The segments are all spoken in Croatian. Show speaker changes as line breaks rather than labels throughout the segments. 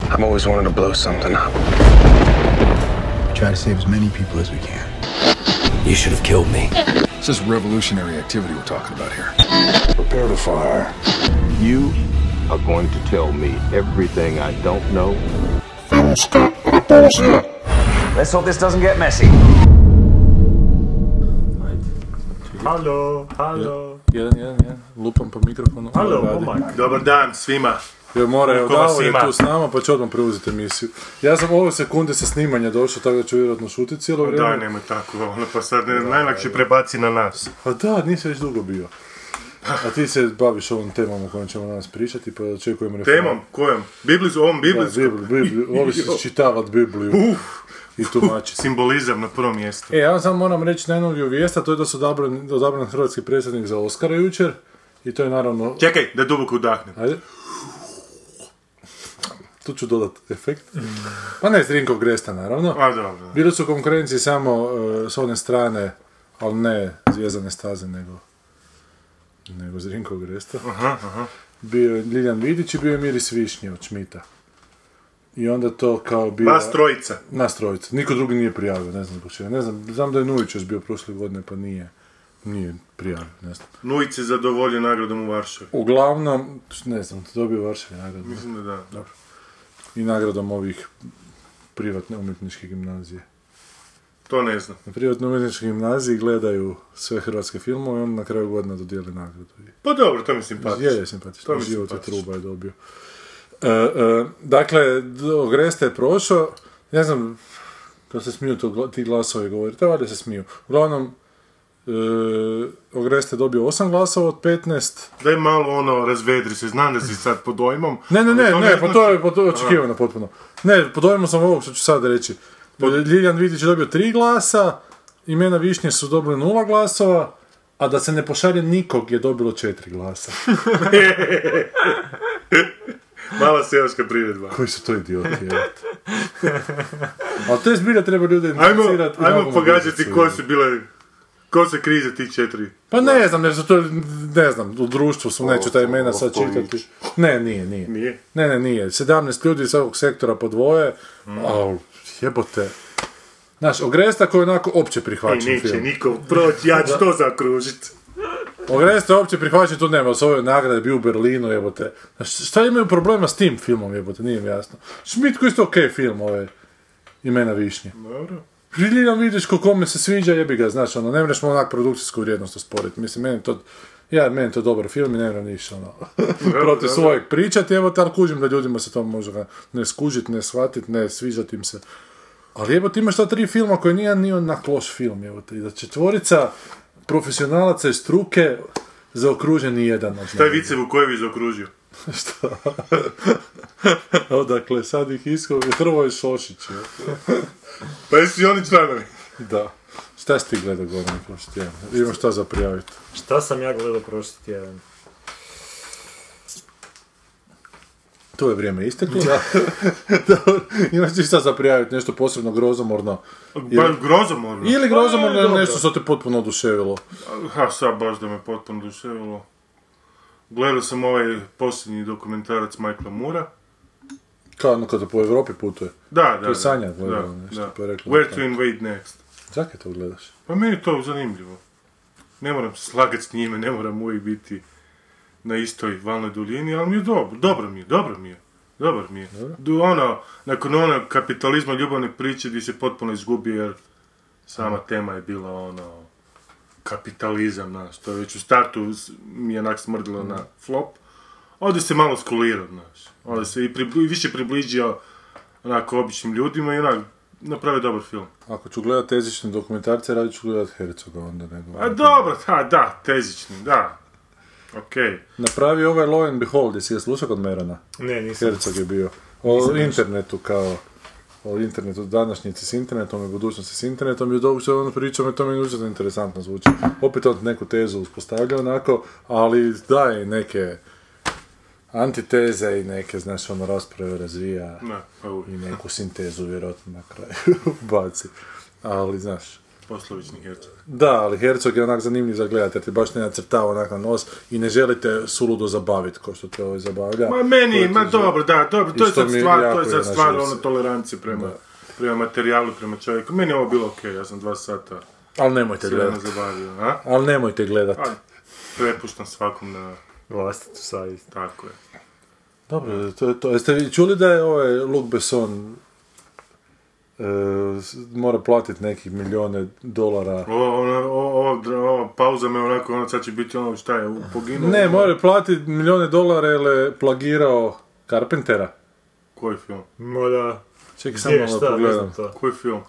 I've always wanted to blow something up.
Try to save as many people as we can.
You should have killed me.
This is revolutionary activity we're talking about here.
Prepare to fire.
You are going to tell me everything I don't know.
Let's hope this doesn't get messy.
Halo, halo,
Jedan, jedan, jedan. Lupam po mikrofonu.
halo,
Ovo radi.
momak.
Dobar dan svima.
Jer mora, evo,
Koliko vas
Davor je
ima?
tu s nama, pa će odmah preuzeti emisiju. Ja sam ove sekunde sa snimanja došao, tako da ću vjerojatno šutit cijelo vrijeme.
Pa Daj, nemoj tako, ono pa sad ne, najlakše prebaci na nas.
Pa da, nisi već dugo bio. A ti se baviš ovom temom o kojoj ćemo danas pričati, pa očekujem referat.
Temom, kojom? Biblizu, ovom
Da,
biblijskom?
Bibliju, Bibliju. Voliš
Jo.
čitavat Bibliju.
Uf,
I tumačiti.
simbolizam na prvom mjestu.
E, ja vam samo moram reći najnoviju vijest, a to je da su odabran, odabran hrvatski predsjednik za Oscara jučer. I to je naravno...
Čekaj, da duboko udahnem.
Ajde. Tu ću dodat efekt. Pa ne, Drinkov Gresta, naravno.
Mm. A dobro.
Bili su konkurenciji samo e, s one strane, ali ne zvijezdane staze, nego nego Zrinkov Gresta. Bio je Ljiljan Vidić i bio je Miris Višnje od Šmita. I onda to kao bio...
Vas trojica.
Nas trojica. Niko drugi nije prijavio, ne znam zbog čega. Ne znam, znam da je Nujić još bio prošle godine, pa nije, nije prijavio, ne znam.
Nujic je zadovoljio nagradom u Varšavi.
Uglavnom, ne znam, dobio Varšavi nagradu.
Mislim da da. Dobro.
I nagradom ovih privatne umjetničke gimnazije.
To ne znam.
Na privatnoj umjetničkoj gimnaziji gledaju sve hrvatske filmove i on na kraju godine dodijeli nagradu.
Pa dobro, to mi
I-
simpatično.
Je, je simpatično.
To mi je
Život je
simpatično.
truba je dobio. E, e, dakle, do- Gresta je prošao, ne znam, kad se smiju to, gla- ti glasovi govorite, valjda se smiju. Uglavnom, e, Gresta je dobio 8 glasova od 15,
Daj malo ono, razvedri se, znam da si sad pod dojmom.
Ne, ne,
ali
ne,
to
ne, pa to je
znači-
pa to je očekivano potpuno. Ne, podojmo sam ovog što ću sad reći. Ljiljan Vidić je dobio tri glasa, imena Višnje su dobili nula glasova, a da se ne pošalje nikog je dobilo četiri glasa.
Mala seoska priredba.
Koji su to idioti, jebote. Ali to je zbilja treba ljude
Ajmo,
identificirati. i
ajmo
nakon
pogađati
identificirati.
ko su bile, ko se krize ti četiri.
Pa ne znam, jer su to, ne znam, u društvu su, neću ta imena sad čitati. Ne, nije, nije.
Nije?
Ne, ne, nije. 17 ljudi iz ovog sektora po dvoje,
Mm.
al, jebote. Znaš, Ogresta koji je onako opće
Ej,
prihvaćen Znači,
neće
film.
niko proći, ja ću to zakružit.
Ogresta je opće prihvaćen, tu nema osvojio nagrade, bio u Berlinu, jebote. Znaš, šta imaju problema s tim filmom, jebote, nije mi jasno. Schmidt koji isto okej film, ovaj. ove, imena višnje.
Dobro.
Žiljan vidiš ko kome se sviđa, jebi ga, znaš, ono, ne mreš mu onak produkcijsku vrijednost osporiti. Mislim, meni to, ja, meni to dobar film i ne mrem ništa, ono, protiv svojeg pričati, evo, te, ali kužim da ljudima se to može ga ne skužit, ne shvatit, ne sviđat im se. Ali evo ti imaš ta tri filma koji nije ni onak loš film, evo te, i da četvorica profesionalaca iz struke zaokruženi jedan od
Taj
njega.
vice Vukojević zaokružio.
Šta? Odakle, sad ih iskao Hrvoje Šošić, evo.
Pa jesu i oni članovi.
Da. Šta si ti gledao Goran prošli tjedan? Imam šta za prijaviti.
Šta sam ja gledao prošli tjedan?
To je vrijeme isteklo. Da. Imaš ti šta za prijaviti, nešto posebno grozomorno.
Pa grozomorno.
Ili grozomorno
Pa,
ili
dobro.
nešto što te potpuno oduševilo.
Ha, sad baš da me potpuno duševilo. Gledao sam ovaj posljednji dokumentarac Michaela Moora.
Kao ono kada po Europi putuje.
Da, da.
je
da.
Sanja
Da,
gledala nešto,
da.
pa je rekla
Where
da
to
tako.
invade next.
Zakaj to gledaš?
Pa meni je to zanimljivo. Ne moram se slagati s njime, ne moram uvijek biti na istoj valnoj duljini, ali mi je dobro, dobro mi je, dobro mi je. Dobar mi je. Du, ono, nakon onog kapitalizma ljubavne priče gdje se potpuno izgubio jer sama tema je bila ono kapitalizam, znaš, to je već u startu s- mi je onak smrdilo na flop. Ovdje se malo skulirao, znaš. Ovdje se i, pribli- i više približio onako običnim ljudima i onak napravio dobar film.
Ako ću gledat tezične dokumentarce, radit ću gledat Hercoga onda nego.
A Pa dobro, da, da, tezični, da. Okej.
Napravi ovaj Law and Behold, jesi ga slušao kod Merana?
Ne, nisam.
Hercog je bio. O internetu kao o internetu, današnjici s internetom i budućnosti s internetom i dok se on ono priča, me to mi užasno interesantno zvuči. Opet on neku tezu uspostavlja onako, ali daje i neke antiteze i neke, znaš, ono rasprave razvija
Ne, pa uvijek.
i neku sintezu vjerojatno na kraju baci. Ali, znaš,
Poslovićni herceg.
Da, ali Herzog je onak zanimljiv za gledat, jer ti baš ne nacrtava onak na nos i ne želite suludo zabaviti ko što te ovaj zabavlja.
Ma meni,
Koji
ma
ti
dobro, da, dobro, to je
Isto
sad
mi je
stvar,
jako
to je sad
je,
stvar
nažalost.
ono tolerancije prema, prema materijalu, prema čovjeku. Meni je ovo bilo okej, ja sam dva sata
Ali nemojte
sredno
gledat.
zabavio, a?
Ali nemojte gledat.
Ali prepuštam svakom na
Vlastitu savjest.
tako je.
Dobro, to je to. Jeste vi čuli da je ovaj Luc Besson e, s- mora platiti nekih milijone dolara?
Ovo, ono, o- ovo, dra- ova pauza me onako, ono sad će biti ono šta je, u- poginuo?
Ne,
Ono,
mora platiti milijone dolara jer je plagirao Carpentera.
Koji film?
Ma da.
Čekaj, samo
Gdje je
malo
šta, ne znam
pogledam.
to.
Koji film?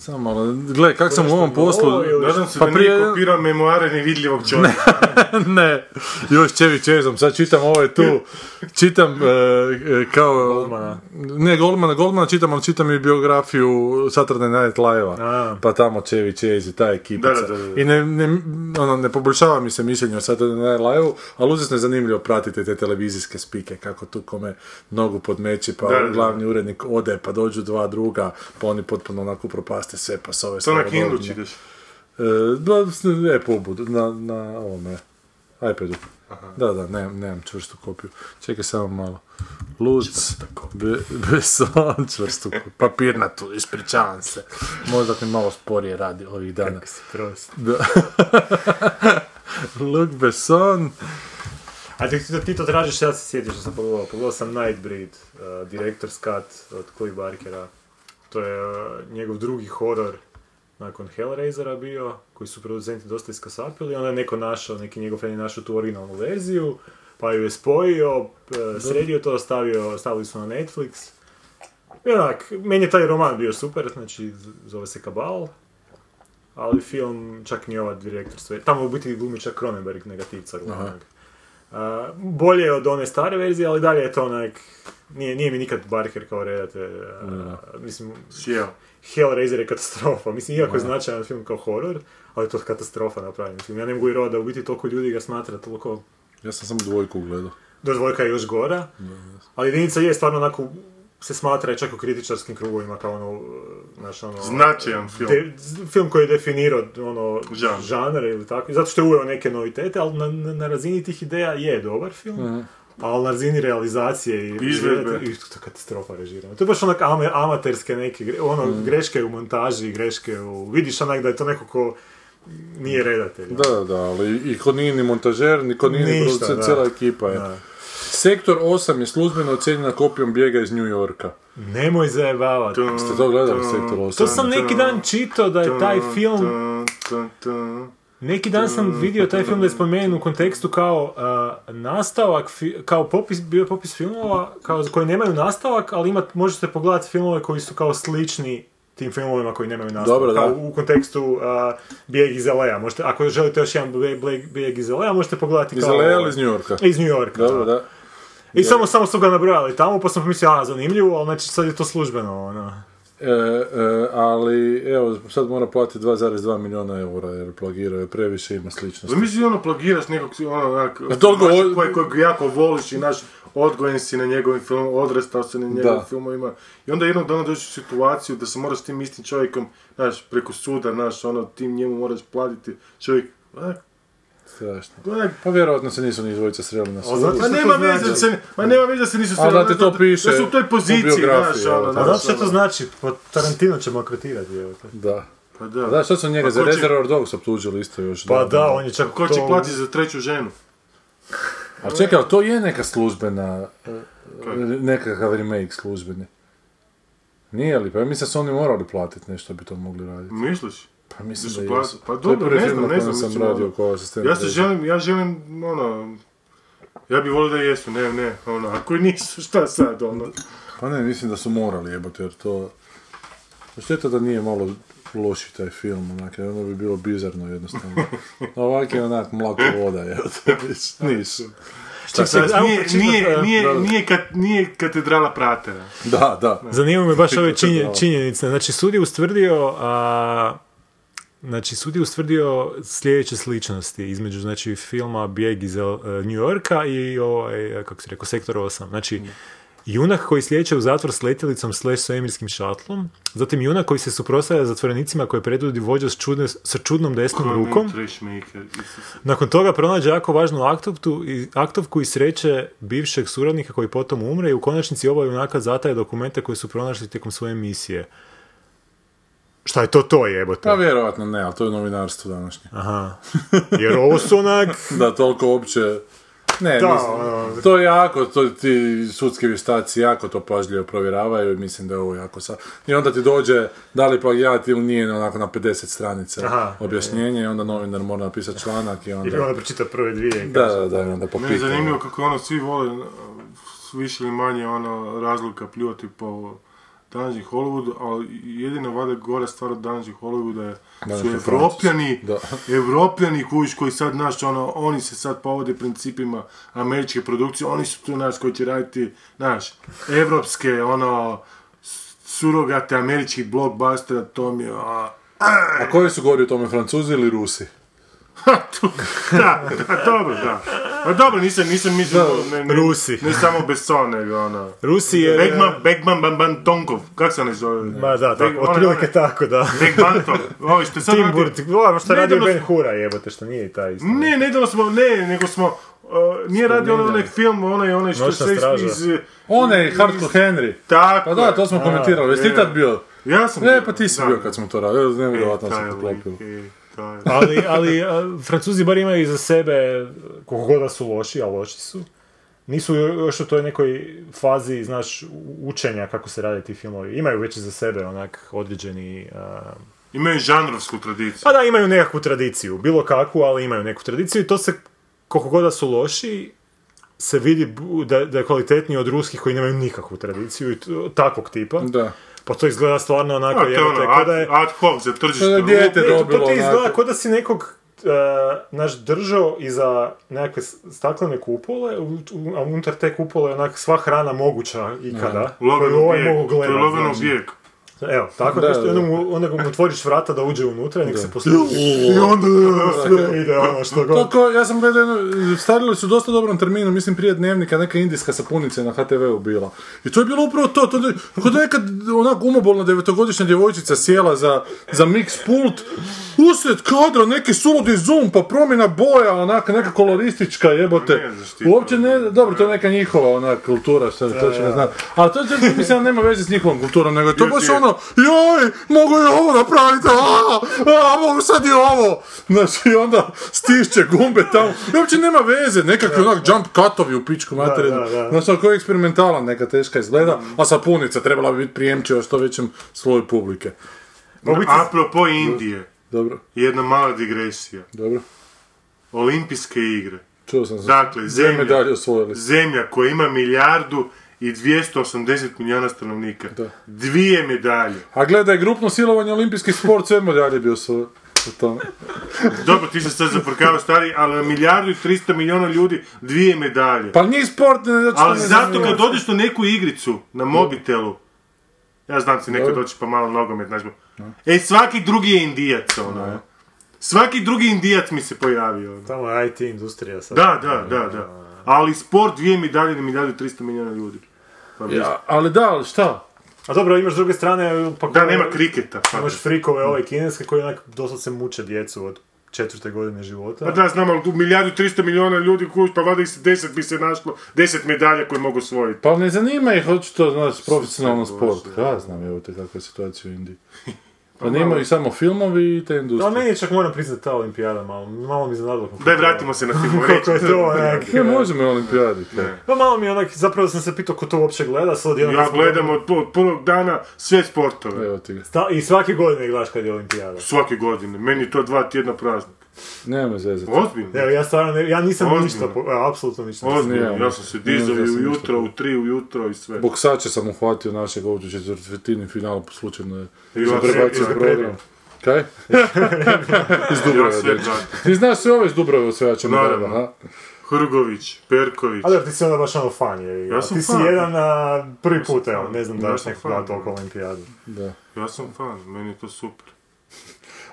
Samo malo. Gle, kak sam u
Nešto
ovom poslu...
novo ili-
Nadam se
Pa
da
prije-
nije kopirao memoare nevidljivog čovjeka.
ne, još čevi čezom, sad čitam ovaj tu, čitam e, e, kao...
Golmana.
Ne, Golmana, Golmana čitam, ali čitam i biografiju Saturday Night Live-a,
A.
pa tamo čevi čez i ta ekipa.
Da, da, da, da.
I ne, ne, ono, ne poboljšava mi se mišljenje o Saturday Night Live-u, ali uzasno je zanimljivo pratite te televizijske spike, kako tu kome nogu podmeće, pa
Da, da, da.
glavni urednik ode, pa dođu dva druga, pa oni potpuno onako propaste sve, pa s ove
To na
strane
Kindlu
dođu.
čitaš.
E, da, s- e, pobud, na, na ovome, iPadu. Da, da, nemam, nemam čvrstu kopiju. Čekaj samo malo. Luc, be, Beson, čvrstu kopiju. Papirnatu, ispričavam se. Možda mi malo sporije radi ovih dana.
Prost.
Luc Beson,
A ti, ti, ti to tražiš, ja se sjetim što sam pogledao. Pogledao sam Nightbreed, uh, Director's Cut od Clive Barkera. To je uh, njegov drugi horor nakon Hellraisera bio, koji su producenti dosta iskasapili. Onda je neko našao, neki njegov fan je našao tu originalnu verziju, pa ju je spojio, e, sredio to, stavio, stavili su na Netflix. I onak, meni je taj roman bio super, znači z- zove se Kabal, ali film čak ni ova direktor sve, tamo u biti glumi čak Cronenberg negativca glavnog. A, bolje je od one stare verzije, ali dalje je to onak, nije, nije mi nikad Barker kao redatelj, a, mislim,
Sjeo.
Hellraiser je katastrofa, mislim, iako je značajan film kao horor, ali to je katastrofa napravljen film. Ja ne mogu vjerovati da u biti toliko ljudi ga smatra toliko
ja sam samo dvojku gledao.
do dvojka je još gora. Ali jedinica je stvarno onako se smatra čak u kritičarskim krugovima kao ono, znaš, ono...
Značajan film.
de- z- film koji je definirao ono,
Žanr.
žanr ili tako, zato što je uveo neke novitete, ali na, na, na razini tih ideja je dobar film, ali na razini realizacije i
Izvedbe.
i to je katastrofa režirana. To je baš onak ama- amaterske neke, gre- ono, greške u montaži, greške u... Vidiš onak da je to neko ko nije redatelj.
Da, da, da, ali i ko nije ni montažer, ni ko nije ni
Ništa,
producent,
da.
cijela ekipa je.
Da.
Sektor 8 je službeno ocijenjena kopijom bijega iz New Yorka.
Nemoj zajebavati.
Ste to gledali, Sektor 8?
To sam neki dan čitao da je taj film,
Tun, tun.
neki dan
Mm.
sam vidio taj film da je spomenut u kontekstu kao uh, nastavak, fi- kao popis, bio je popis filmova kao, koji nemaju nastavak, ali ima, možete pogledati filmove koji su kao slični tim filmovima koji nemaju nastavak.
Dobro, da.
Kao u kontekstu uh, Bijeg iz LA. Možete, ako želite još jedan Bijeg- Bijeg- Bijeg iz LA, možete pogledati
Iz
kao...
LA
ovaj,
ili iz New Yorka?
Iz New Yorka,
Dobro, da.
I samo, samo su ga nabrojali tamo, pa sam pomislio, a, zanimljivo, ali znači sad je to službeno, ono.
E, e, ali evo, sad mora platiti 2,2 milijuna eura jer plagirao je previše, ima sličnosti.
Zamisli ono plagiraš nekog si- ono onak,
toliko
maš-
od-
kojeg, kojeg jako voliš i naš odgojen si na njegovim filmom, odrastao si na njegovim
Da.
filmovima i onda jednog dana dođeš u situaciju da se moraš s tim istim čovjekom, znaš, preko suda, znaš, ono, tim njemu moraš platiti, čovjek, onak,
Strašno.
onak,
Pa vjerojatno se nisu ni dvojica sreli na sudu.
zato-
Ma
Što to
nema veze
znači?
da se, ma nema veze da se nisu
da ti to
da-
piše
da su u toj
u
poziciji,
biografiji,
znaš,
evo,
ono,
da.
A
znaš,
znaš što to
ono.
znači? Pa Tarantino će makrotirati, evo.
Da.
Pa da.
Da, što su njega
Pa
za
ko će-
Reservoir Dogs optužili isto još.
Pa da, on je čak
Ko će platiti za treću ženu?
A čekaj, ali to je neka službena, e,
Kaj?
nekakav remake službeni. Nije li? Pa ja mislim da su oni morali platiti nešto da bi to mogli raditi.
Misliš?
Pa mislim
Jesu
da
plat-
jesu.
pa
To je
dobro,
prvi
ne
film
znam,
na
ne
kojem
znam,
sam
mislim,
radio
ono,
kao asistent.
Ja se
režisera.
želim, ja želim, ono, ja bi volio da jesu, ne, ne, ono, ako i nisu, šta sad, ono.
Pa ne, mislim da su morali jebote, jer to... Šteta da nije malo loši taj film, onak, jer ono bi bilo bizarno jednostavno. Ovak je onak mlako voda, jebote, niš- niš.
Čak
Znaš, nije, nije, nije, nije, kat- nije katedrala pratera.
Da, da.
Zanima me baš ove
Pitat ću
činje-
pravo.
činjenice. Znači, sud je ustvrdio... A, znači, sud je ustvrdio sljedeće sličnosti između znači, e, filma Bijeg iz eh, New Yorka i ovaj, eh, kako se rekao, Sektor 8. Znači, Junak koji sliječe u zatvor s letjelicom slash svemirskim šatlom. Zatim junak koji se suprotstavlja zatvorenicima koje predvodi vođa s čudne- sa čudnom desnom rukom.
Trashmaker, Isuse.
Nakon toga pronađe jako važnu aktovtu i, aktovku i sreće bivšeg suradnika koji potom umre i u konačnici oba junaka zataje dokumente koje su pronašli tijekom svoje misije. Šta je to to jebote?
Pa vjerovatno ne, ali to je novinarstvo današnje.
Aha. Jer ovo su onak...
Da, toliko uopće... Ne,
Da,
mislim,
ono-
to je jako, to ti sudski vještaci jako to pažljivo provjeravaju i mislim da je ovo jako sa... I onda ti dođe da li plagijat ili nije onako na 50 stranica
Aha.
objašnjenje i onda novinar mora napisati članak i
Jer ona
onda...
pročita prve dvije. i
Da,
kaže,
da, da, i onda popita.
Meni je zanimljivo kako ono svi vole uh, više ili manje ono razlika pljuvati po današnji Hollywoodu, ali jedina vada gora stvar od današnjih Hollywooda je su
Današnji
evropljani,
Da.
evropljani kužiš koji sad, znaš, ono, oni se sad povode principima američke produkcije, oni su tu, naš koji će raditi, znaš, evropske, ono, s- surogate američkih blockbustera, to mi je, a,
A koji su gori u tome, Francuzi ili Rusi?
Ha, tu, da, a dobro, da. Pa dobro, nisam, nisam mislio, ne, ne,
Rusi.
ne samo Besson, nego ono...
Rusi je...
Begman, Begman, Ban, Ban, Tonkov, kak se ne zove?
Ma da,
Beg- ono,
tako,
onaj-
otprilike
onaj-
tako, da.
Begbantov, ovi što je sad...
Tim
radio-
Burd, ono što je radio
Nedavno
Ben Hura jebote, što nije i taj isto.
Ne, ne da smo, ne, nego smo... uh, nije radio onaj onaj film, onaj, onaj što
Noćna
se iz...
straža.
iz
One,
iz-
Hardcore Henry.
Tako
Pa da, to smo
je.
komentirali, jesi
je.
ti tad bio?
Ja sam...
Ne,
bio,
pa ti si
da.
bio kad smo to radili, nevjerojatno
E, taj
sam
lik,
poklopio.
e, taj.
ali, ali a, Francuzi bar imaju iza sebe, koliko god da su loši, a loši su, nisu jo- još u toj nekoj fazi, znaš, u- učenja kako se rade ti filmovi. Imaju već iza sebe onak određeni... a,
Imaju žanrovsku tradiciju.
pa da, imaju nekakvu tradiciju, bilo kakvu, ali imaju neku tradiciju i to se, koliko god da su loši, se vidi bu- da, da je kvalitetniji od ruskih koji nemaju nikakvu tradiciju i t- takvog tipa.
Da.
Pa to izgleda stvarno onako,
A, to je
jebote,
ono,
ko da
ad,
je...
ad hoc za tržište.
To je
rupa.
dijete
Ne, to-
dobilo
to ti izgleda
onako.
kao da si nekog e, naš držao iza nekakve s- staklene kupole, u- u- a unutar te kupole je onak sva hrana moguća ikada.
Loven
koju ovaj
bijeg,
mogu
to je
gledat,
loven
znaš.
bijeg.
Evo, tako
Da,
da,
da.
onda, mu, onda mu otvoriš vrata da uđe unutra, nek se posluši.
I onda...
Sve ide ono što god.
Tako, ja sam gledao, jednu- stavili su u dosta dobrom terminu, mislim prije dnevnika, neka indijska sapunica je na HTV-u bila. I to je bilo upravo to, to je, kod nekad onak umobolna devetogodišnja djevojčica sjela za, za mix pult, usred kadra neki suludi zoom, pa promjena boja, onak neka koloristička jebote.
Ne znaš ti to.
Uopće ne, dobro, to je neka njihova onak kultura, što to ne znam. Ali to je, mislim, nema veze s njihovom kulturom, nego je to
Još
baš
je.
ono, joj, mogu i ovo napraviti, a, a, mogu sad i ovo. Znači, i onda stišće gumbe tamo. I uopće nema veze, nekakvi onak jump cutovi u pičku materinu.
da, da.
Znači, ako je eksperimentalan, neka teška izgleda, a sapunica trebala bi biti prijemčiva što većem sloju publike.
Apropo Indije,
Dobro,
jedna mala digresija.
dobro.
Olimpijske igre.
Čuo sam se.
Dakle,
Dvije
zemlja,
medalje osvojili.
zemlja koja ima milijardu i 280 milijuna stanovnika.
Da.
Dvije medalje.
A gledaj, grupno silovanje olimpijski sport, sve medalje bio su u tome.
Dobro, ti se sad zaprkavaš stari, ali milijardu i 300 milijuna ljudi, dvije medalje.
Pa nije sport, ne, znači
Ali zato kad odeš na neku igricu na mobitelu, ja znam si nekad doći pa malo nogomet, znaš, e, svaki drugi je indijac, ono, svaki drugi indijac mi se pojavio, ono.
Tamo je IT industrija sad.
Da, da, da, da. Ali sport dvije medalje na milijardu i 300 milijuna ljudi. Pa mislim.
Ja, ali da, ali šta?
A dobro, imaš s druge strane... Pa
Da, nema kriketa. Pa,
Imaš frikove ove kineske koji onak doslovce se muče djecu od četvrte godine života.
pa da, znam, ali tu milijardu i 300 milijuna ljudi kuć, pa vada i se 10 bi se našlo, 10 medalja koje mogu osvojiti.
Pa ne zanima ih očito, znaš, profesionalan sport. Ja znam, evo te kakva je situacija u Indiji. Zanimaju ih samo filmovi i te
Ali
Pa
industrije.
meni je čak moram priznati ta olimpijada malo, malo mi iznenadila.
Daj, vratimo se na filmu,
Koliko je to e, onak...
Pa Ne, možemo i olimpijadi. kaj.
Pa malo mi je onak, zapravo sam se pitao ko to uopće gleda, sad odjednom
Ja
kad smo-
gledam od, od prvog dana sve sportove.
Evo ti ga.
Sta- I svake godine gledaš kad je olimpijada.
Svake godine. Meni je to dva tjedna praznik.
Nema zezati.
Ozbiljno.
Evo, ja stvarno, ne, ja nisam
Ozbiljno.
ništa, po- e, apsolutno ništa. nisam.
Ozbiljno,
Nije,
ja sam se
ne,
dizao
ja
i
sam
ujutro,
ništa.
u tri ujutro i sve.
Boksače sam uhvatio našeg ovdje u četvrtini finala, po slučajno je
ja
sam prebacio
sve- ja
program. Kaj? iz
Ja
Dubrave,
sve
dečko.
pratim.
Ti znaš sve ove iz Dubrave osvajače
Naravno.
medalja, ha?
Hrgović, Perković.
Ali ti si onda baš ono fan je.
Ja sam
ti si
fan.
jedan a, prvi put, evo,
fan.
ne znam da
Ja
još
sam
neko
fan.
gleda toliko olimpijadu.
Da.
Ja sam fan, meni je to super.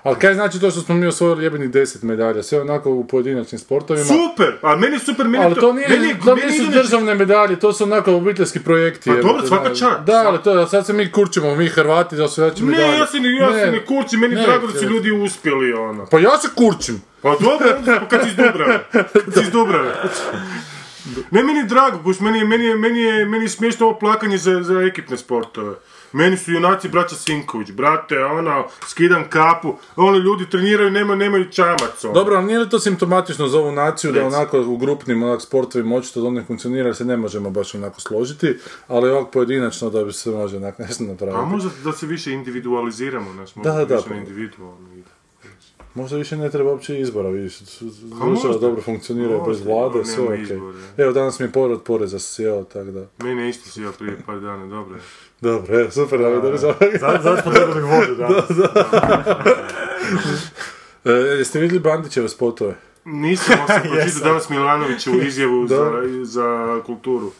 Ali kaj znači to što smo mi osvojili jebenih 10 medalja, sve onako u pojedinačnim sportovima.
Super! A meni je super, meni
ali
to...
to nije,
meni, je-
to
meni
nisu
ide-
državne medalje, to su onako obiteljski projekti.
Pa
jebote,
dobro, svaka
znaš.
čast.
Da, ali to, je- sad se mi kurčimo, mi Hrvati da osvajači medalje.
Ne, ja se ne, ja se ne kurčim, meni je
ne,
drago da su
ne.
ljudi uspjeli, ono.
Pa ja se kurčim.
Pa dobro, onda pa kad si iz Dubrave. Kad si iz Dubrave. Ne, meni je drago, kuš, meni je, meni je, meni je, meni je smiješno ovo plakanje za, za ekipne sportove. Meni su junaci braća Sinković, brate, ono, skidam kapu, ono, ljudi treniraju, nemaju, nemaju čamac, ono.
Dobro, ali nije li to simptomatično za ovu naciju da onako u grupnim onak sportovima očito da on ne funkcionira, jer se ne možemo baš onako složiti, ali ovak pojedinačno da bi se može onak nešto
A
napraviti.
možda da se više individualiziramo, znaš, možda
Da, da,
više
pa-
na individualno ide.
Možda više ne treba uopće izbora, vidiš,
možda.
država dobro funkcionira bez
Možda,
vlade,
nema
sve okej.
izbora.
Evo, danas mi je povrat poreza sjeo, tako da.
Mene je isto sjeo prije par dana, dobro je.
Dobro, evo, super, da mi dobro za-
Zato, zato smo dobili vodu danas.
E, Jeste vidjeli Bandićeve spotove?
Nisam, ali sam pročitao danas Milanovićevu izjavu za, za kulturu.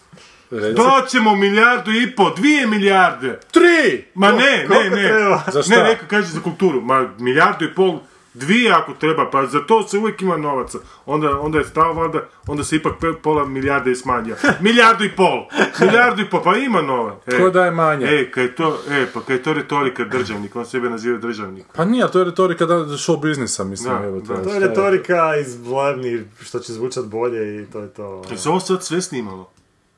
Reci.
Doćemo milijardu i po, dvije milijarde!
Tri!
Ma ne, ne, ne.
Za šta?
Ne, neka kaže za kulturu. Ma milijardu i pol, dvije ako treba, pa za to se uvijek ima novaca. Onda, onda je stav valjda, onda se ipak pe- pola milijarde je smanjio. Milijardu i pol, milijardu i pol, pa ima nova. E,
Ko daje manje?
E, kaj je to, e, pa kaj je to retorika državnik, on sebe naziva državnik.
Pa nije, to je retorika da show biznisa, mislim,
Da,
evo te.
da.
šta
To
je?
je retorika iz blavni, što će zvučat bolje i to je to.
Jel se ovo sad sve snimalo?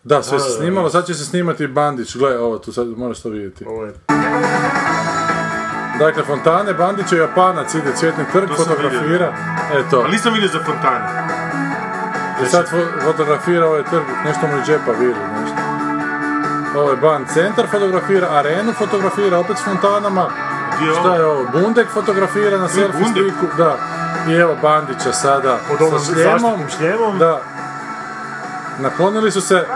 Da, sve se
da, da.
snimalo, sad će se snimati Bandić, gle, ovo tu sad moraš to vidjeti.
Ovo je
Dakle, Fontane, Bandić je Japanac, ide cvjetni trg,
To sam
fotografira, E, eto.
Ali Pa nisam vidio za fontane.
I sad fo- fotografira ovaj trg, nešto mu iz džepa viri, nešto. Ovo je Ban centar fotografira, arenu fotografira, opet s fontanama.
Gdje je
Šta
ovo?
je ovo? Bundek fotografira na selfie
Bundek?
stiku, da. I evo Bandića sada
pod ovom
sa šljemom.
zaštitnim šljemom.
Da. Naklonili su se,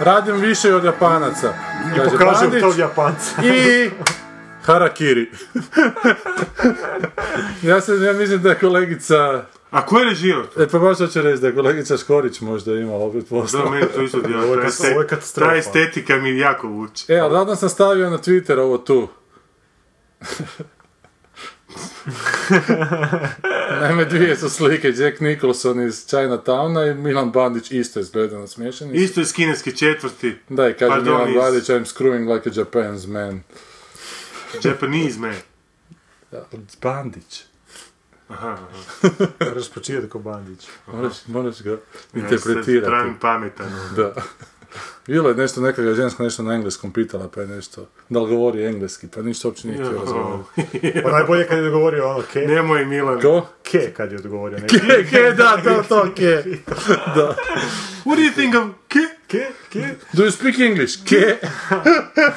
radim više i od Japanaca.
I
Kaže
pokažem
Bandić
tog Japanca.
I Harakiri. ja, se, ja mislim da je kolegica
A ko je režirao to?
E pa baš hoću reći da je kolegica Škorić možda imala opet posla.
Da, meni to isto djelo.
Ovo je
Ta
kat- ovo je
este-
katastrofa.
Ta estetika mi jako vuče.
E, ali danas sam stavio na Twitter ovo tu. Naime, dvije su slike, Jack Nicholson iz Chinatowna i Milan Bandić isto izgleda na smiješani.
Isto iz kineske četvrti,
Da, i kaže
Pardon,
Milan
iz-
Bandić, I'm screwing like a Japan's man.
Japanese man.
Bandić.
Moraš počijati ko Bandić.
Moraš, moraš ga
Interpretirati.
interpretirati.
Pravim pametan. ono.
Da. Bilo je nešto, neka ga je ženska nešto na engleskom pitala, pa je nešto, da li govori engleski, pa ništa uopće nije htio razgovarati.
Pa najbolje kad je odgovorio ono ke,
Nemoj Milan.
Ko?
ke kad je odgovorio. ne-
Ke, ke, da, to, to, ke.
What do you think of... Ke?
Ke, ke,
Do you speak English? Ke?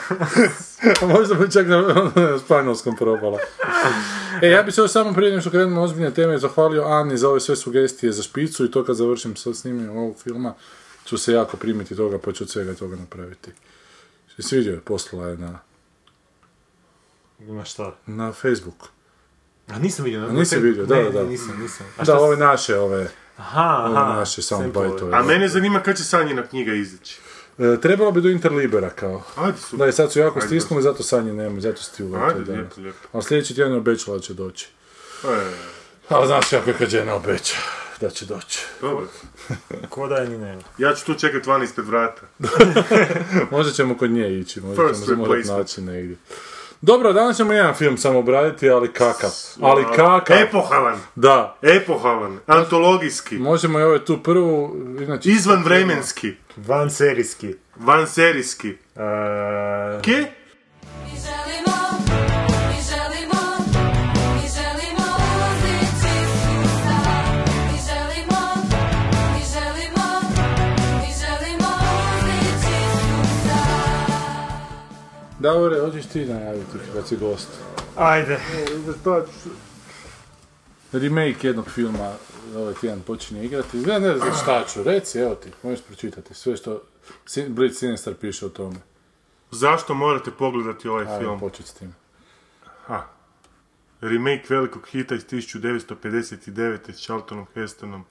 Možda bi čak na, na španjolskom probala. E, ja bi se još samo prije nego što krenemo na ozbiljne teme zahvalio Ani za ove sve sugestije za špicu i to kad završim sa snimanjem ovog filma ću se jako primiti toga pa ću od svega toga napraviti. Se svidio je, poslala je na,
Ima šta?
na Facebooku.
A nisam vidio.
A nisi vidio, da,
Ne,
da, da.
ne, nisam, nisam. A šta
Da, ovaj ono
s-
ove naše, ove,
Aha,
ove
aha.
naše
A
soundbite-ove.
mene zanima kad će Sanjina knjiga izići.
E, trebalo bi do Interlibera kao.
Ajde, super.
Da, i sad su jako
Ajde,
stisnuli, zato Sanje nema, zato si ti uletio
Ajde,
danas.
lijepo, lijepo.
Ali sljedeći tjedan je obećala da će doći.
E,
Ali znaš kako je kad žena obeća da će doći.
dobro.
Ko da je ni nema.
Ja ću tu čekat van ispred vrata.
Možda ćemo kod nje ići, možda ćemo
First
se morat
replacement.
naći negdje. Dobro, danas ćemo jedan film samo obraditi, ali kakav. Ali kakav.
Epohalan.
Da.
Epohalan. Antologijski.
Možemo i ovaj tu prvu, inače...
Izvanvremenski.
Van serijski.
Vanserijski.
Uh,
Ke?
Mi želimo, mi želimo, mi želimo uzići suza. Mi želimo, mi želimo, mi želimo uzići suza.
Davore, hoćeš ti najaviti kad si gost.
ajde.
E,
Remake jednog filma ovaj tjedan počinje igrati. Ne, ne znam šta ću, reci, evo ti, možeš pročitati sve što Sin- Blitz Sinister piše o tome.
Zašto morate pogledati ovaj
Ajmo
film?
početi s tim.
remake velikog hita iz 1959. s Charltonom Hestonom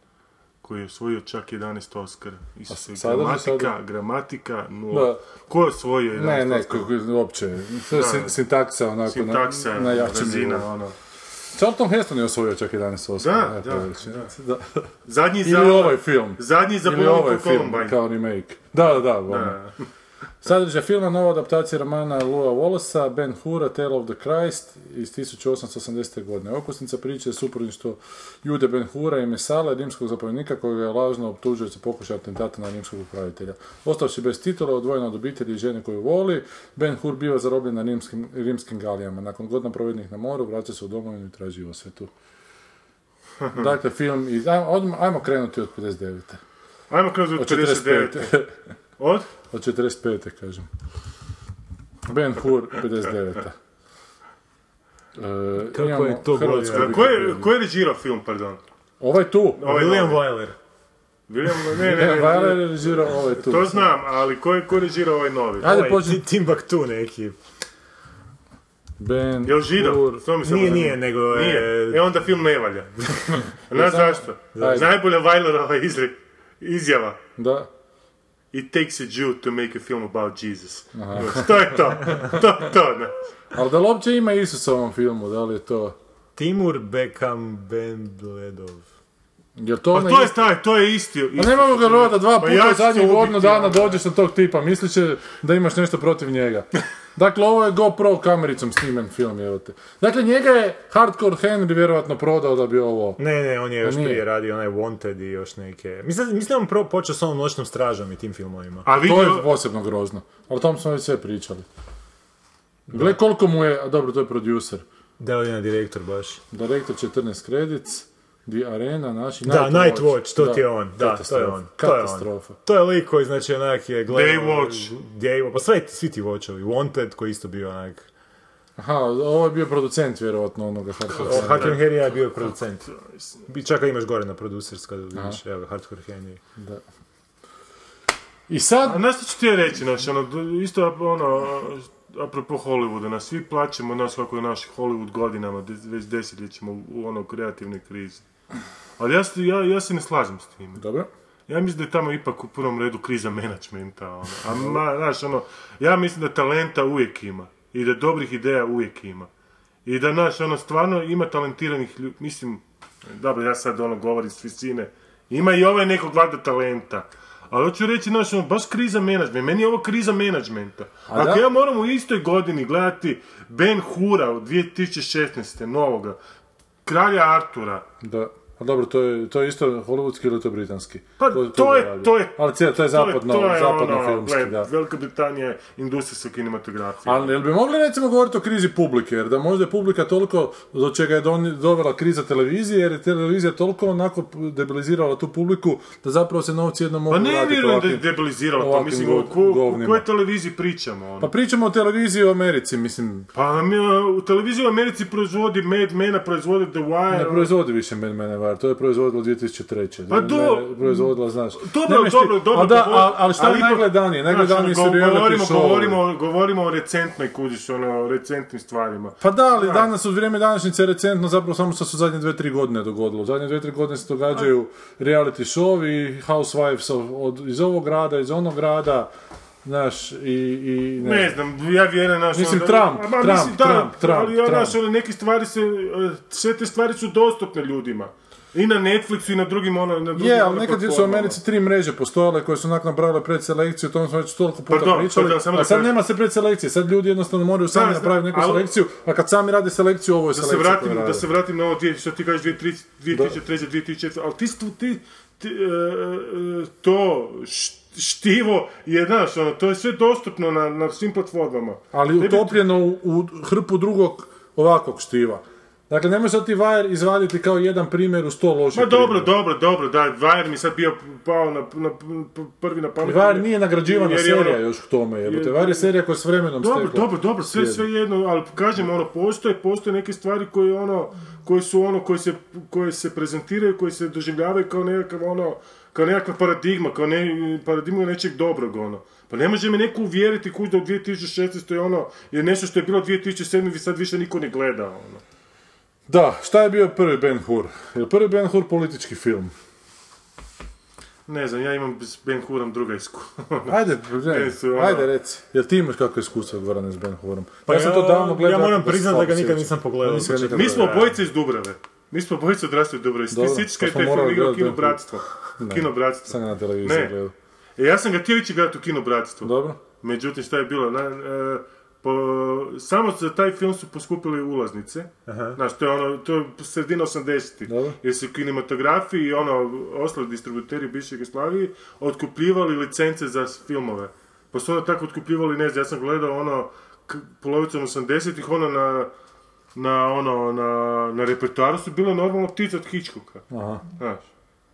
koji je osvojio čak 11 Oscara. Isuse,
sada bi
gramatika,
sada-
gramatika, nula.
Da.
Ko je osvojio 11
Ne, ne,
Oscara?
kako je uopće. To je
Da.
sin- sintaksa onako
Sintaksa,
na, na jačem
razina,
nivou.
ono.
Charlton Heston je osvojio čak 11 Oscara.
Da,
eto,
da,
reći.
da.
da.
Zadnji za...
Ili ovaj film.
Zadnji za
Ili
Bolonju
ovaj
po
film,
Columbine.
kao remake. Da, da, da. ono.
Da.
Sadržaj filma nova adaptacija romana Lua Wallacea, Ben Hura, Tale of the Christ iz 1880. godine. Okusnica priče je suprotništvo Jude Ben Hura i Mesala, rimskog zapovjednika kojega je lažno optužio za pokušaj atentata na rimskog upravitelja. Ostavši bez titula, odvojen od obitelji i žene koju voli, Ben Hur biva zarobljen na rimskim, rimskim galijama. Nakon godina provedenih na moru, vraća se u domovinu i traži osvetu. Dakle, film iz... Ajmo, odmah- ajmo krenuti od 59.
Ajmo kroz od
Od
59.
45.
Od?
Od 45. kažem. Ben Hur, 59. E,
Kako
imamo
je to
Hrvatsku
godina?
Ko E, je,
Wikipediju.
ko je režirao film, pardon?
Ovaj tu.
Ovaj
William
novi.
Wyler.
William, ne, ne,
Ne,
ne,
Vajler je režirao ovaj tu.
To znam, ali ko je ko je režirao ovaj novi?
Ajde
Ovaj,
počni.
Ti- Timbuktu neki.
Ben
Jel židov?
Hur.
To mi samo
Nije,
zanima.
nije, nego je-
Nije. E onda film ne valja. Znaš zašto?
Zašto?
Najbolja Weilerova izre- izjava.
Da.
It takes a Jew to make a film about Jesus. Znači, To je to. To je to. ne.
Ali da li uopće ima Isus u ovom filmu, da li je to...
Timur Bekam Benbledov.
Jel to
Pa
onaj
to je
isti-
taj, to je isti.
Ono Pa
isti
nemamo ga
film.
roda dva
Pa
puta
ja
u
ću se
zadnjih
ubiti,
godinu dana
ono.
dođeš na tog tipa, mislit će da imaš nešto protiv njega. Dakle, ovo je GoPro kamericom snimen film, evo te. Dakle, njega je Hardcore Henry vjerojatno prodao da bi ovo...
Ne, ne, on je još
Pa nije.
prije radio onaj Wanted i još neke... Mislim, mislim da on prvo počeo s onom noćnom stražom i tim filmovima.
A
To je
vidio,
posebno grozno. Ali o tom smo već sve pričali. Gle koliko mu je, a dobro, to je producer.
Da li je na direktor baš?
Direktor 14 credits, The Arena, naši...
Da, Nightwatch, to ti je on. Da, to je
Katastrofa.
on. To je on.
Katastrofa.
To je lik koji znači onak je gledao...
Daywatch.
Daywatch, pa sve, svi ti watchovi. Wanted koji je isto bio onak...
Aha, ovo je bio producent vjerojatno onoga Hardcore
O,
Henry.
Hakim Henry je bio producent. Bi- Čak ga imaš gore na producerska, vidiš, evo, Hardcore Henry.
I sad...
A znaš što ću ti ja reći, znaš, ono, d- isto ono, apropo Hollywooda, nas svi plaćemo, nas kako je naš Hollywood godinama, de- već desetljećima u, u ono kreativnoj krizi. Ali ja, se- ja, ja se ne slažem s time.
Dobro.
Ja mislim da je tamo ipak u prvom redu kriza menadžmenta, ono. A ma, znaš, ono, ja mislim da talenta uvijek ima. I da dobrih ideja uvijek ima. I da, znaš, ono, stvarno ima talentiranih ljudi, mislim, dobro, ja sad ono govorim s visine, ima i ovaj nekog vlada talenta. Ali hoću reći, znaš, ono, baš kriza menadžmenta, meni je ovo kriza menadžmenta. Ako
da?
ja moram u istoj godini gledati Ben Hura od 2016. novoga, Kralja Artura,
Da. A dobro, to je, to je isto hollywoodski ili to je britanski?
Pa
Ko- ko
to
ga
je-
radi?
to je-
Ali cijel, to je zapadno,
to je- to je
zapadno
ono,
filmski,
gle,
da.
Velika Britanija je industrijska kinematografija.
Ali jel bi mogli recimo govoriti o krizi publike, jer da možda je publika toliko do čega je doni- dovela kriza televizije, jer je televizija toliko onako p- debilizirala tu publiku da zapravo se novci jednom mogu
Pa ne
vratiti
vjerujem da je
ovakvim-
debilizirao to,
ovakvim
mislim,
go-
o ko- o
govnima.
kojoj televiziji pričamo, ono.
Pa pričamo o televiziji u Americi, mislim,
Pa mi, u televiziji u Americi proizvodi Mad Mena, proizvodi The Wire, ono.
ne proizvodi više Mad Men Var, to je proizvodilo 2003.
Pa do-
Mene Proizvodila, znaš.
Dobro,
Nemaš ti-
dobro, dobro.
A da,
govor-
a- ali šta je
ipak-
najgledanije?
Znači,
Najgledanije su
ono,
reality
govorimo,
show.
govorimo, govorimo o recentnoj kuđiš, ono, o recentnim stvarima.
Pa da, ali danas u vrijeme današnjice je recentno zapravo samo što su zadnje dve, tri godine dogodilo. Zadnje dve, tri godine se događaju reality show i housewives of- od, iz ovog grada, iz onog grada, znaš, i, i
Ne, znam, ja vjerujem naš... ono-
Mislim, Trump, Trump, Trump, Trump,
ali ja,
Trump.
znaš, ono, neke stvari se, e, sve te stvari su dostupne ljudima. I na Netflixu i na drugim, ono, na drugim
Je,
ono,
ali nekad su u
platformama.
Americi tri mreže postojale koje su nakon napravile predselekciju, o tom smo već toliko puta
Pardon,
pričali.
pardon, samo da
a sad
kažem.
nema se predselekcije, sad ljudi jednostavno moraju sami
Da, znam,
napraviti neku
ali-
selekciju, a kad sami rade selekciju, ovo je
da se
selekcija
vratim,
koju
da
rade.
se vratim na ovo dvije- što ti kažeš 2003, 2003, 2004, ali ti, stu- ti, ti, e, e, to št- štivo je, znaš, ono, to je sve dostupno na, na svim platformama.
ali
Tebi-
utopljeno u, u hrpu drugog ovakvog štiva. Dakle, nemoj sad ti Vajer izvaditi kao jedan primjer u sto loših
Ma dobro,
primjera.
dobro, dobro, da, Vajer mi sad bio pao na, na, p- prvi na pamet.
Vajer nije nagrađivana
Jer je ono-
serija još k tome, jer,
jer-
Vajer je serija koja s vremenom
Dobro,
stekla.
dobro, dobro, sve,
slijedi.
sve jedno, ali kažem, ono, postoje, postoje neke stvari koje, ono, koje su ono, koje se, koje se prezentiraju, koje se doživljavaju kao nekakav, ono, kao nekakva paradigma, kao ne, paradigma nečeg dobrog, ono. Pa ne može me neko uvjeriti kuć da u 2016. je ono, je nešto što je bilo 2007. vi sad više niko ne gleda, ono.
Da, šta je bio prvi Ben Hur? Je li prvi Ben Hur politički film?
Ne znam, ja imam s Ben Hurom druga iskustva.
Ajde, ne,
su ono-
ajde reci. Jel ti imaš kakve iskustva Gorane s Ben Horom?
Pa
ja sam to
ja-
davno gledao.
ja moram
pa se
priznat
slabo
da ga nikad
sjećam.
nisam pogledao.
Nisam ga nikad
znači, Mi smo
pogledao.
obojice iz Dubrave. Mi smo obojice odrasli u Dubravi. Ti
Dobro,
sjećaš
pa
kad je
smo
taj film
morali
igrao
gledat
Kino
Ben Hur.
Bratstvo?
Ne,
Kino Bratstvo.
Sam ga na televiziji
Ne.
gledao.
E, ja sam ga htio ići gledati u Kino Bratstvo.
Dobro.
Međutim, šta je bilo? Na, e, po- samo za taj film su poskupili ulaznice. Znaš, to je ono, to je sredina 80-ih.
Dobro.
Jer su kinematografiji i ono, ostali distributeri bivše Jugoslavije otkupljivali licence za s- filmove. Pa su onda tako otkupljivali, ne znam, ja sam gledao ono, k- polovicom 80-ih, ono na, na, ono, na, na repertoaru su bile normalno ptice od Hitchcocka.
Aha.
Znaš.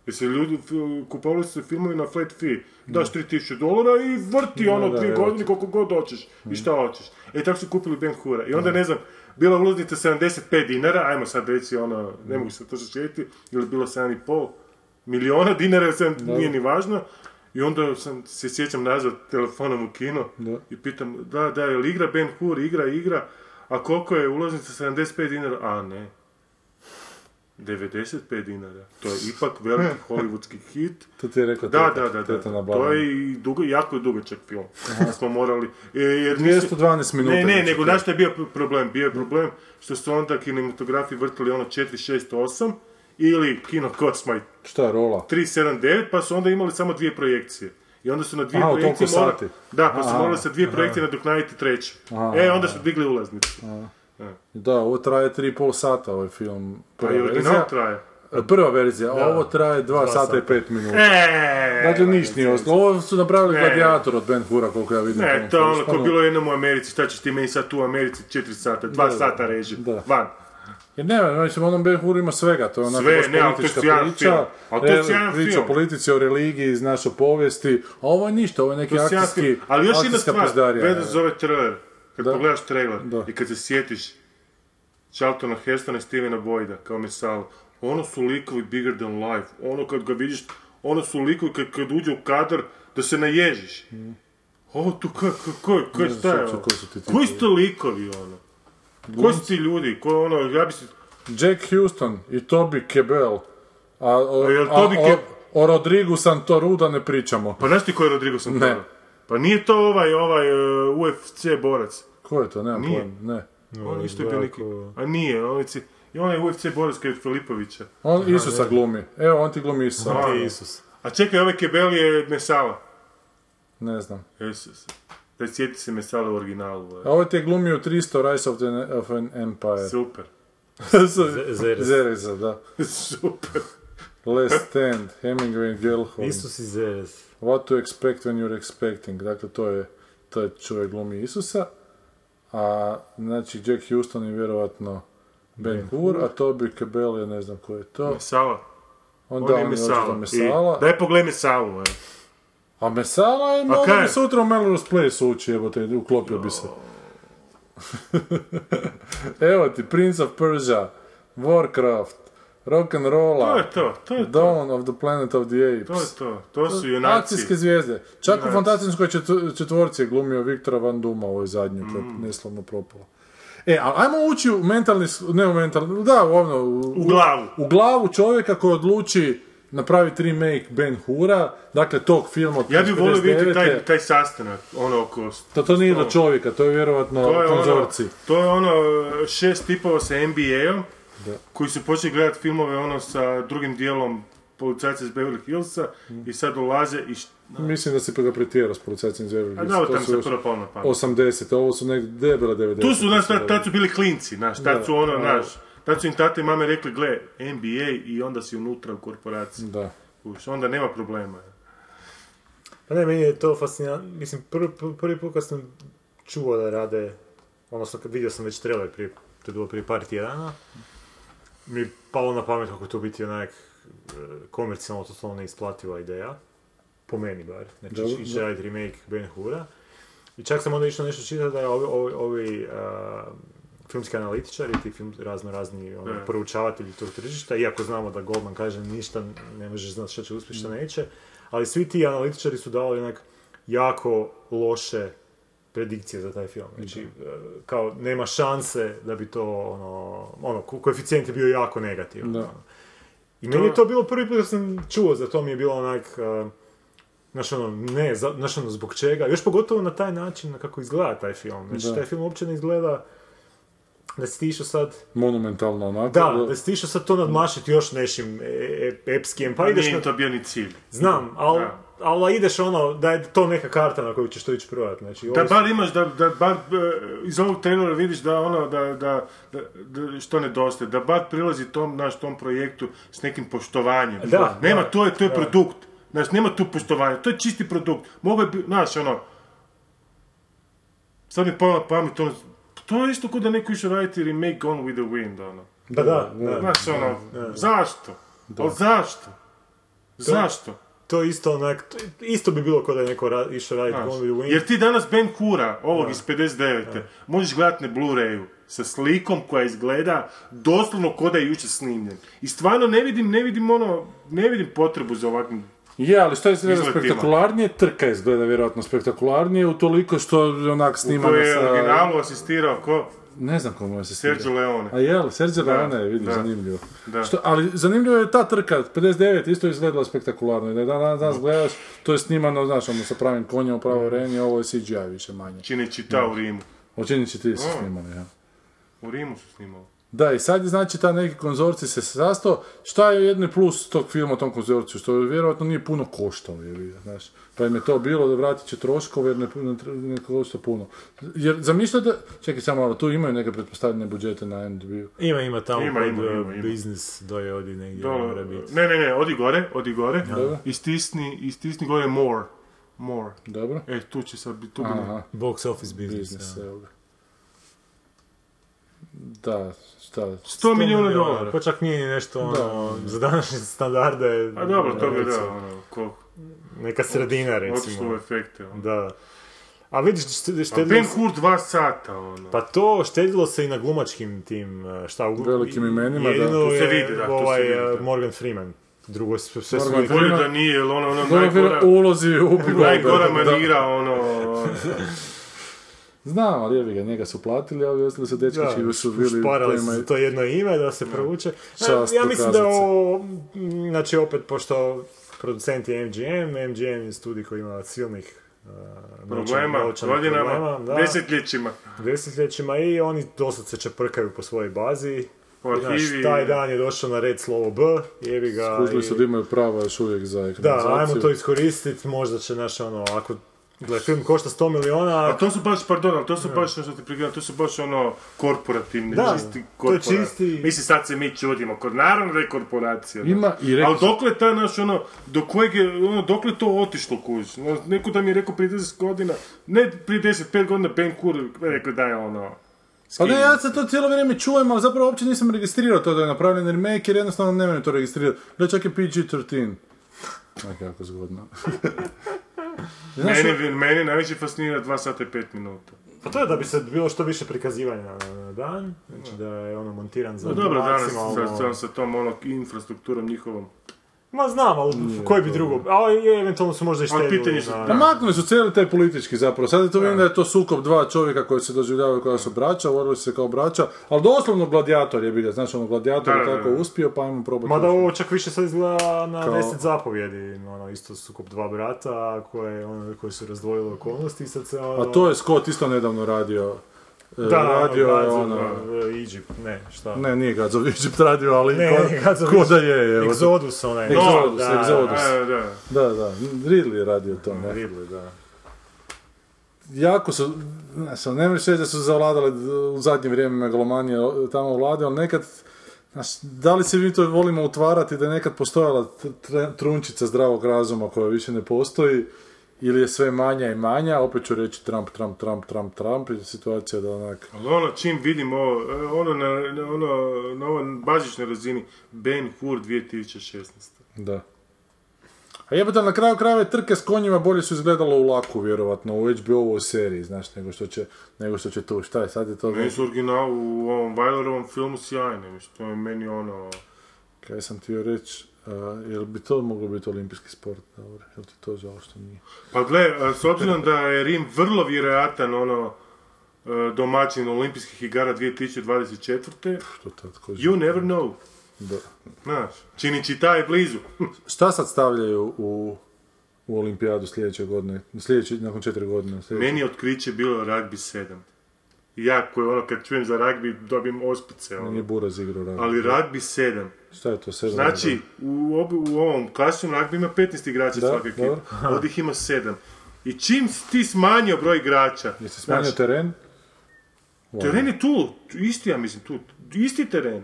Jer se ljudi, fi- kupovali su se filmovi na flat fee. Daš 3000 dolara i vrti ono
da, Mm.
dvije
evo
godine koliko god hoćeš i šta hoćeš. E tako su kupili Ben Hura. I onda ne znam, bila ulaznica 75 dinara, ajmo sad reći ono, ne
Mm.
mogu se to sjetiti, ili je bilo 7,5 miliona dinara, sad nije ni važno. I onda sam se sjećam nazvat telefonom u kino
Da.
i pitam, da, da, jel igra Ben Hur, igra, igra, a koliko je ulaznica 75 dinara? A ne, 95 dinara. To je ipak veliki hollywoodski hit.
To ti je rekla
Da,
teta-
da, da, da.
teta na
To
blagdanu.
je i dugo, jako dugačak film. Smo morali... e, Jer nisu-
212 minuta. znači,
Ne, ne,
inače.
nego znaš što je bio pr- problem? Bio je problem što su onda kinematografi vrtili ono 468 ili Kino Kosmaj
Šta je rola?
379, pa su onda imali samo dvije projekcije. I onda su na dvije
Aha, u
projekcije
toliko
mora-
sati.
Da, pa su
Aha,
morali sa dvije projekcije nadoknaditi treću. E, onda su digli ulaznicu.
Da, ovo traje 3,5 sata ovaj film.
Pa
Prva
i original
verzija.
traje.
E, Prva verzija, a ovo traje 2 sata i 5 minuta.
E,
Dakle, ništa nije ostalo. Ovo su napravili
E.
gladijator od Ben Hura, koliko ja vidim.
Ne,
tom
to je ono
filmu.
ko bilo jednom u Americi, šta ćeš ti meni sad tu u Americi 4 sata, 2
da,
sata reži,
da.
van.
Jer E, ne, mislim, onom Ben Huru ima svega, to je onako
Sve,
baš
ne, ali to je
politička
sjajan film.
priča,
Ali to je
e,
sjajan
priča
film.
o politici, o religiji, znaš, o povijesti, a ovo je ništa, ovo je neki
To se ja
akcijski,
sjećam. Ali još jedna
akcijska
stvar,
pizdarija.
gledaš zove trailer, kad
e. Da.
pogledaš trailer
Da.
i kad se sjetiš Charltona Hestona i Stevena Boyda kao Mesalo, ono su likovi bigger than life, ono kad ga vidiš, ono su likovi kad, kad uđe u kadar da se naježiš. Ovo tu, ko, ko, ko, ko,
Mm. znam
šta je
uopće
ovo?
ko su ti ti
Koji su to likovi, ono? Koji su ti ljudi? Ko, ono, ja bi se...
Jack Houston i Toby Kebel, a, o,
A jel
a
Toby Ke-
o, o Rodrigu Santoruda ne pričamo.
Pa znaš ti ko je Rodrigo Santoro?
Ne.
Pa nije to ovaj, ovaj e, UFC borac.
Ko je to, nemam
Nije.
pojma, ne.
on isto je bio neki...
jako-
A nije, on je, ci- i on je UFC borac kad je Filipovića.
On Isusa glumi, evo on ti glumi Isusa,
Aha.
Ti Isus.
A čekaj, ovaj Kebel je Mesala.
ne znam.
Isus. Da sjeti se Mesala u originalu. ovaj.
A ovo Pa ti je glumio 300 Rise of, the, of an Empire.
Super.
Zeres.
Zereza, da.
Super.
Last Stand, Hemingway and Gellhorn.
Isus i Zeres.
What to expect when you're expecting. Dakle, to je, to je čovjek glumi Isusa. A, znači, Jack Houston je vjerovatno Ben Hur, a Toby Cabell je ne znam ko je to.
Mesala.
On,
On
da, on
je
je očito
Mesala.
Mesala.
I, daj pogledaj Mesalu. eh.
A Mesala je mogao
kaj je?
bi sutra u Melrose Place ući, jebote, uklopio bi se. Evo ti, Prince of Persia, Warcraft, Rock'n'Rolla,
To je to, to je to.
Dawn of the Planet of the Apes.
To je to. To su
Akcijske
junaci.
zvijezde. Čak u
Junaci.
fantastičkoj četu- četvorci je glumio Viktora Van Duma u ovoj zadnjoj koja je
Mm.
neslavno propala. E, ali ajmo ući u mentalni, s- ne u mentalni, da, u ono, u,
U glavu.
u glavu čovjeka koji odluči napraviti remake Ben Hura, dakle tog filma od
Ja bih volio vidjeti
59..
taj, taj sastanak, ono oko...
To, to nije do čovjeka, to je vjerojatno
To je ono,
konzorci.
to je ono šest tipova sa NBA-om koji su počeli gledati filmove ono sa drugim dijelom policajca iz Beverly Hillsa i sad dolaze i... št-
Mislim da si ga pretjerao s policajcem iz Beverly
A
Hills.
da,
To
tam
su
se
još
prvo palo na pamet.
80, ovo su negdje debele 90.
Tu su, znaš, tad, tad su bili klinci, znaš, tad
Da,
su ono,
da.
znaš, tad su im tata i mame rekli, gle, NBA i onda si unutra u korporaciji.
Da.
Kuš, onda nema problema.
Pa ne, meni je to fascinantno, mislim, prvi, prvi- prvi put kad sam čuo da rade, odnosno kad vidio sam već trailer prije, to je bilo prije par tjedana, mi je palo na pamet kako je to biti onak e, komercijalno totalno neisplativa ideja, po meni bar, znači
Dobro,
ići
da.
raditi remake Ben Hura. I čak sam onda išao nešto čitati da je ovi, ovi, ovi a, filmski analitičari, ti film, razno razni ono,
Da.
proučavatelji tog tržišta, iako znamo da Goldman kaže ništa, ne možeš znati što će uspjeti, što neće, ali svi ti analitičari su davali onak jako loše predikcije za taj film. Znači, e, kao nema šanse da bi to, ono, ono ko- koeficijent je bio jako negativan. ono. I meni je to bilo prvi put da sam čuo za to mi je bilo onak... Uh, znaš ono, ne, za- znaš ono, zbog čega, još pogotovo na taj način na kako izgleda taj film. Znači,
Da.
taj film uopće ne izgleda da si ti išao sad,
Monumentalno onako.
da, da si ti išao sad to nadmašiti još nešim e, e, epskim, pa ideš
Nije
na
im to bio ni cilj.
Znam, ali
Da.
al ideš ono, da je to neka karta na koju ćeš to ići probat, znači...
Da
ovo su-
bar imaš, da, da bar e, iz ovog trailera vidiš da ono, da, da, da, da- što nedostaje, da bar prilazi tom, naš, tom projektu s nekim poštovanjem.
Da,
nema,
da,
to je, to je
da.
produkt. Znaš, nema tu poštovanja, to je čisti produkt. Mogu je, bi- znaš, ono, sad mi pala pamet, ono, to je isto kao da neko išao raditi remake Gone with the Wind, ono.
Da, da, da.
Znaš, ono, zašto? Ali zašto? Zašto?
To je isto onak, to je- isto bi bilo kao da je neko ra, išao raditi
Znaš,
Gone with the Wind.
Jer ti danas Ben Kura, ovog iz 59. možeš gledati na Blu-rayu sa slikom koja izgleda doslovno ko da je jučer snimljen. I stvarno ne vidim, ne vidim ono, ne vidim potrebu za ovakvim...
Je, ali što izgleda
Izletima.
spektakularnije? Trka izgleda vjerojatno spektakularnije, utoliko što je onak snimano
Koji je
sa...
originalu asistirao ko
Ne znam komu je se
Sergio
sviđa.
Leone.
A jel, Sergio Leone je, vidiš,
da.
zanimljivo.
Da.
Što, ali zanimljivo je ta trka, 59 isto je izgledala spektakularno, i da je dan danas gledaš, to je snimano, znaš, ono, sa pravim konjem, u pravoj areni, ovo je CGI više manje.
Čineći ta u Rimu.
Očinit će ti se
Mm.
snimano, ja.
U Rimu su snimali.
Da, i sad je znači ta neki konzorcij se sastao. Šta je jedni plus tog filma o tom konzorciju? Što je vjerojatno nije puno koštao, je vidio, znaš. Pa im je to bilo da vratit će troškove jer ne, ne, ne košta puno. Jer zamišljate, čekaj samo malo, tu imaju neke pretpostavljene budžete na MDB-u.
Ima, ima tamo
Ima,
kod
ima, ima,
eh,
ima.
biznis doje odi negdje,
Dole-
mora biti.
ne, ne, ne, odi gore, odi gore.
Dobro.
Istisni, istisni gore more. More.
Dobro?
E, tu će sad biti, tu bi
Aha,
Box office biznis,
biznis,
da.
evo ga. Da, šta?
100 milijuna dolara.
To Pa čak nije ni nešto ono, za današnje standarde. je,
A dobro, to bi da,
recimo,
ono, koliko,
Neka sredina,
otišlo u
recimo.
efekte. ono.
Da. A vidiš, šte-
A Ben
štedilo se...
Hur dva sata, ono.
Pa to štedilo se i na glumačkim tim, eh, šta... u-
Velikim imenima, da.
jedino
To se
je
vidi, da, to se
ovaj,
vidi,
eh,
da.
Morgan Freeman. Drugo, sve sve su
Morgan
neki-
Pa Bolje da nije, jer ono, ono,
Dobro,
najgora,
u ulozi u Upi
najgora
Goldberg, da.
manira, ono,
Znam, ali jebi ga, njega su platili, a ovi ostali su dečki
Da,
čiji su bili...
šparali su
kojima je-
za to jedno ime da se provuče. E,
Čast
ja mislim da
dokaznice.
o, m, znači opet pošto producent je MGM, MGM je studij koji ima silnih uh, novčanih-
problema,
novčanih
godinama,
problema, da,
desetljećima.
desetljećima i oni dosta se čeprkaju po svojoj bazi.
U
I, znaš,
arhivi.
taj dan je došao na red slovo B, jebi ga.
Skužili
i-
su da imaju prava još uvijek za
da,
ekranizaciju.
ajmo to iskoristiti, možda će naš ono, ako Gle, film košta 100 miliona,
A to su baš, pardon, ali to su baš, što ti prigledam, to su baš ono korporativni,
Da, to
čisti
je
korporativni.
čisti-
Mislim, sad se mi čudimo, kod, naravno da je korporacija. da.
Ima i rekao
Ali
sam-
dokle ta naš ono, do kojeg je, ono, dokle to otišlo kuć? No, Neko da mi je rekao prije 10 godina, ne prije 10-5 godina Ben Kur rekao da je ono...
Pa ne,
skin.
ja se to cijelo vrijeme čujem, ali zapravo uopće nisam registrirao to da je napravljen remake, jer jednostavno ne mene to registrirati. Da čak je PG-13. Aj, kako zgodno. Znaš,
Mene, mene najviše fascinira 2 sata i 5 minuta.
Pa to je da bi se bilo što više prikazivanja na, na dan, znači da je ono montiran za
No Pa dobro, danas
maksimalno-
sa, sa, sa tom ono, infrastrukturom njihovom.
Ma znam, ali koji bi drugo, a je, eventualno su možda i
Ali
štedili
pitanje su-
na-
Pa maknuli su cijeli taj politički zapravo. Sad je to vidim da je to sukob dva čovjeka koji se doživljavaju kao su braća, vorili su se kao braća, ali doslovno gladijator je bilo, znači ono gladijator je
Da, da,
tako
da.
uspio, pa ajmo probati.
Mada
još.
ovo čak više sad izgleda na
Kao-
10 zapovjedi, ono, isto sukob dva brata koje, ono, koji su razdvojili okolnosti i sad se ono...
A to je Scott isto nedavno radio. E,
da,
radio je
Gaza,
ono...
e, Egypt, ne, šta?
Ne, nije Gads of Egypt radio, ali
ne,
ko,
ne, Gaza,
ko da je, evo.
Exodus onaj.
Exodus, Exodus.
E, da.
Da, da, Ridley je radio to,
Da,
ne.
Ridley, da.
Jako su, znaš, ono, ne možeš reći da su zavladale d- u zadnje vrijeme megalomanije o- tamo vlade, ali nekad, znaš, da li se mi to volimo utvarati da je nekad postojala tr- tr- trunčica zdravog razuma koja više ne postoji, ili je sve manja i manja, opet ću reći Trump, Trump, Trump, Trump, Trump, i situacija da onak...
Ali ono, čim vidim ovo, e, ono na, na, ono, na ovoj bazičnoj razini, Ben Hur 2016.
Da. A jebate, ali na kraju krajeva trke s konjima bolje su izgledalo u laku, vjerovatno, u HBO-ovoj seriji, znaš, nego što će, nego što će tu, šta je, sad je to...
Meni su original u ovom Weilerovom filmu sjajne, mislim, to je meni ono...
Kaj sam ti reći, jel bi to moglo biti olimpijski sport, dobro, jel ti to žao što nije?
Pa gle, e, s obzirom da je Rim vrlo vjerojatan ono e, domaćin olimpijskih igara 2024.
Što tad, ko zna.
You never know. Znaš, čini čita je blizu.
Šta sad stavljaju u, u olimpijadu sljedeće godine? Sljedeće, nakon četiri godine? sljedeće-
Meni je otkriće bilo rugby 7. I Ja koji ono kad čujem za rugby dobijem ospice. ono.
Meni je Buraz igrao rugby.
Ali rugby 7.
Šta je to? Sedam
Znači, u, ob, u ovom klasičnom rugby ima 15 igrača
Da,
svaka ekipa.
dobro.
Ovdje ih ima 7. I čim si ti smanjio broj igrača,
Jesi smanjio
znaš,
teren?
Ono.
teren je tu, tu isti ja mislim, tu, isti teren.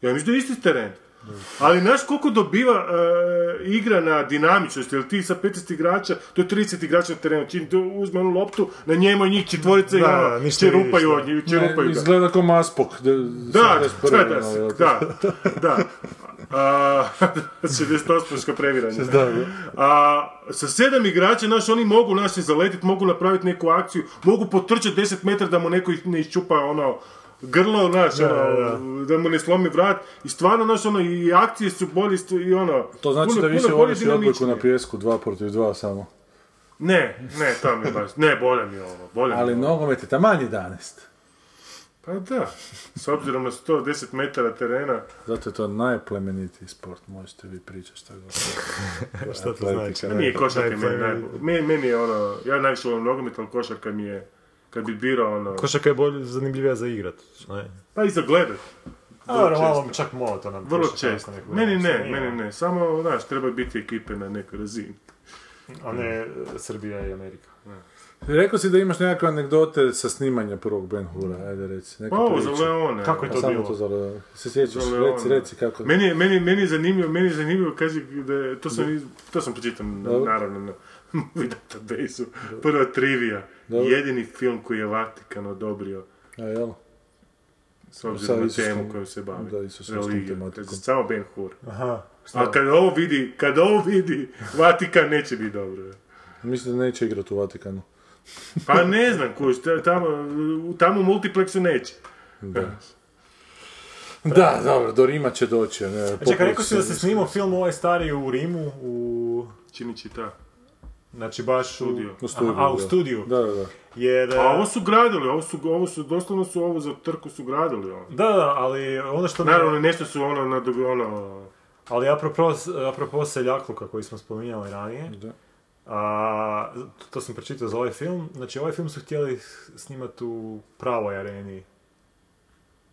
Ja mislim da je isti teren. Ali znaš koliko dobiva e, igra na dinamičnosti, jer ti sa 15 igrača, to je 30 igrača na terenu, čim tu uzme onu loptu, na njemu njih četvorica i
Da,
ono,
da, ništa ne vidiš,
čerupaju
da.
od njih,
Ne,
čerupaju ga.
izgleda kao maspok. Da,
Da,
71.,
gleda
ali,
se,
jel'
da, da. A, znači, 68-ško previranje.
Da, da.
A, sa sedam igrača, naš, oni mogu naš se zaletit, mogu napraviti neku akciju, mogu potrčati 10 metara da mu neko ih ne iščupa, ono, grlo, naš, da,
da,
ono, da mu ne slomi vrat. I stvarno, naš, ono, i akcije su bolje, stu- i ono,
To znači da više
bolje
voliš i odbojku na
dinamičnije.
pjesku, dva protiv dva samo.
Ne, ne, to mi baš, ne, bolje mi je ovo, bolje mi je
Ali
ovo.
nogomet je taman 11.
Pa da, s obzirom na 110 metara terena,
Zato je to najplemenitiji sport, možete vi pričati šta god.
Pa
Šta to znači?
Meni
E, pa
je košarka meni,
najbolje.
najbolje. meni, meni je ono, ja najviše volim nogomet, ali košarka mi je, kad bi birao ono,
Košaka je bolje zanimljivija za igrat, ne?
pa i za gledat,
Dobro, malo čak malo to nam
vrlo
piše,
često.
kako neko
Meni
vrijeme,
ne,
što nije.
meni ne, samo, znaš, treba biti ekipe na nekoj razini.
A ne e, Srbija i Amerika.
Rekao si da imaš nekakve anegdote sa snimanja prvog Ben Hura, ajde reci. Neka
Pa ovo za
priča.
Leone.
Kako je
Pa
to
samo
bilo?
to za Leone. Se sjećaš,
Za Leone.
reci, reci kako.
Meni je, meni, meni je zanimljivo, meni je zanimljivo, kaže, da je, to sam, iz- to sam pročitam,
Dobro.
naravno, na movie database-u. Prva trivija,
Dobro.
jedini film koji je Vatikan odobrio
A jel?
s obzirom
Sa
na
Isusom-
temu kojom se bavi.
da, Isusovskom
Religija.
tematikom.
Kaže, Samo Ben Hur.
Aha.
A kad ovo vidi, kad ovo vidi, Vatikan neće biti dobro.
Mislim da neće igrat u Vatikanu.
Pa ne znam kuš, ta- tamo, u- tamo u multiplexu neće. E,
Da, dobro, do Rima će doći. a Ne,
E,
Popović
Čekaj, rekao si da
se-
se snimao film ovaj stari u Rimu, u...
Čini čita.
Znači baš u...
Studio.
U studiju,
Aha, a, u
da.
studiju.
Da, da, da.
Jer... e,
A ovo su gradili, ovo su, ovo su, doslovno su ovo za trku su gradili. Ono.
Da, da, ali ono što... mi je-
Naravno, nešto su ono, na, ono,
Ali apropo, apropo seljakluka koji smo spominjali ranije,
Da.
a, to sam pročitao za ovaj film, znači ovaj film su htjeli snimati u pravoj areni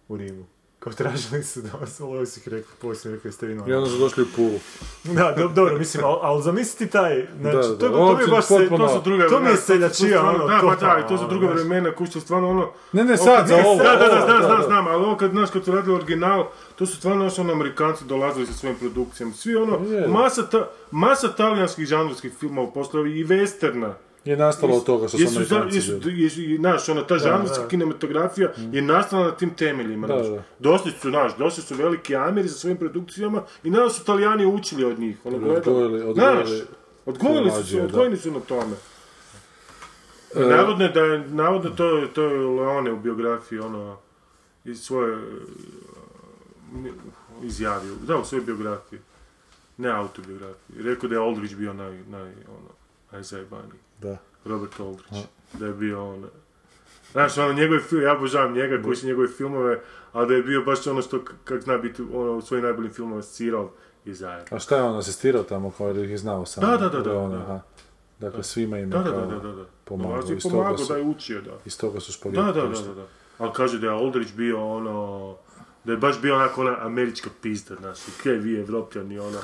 u Rimu. Kao tražili su da vas ali ovi su ih rekli, poslije rekli ste vi
I
normalni.
onda su došli u Pulu.
Da, do- dobro, mislim, ali, ali zamisliti taj, znači,
Da,
to,
da,
to mi je
uopće
baš se,
potpuno-
to
to
su
su druga
to mi je
vremena,
seljačija,
stvarno-
ono,
Da, pa da,
totalno,
i to su
ono,
druga
znaš.
vremena, kuće su stvarno ono...
Ne, ne, sad, za
Ne,
ovo.
Da, da, da,
ovo,
znam, znam, znam, ali ovo kad, znaš, kad su radili original, to su stvarno još ono Amerikanci dolazili sa svojim produkcijama. Svi ono,
Je.
masa, ta, masa talijanskih žanrovskih filmova poslova i westerna.
Je nastalo od toga što su
Jesu, za-
Amerikanci
jesu,
bili. Mm.
jesu, i, znaš, ono, ta žanrovska
da.
kinematografija je nastala na tim temeljima,
Da,
znaš.
da.
Došli su, znaš, došli su veliki Ameri sa svojim produkcijama i nas su Talijani učili od njih, ono, gledali.
odgojili- odgojili
Znaš, odgojili su, se,
filmađije, da. E.
odgojeni su na tome. Navodno je da je, navodno to, je- to je Leone u biografiji, ono, iz svoje, e, ne, izjavio, da, u svojoj biografiji, ne autobiografiji, rekao da je Aldrich bio naj, naj, ono, najzajebaniji.
Da.
Robert Aldrich, da je bio on... Znaš, ono, njegove film, ja obožavam njega, koji su njegove filmove, ali da je bio baš ono što, k- kak zna biti, ono, u svojim najboljim filmovima Sirov i Zajedno.
A šta je on asistirao tamo kao jer ih je znao sam?
Da, da, da, da, da.
Dakle, svima ima
Da, da,
kao
da, da, da, da.
pomagao,
Dolazi
iz toga
pomagao,
se-
da je učio, da.
Iz toga su špageti.
Da, da, da, da, da. Ali kaže da je Aldrich bio ono, da je baš bio onako ona američka pizda, znaš, okej, vi evropljani, ona,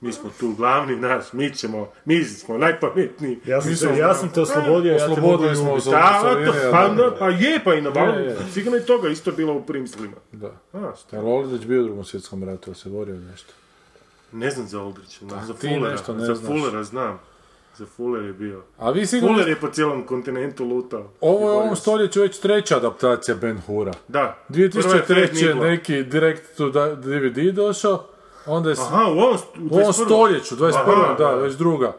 mi smo tu glavni, znaš, mi ćemo, mi smo najpametniji.
Ja sam,
mi
se, ja sam te oslobodio, ja te mogu
Oslobodili smo
ljubiti.
od-
Da,
Mussolini,
to-
ja,
pa,
da.
na- pa je, pa i na
Je, je.
valu, sigurno i toga isto bilo u primslima.
da.
Znaš,
Je li Oldić bio u drugom svjetskom ratu, jel se borio nešto?
Ne znam za Aldrića, znam za
Pa ti
Fullera,
nešto ne
za
znaš.
Fullera znam. Za Fuller je bio.
A vi sigurno...
Fuller je po cijelom kontinentu lutao.
Ovo je
I
ono u
borio
ovom
se.
stoljeću već treća adaptacija Ben Hura.
Da. prva je Fred
2003. je
Nibla.
neki direct to da- DVD došao, onda je s-
Aha, u ovom, st-
u ovom
21..
stoljeću, 21.
Aha,
da, već druga.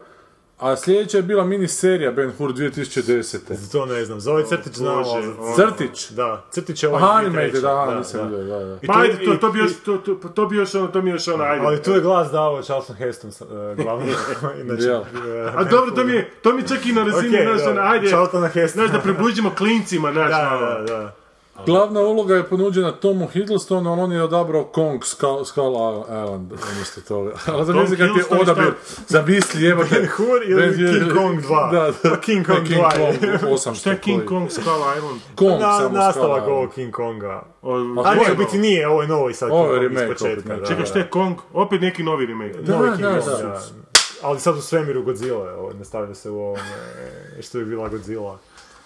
A sljedeća je bila miniserija Ben Hur 2010.
To ne znam, za ovaj crtić znam,
Bože,
ali-
ono.
Crtić.
Da, crtić je ovaj
Aha,
bio
animated,
treći,
Pa da, aha, nisam vidio, da, da.
I
Pa
tu-
ajde, to,
i-
to bi
i-
još, to, to, pa to bi još ono, to mi je još ono, ajde.
Ali tu je glas dao Charleston Heston, uh, glavno. znači,
Jel.
eh,
A dobro, to mi je, to mi je čak i na razini,
Okej,
znaš,
da,
ono, ajde,
Charltona Hestona.
znaš, ono. da približimo klincima, znaš,
da,
malo.
da, da.
Glavna uloga je ponuđena Tomu Hiddlestonu, ali on je odabrao Kong Skull, Skull Island umjesto toga. Ali zamisli kak
Tom
je
Hiddleston i
odabir,
šta?
zamisli jebate.
Ben Hur ili
Ben Hur-
King Kong 2?
Da, da.
Pa King Kong
Ne,
2
King
je.
Kong 800
Šta je King
koji-
Kong Skull Island?
Kong,
Na-
samo
nastavak
Skull
ovog
Island.
King Konga.
O-
A ne,
Ovo-
u biti nije, ovo je novi sad
Ovo
King
je
Kong
remake
iz početka.
opet,
Da,
Čekaj, šta je Kong? Opet neki novi remake.
da. Novi
Da,
King
da,
Kong,
da.
da. Ali sad u svemiru Godzilla, evo, nastavio se u ovom, e, što je bila Godzilla.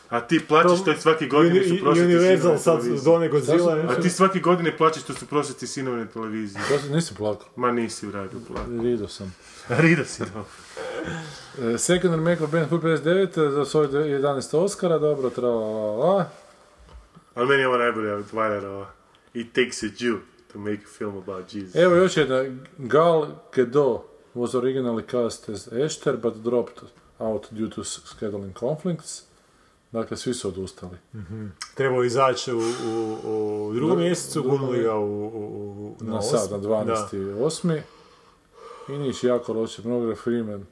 A ti plaćaš to i svake godine su prosjeti
Universal sad
televiziji.
zone Godzilla.
Sad su-
A ti svake godine plaćaš što su prosjeci sinove na televiziji.
Da, nisam plakao,
Ma nisi uradio plak.
rido sam.
Rida si dobro.
E, Second remake of Ben Hur 59 e, za svoj 11. Oscara, dobro, tra la, la, la.
Ali meni je ovo najbolje od Vajera ova. It takes a Jew to make a film about
E,
Jesus.
Evo još jedna, Gal Gadot was originally cast as Esther but dropped out due to scheduling conflicts. Dakle, svi su odustali.
Trebao je izaći u, u, u drugom mjesecu,
drugom
gurnuli ga u, u, u,
na sad, na
osmi.
12. i 8. I niš jako loše, mnogo Freeman.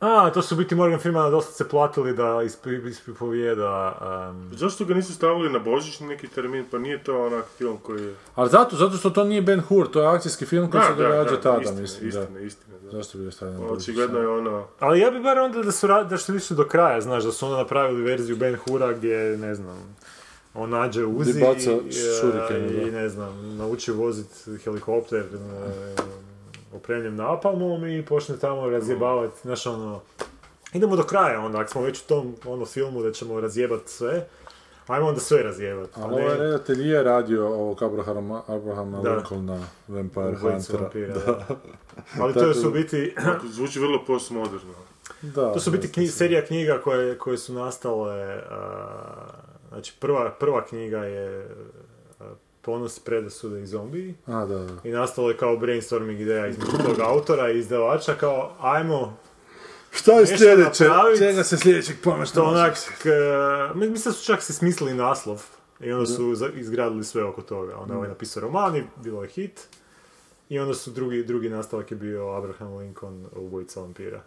Da. A, to su u biti Morgan Freemana dosta se platili da ispri- ispripovijeda. Um,
Pa Zašto ga nisu stavili na božićni neki termin? Pa nije to onak film koji je...
Ali zato, zato što to nije Ben Hur, to je akcijski film koji se događa tada,
istina,
mislim.
istina,
da.
istina, da.
Zašto bi ga stavljeno?
Očigledno je ono...
ali ja bi bar onda da su, ra- da što išli do kraja, znaš, da su onda napravili verziju Ben Hura gdje, ne znam, on nađe Uzi
Gdje baca
i,
šurikene,
e, i,
da.
ne znam, nauči voziti helikopter e, opremljen napalmom i počne tamo razjebavati, znaš, ono, idemo do kraja onda, ako smo već u tom ono, filmu da ćemo razjebati sve, ajmo onda sve razjebati.
Ali ovaj redatelj je radio ovog Abrahama, Abrahama
Da.
Lincolna, Vampire
Ubojicu
Huntera.
vampira, da. Ali to su u biti,
Zvuči vrlo postmoderno.
Da,
to su u biti
mislim.
knji- serija knjiga koje, koje su nastale, a, znači prva, prva knjiga je a, Ponos, predrasude i zombiji.
A, da, da.
I nastalo je kao brainstorming ideja između tog autora i izdavača kao ajmo
Šta je
Nešto
sljedeće?
napravit.
Čega se sljedećeg
to
pametno?
onak, k- mi- mislim da su čak se smislili naslov i onda su za- izgradili sve oko toga. Onda je ovaj napisao roman i bilo je hit. I onda su drugi, drugi nastavak je bio Abraham Lincoln, ubojica vampira.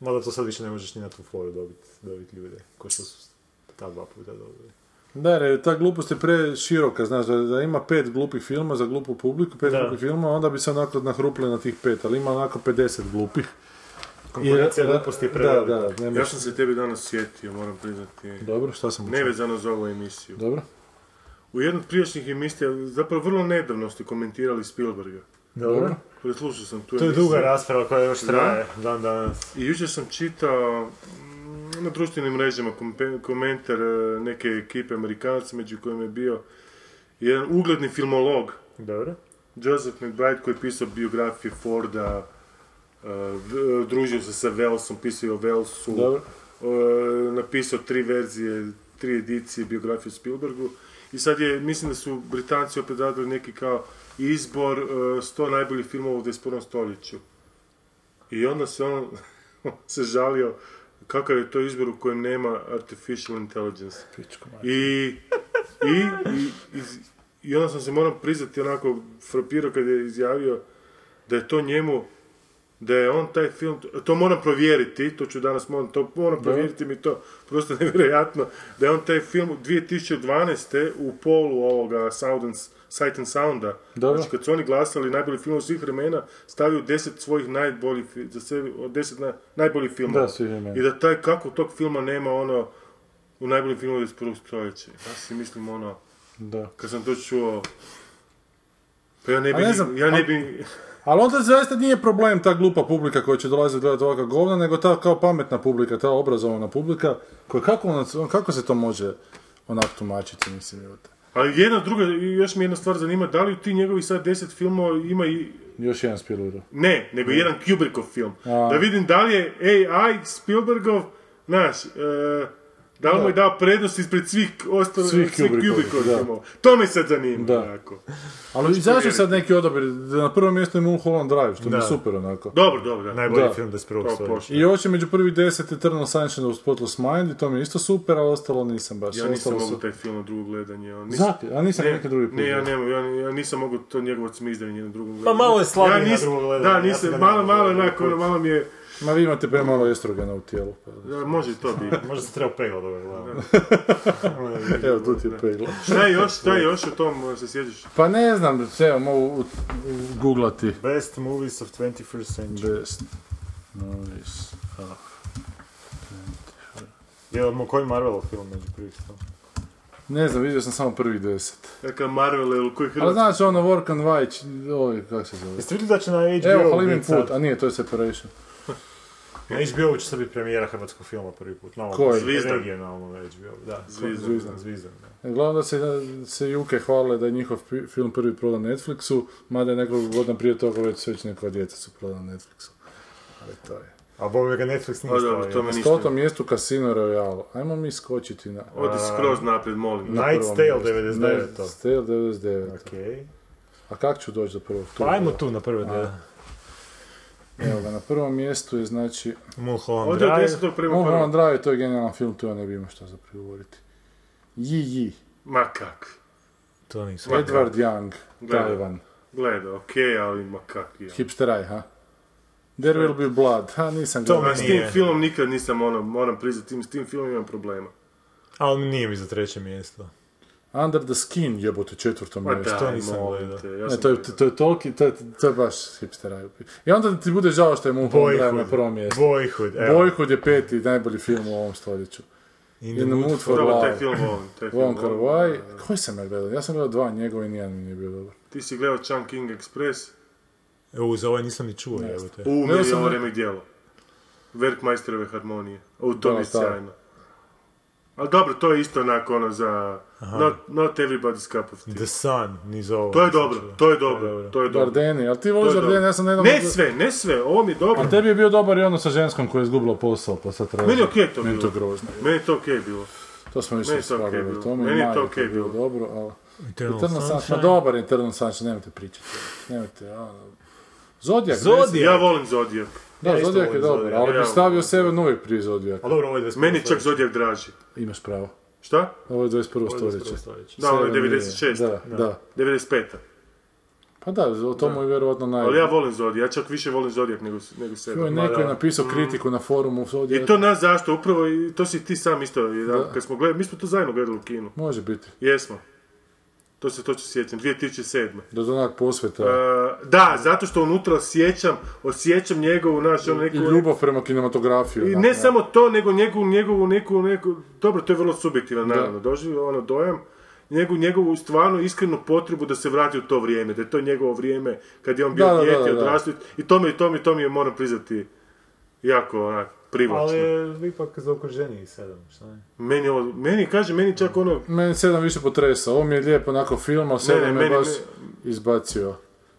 Mada to sad više ne možeš ni na tu foru dobiti dobit ljude, ko što su ta dva puta dobili.
Da, jer ta glupost je pre široka, znaš, da, da ima pet glupih filma za glupu publiku, pet
Da.
glupih filma, onda bi se onako nahrupli na tih pet, ali ima onako 50 glupih.
Konkurencija
da,
gluposti je
Da,
prevelika.
da, nema
Ja sam se tebi danas sjetio, moram priznati.
Dobro, šta sam učinio?
Nevezano za ovu emisiju.
Dobro.
U jednoj od prijašnjih emisija, zapravo vrlo nedavno ste komentirali Spielberga.
Dobro.
Preslušao sam tu
To je
emisiju.
duga rasprava koja još traje dan danas.
I jučer sam čitao mm, na društvenim mrežama kompe- komentar e, neke ekipe Amerikanaca, među kojima je bio jedan ugledni filmolog,
Dobro.
Joseph McBride, koji je pisao biografije Forda, e, v- družio se sa Velsom, pisao je o Velsu,
Dobro.
e, napisao tri verzije, tri edicije biografije o Spielbergu. I sad je, mislim da su Britanci opet radili neki kao izbor e, 100 najboljih filmova u 21. stoljeću. I onda se on se žalio kakav je to izbor u kojem nema artificial intelligence. I, i, i, iz- i onda sam se moram priznati onako frapirao kad je izjavio da je to njemu da je on taj film, to moram provjeriti, to ću danas moram, to moram provjeriti mi je to, prosto nevjerojatno, da je on taj film 2012. u polu ovoga Sound and, Sight and Sounda,
Dobro.
znači kad su oni glasali najbolji film svih vremena, stavio 10 svojih najboljih, fi- za sebe, od 10 na, najboljih filmova.
Da, svih vremena.
I da taj, kako tog filma nema ono, u najboljim filmu iz prvog stoljeća. Ja si mislim ono,
Da.
kad sam to čuo, pa ja ne bi,
ne znam,
ja ne
a-
bi,
Ali onda zaista nije problem ta glupa publika koja će dolaziti gledati ovakva govna, nego ta kao pametna publika, ta obrazovana publika, koja kako, ona- kako se to može onak tumačiti, mislim, jebote.
Ali jedna druga, i još mi jedna stvar zanima, da li ti njegovi sad 10 filmova ima i...
Još jedan Spielberg.
Ne, nego jedan Kubrickov film.
A.
Da vidim da li je AI Spielbergov, znaš, e, da li mu je dao prednost ispred svih ostalih,
Svih
svih,
Kubrickovih,
Kubrickovih
da.
filmova. To me sad zanima.
Da.
onako.
Ali izašao je sad neki odabir, da na prvom mjestu je Mulholland Drive, što mi je super onako.
Dobro, dobro. Da.
Najbolji
Da.
film 21.
To
stoljeća.
pošto.
I još je među prvi deset Eternal Sunshine of the Spotless Mind i to mi je isto super, ali ostalo nisam baš.
Ja nisam
ostalo
mogu taj film na drugo gledanje. on nisam-
Zaki, a nisam
Ne,
neki drugi
Ne, ja
put.
nemam, ja, ja nisam mogu to njegovo cmizdanje na drugom
Pa malo je slabiji na
nisam-
drugom gledanju,
Da,
ja
nisam,
sam ga
malo,
gledao
malo,
drugi
onako,
put.
ono, malo mi je...
Ma vi imate premalo estrogena u tijelu. pa-
Da, može i to biti.
Možda se treba pegla dobro gledati.
Evo, tu ti je pegla.
Šta je još, šta je još o tom e, se sjećaš?
Pa ne znam, evo, mogu googlati.
Best movies of 21st century.
Best movies of...
Jelamo koji Marvelov film među prvih sto?
Ne znam, vidio sam samo prvih deset.
Kakav Marvel ili koji
Ali
Hrvatski?
znaš ono Work and White, č- ovaj, kako se zove?
Jeste vidjeli da će na
Evo,
HBO
Halimin
biti sad?
put, a nije, to je Separation.
Na HBO će sad biti premijera hrvatskog filma prvi put. Na ovom
Koji?
Zvizdan.
regionalnom HBO. Da,
Zvizdan.
Zvizdan. Zvizdan, da.
Glavno da se, da se Juke hvale da je njihov pi- film prvi prodan Netflixu, mada je nekoliko godina prije toga već već njihova djeca su prodan Netflixu. Ali to je.
A bome ga Netflix
A
nije
Pa dobro, to
stavio.
me ništa.
Stoto mjestu Casino Royale. Ajmo mi skočiti na...
Odi skroz naprijed, molim.
Na- Knight's
prvom
Tale
mjestu.
99 to.
Knight's Tale 99.
Okej.
A kak ću doći do prvog
Pa
tura?
ajmo tu na prve dve.
Evo ga, na prvom mjestu je znači...
Mulholland
Odi od
Drive.
desetog prema
Mulholland
prvom.
Drive, to je genijalan film, tu ja ne bi imao šta za prigovoriti. Yi Yi,
Ma kak.
To nisam.
Edward Young,
Gledam.
Tajvan,
Gleda, okej, ali ma kak je.
hipsteraj, ha? There will be blood, ha, nisam
To
gledao.
A s tim
Nije.
filmom nikad nisam ono, moram priznati, tim- s tim filmom imam problema.
Ali nije mi za treće mjesto.
Under the skin, jebote, četvrto
Pa
mjesto.
da,
nisam
molim
gledao.
te, ja
Ne,
sam
to je,
gledao.
to je toliki, to je, to je baš hipsteraj. I onda ti bude žao što je Mulholland Drive na prvom mjestu.
Boyhood, evo.
Boyhood je peti najbolji film u ovom stoljeću.
In
In
the
the
Mood
mood for
Dobro, taj
love.
film volim. Taj film
Wong Kar Wai.
volim.
Koji sam ja gledao? Ja sam gledao dva njegove i nijedan mi nije bio dobar.
Ti si gledao Chungking Express?
Evo, za ovaj nisam ni čuo, evo te.
U,
Gledao
meni je
sam-
ovo remek djelo. Verk majsterove harmonije. U, to
Da,
mi je
da.
sjajno. Ali dobro, to je isto onako ono za... Not, not everybody's cup of tea.
The Sun, ni za ovo.
To je
nisam
dobro,
čuo.
to je dobro, to je dobro.
Gardeni, ali ti
To
voliš
je dobro.
Gardeni, ja sam nedavno...
Ne sve, ne sve, ovo mi je dobro.
A tebi je bio dobar i ono sa ženskom koja je izgubila posao, pa sad traži.
Meni je okej to
Meni je to
bilo.
grozno.
Meni je to okej bilo.
To smo
Meni
više
je to okej
spravili
bilo.
o tome. i
Meni je
Maj
to okej
bilo.
bilo.
Dobro, ali...
Eternal
Eternal Sunshine,
Sunshine.
ma dobar je Eternal Sunshine, nemojte pričati. Nemojte, ono... Zodijak,
Zodijak.
Ja volim Zodijak.
Da,
Ja isto
Zodijak je
volim
dobar,
Zodijak,
ali
ja.
bi stavio Seven uvijek prije Zodijaka.
A Pa dobro, ovo je 21.
Meni je čak Zodijak draži.
Imaš pravo.
Šta?
Ovo je 21.
Ovo je 21.
stoljeće.
stoljeće.
Da, ovo je
Seven
96.
Da, da.
95.
Pa da, o tomu je vjerojatno naj...
Ali ja volim Zodijak, ja čak više volim Zodijak nego, nego
Evo,
sebe.
Neko je napisao kritiku na forumu Zodijaka.
Mm. I to nas zašto, upravo i to si ti sam isto, jedan, kad smo gledali, mi smo to zajedno gledali u kinu.
Može biti.
Jesmo. To se točno sjećam, 2007.
Da do onak posveta.
Uh, da, zato što unutra osjećam, osjećam njegovu, naš, ono neku...
I ljubav prema kinematografiju.
I
onak,
ne samo to, nego njegovu, njegovu, neku, neku... Dobro, to je vrlo subjektivan, naravno, doživ, ono, dojam. Njegu, njegovu stvarno iskrenu potrebu da se vrati u to vrijeme, da je to njegovo vrijeme kad je on bio
Da, da,
dijete,
da, da, da.
odrasli. I to mi, to mi, to mi je, moram priznati, jako onak, privlačno.
Ali je ipak zaokruženiji 7, šta ne?
Meni, ovo, meni, kaže, meni čak ono,
Meni sedam više potresa, ovo mi je lijepo onako film, ali sedam me
meni-
baš izbacio.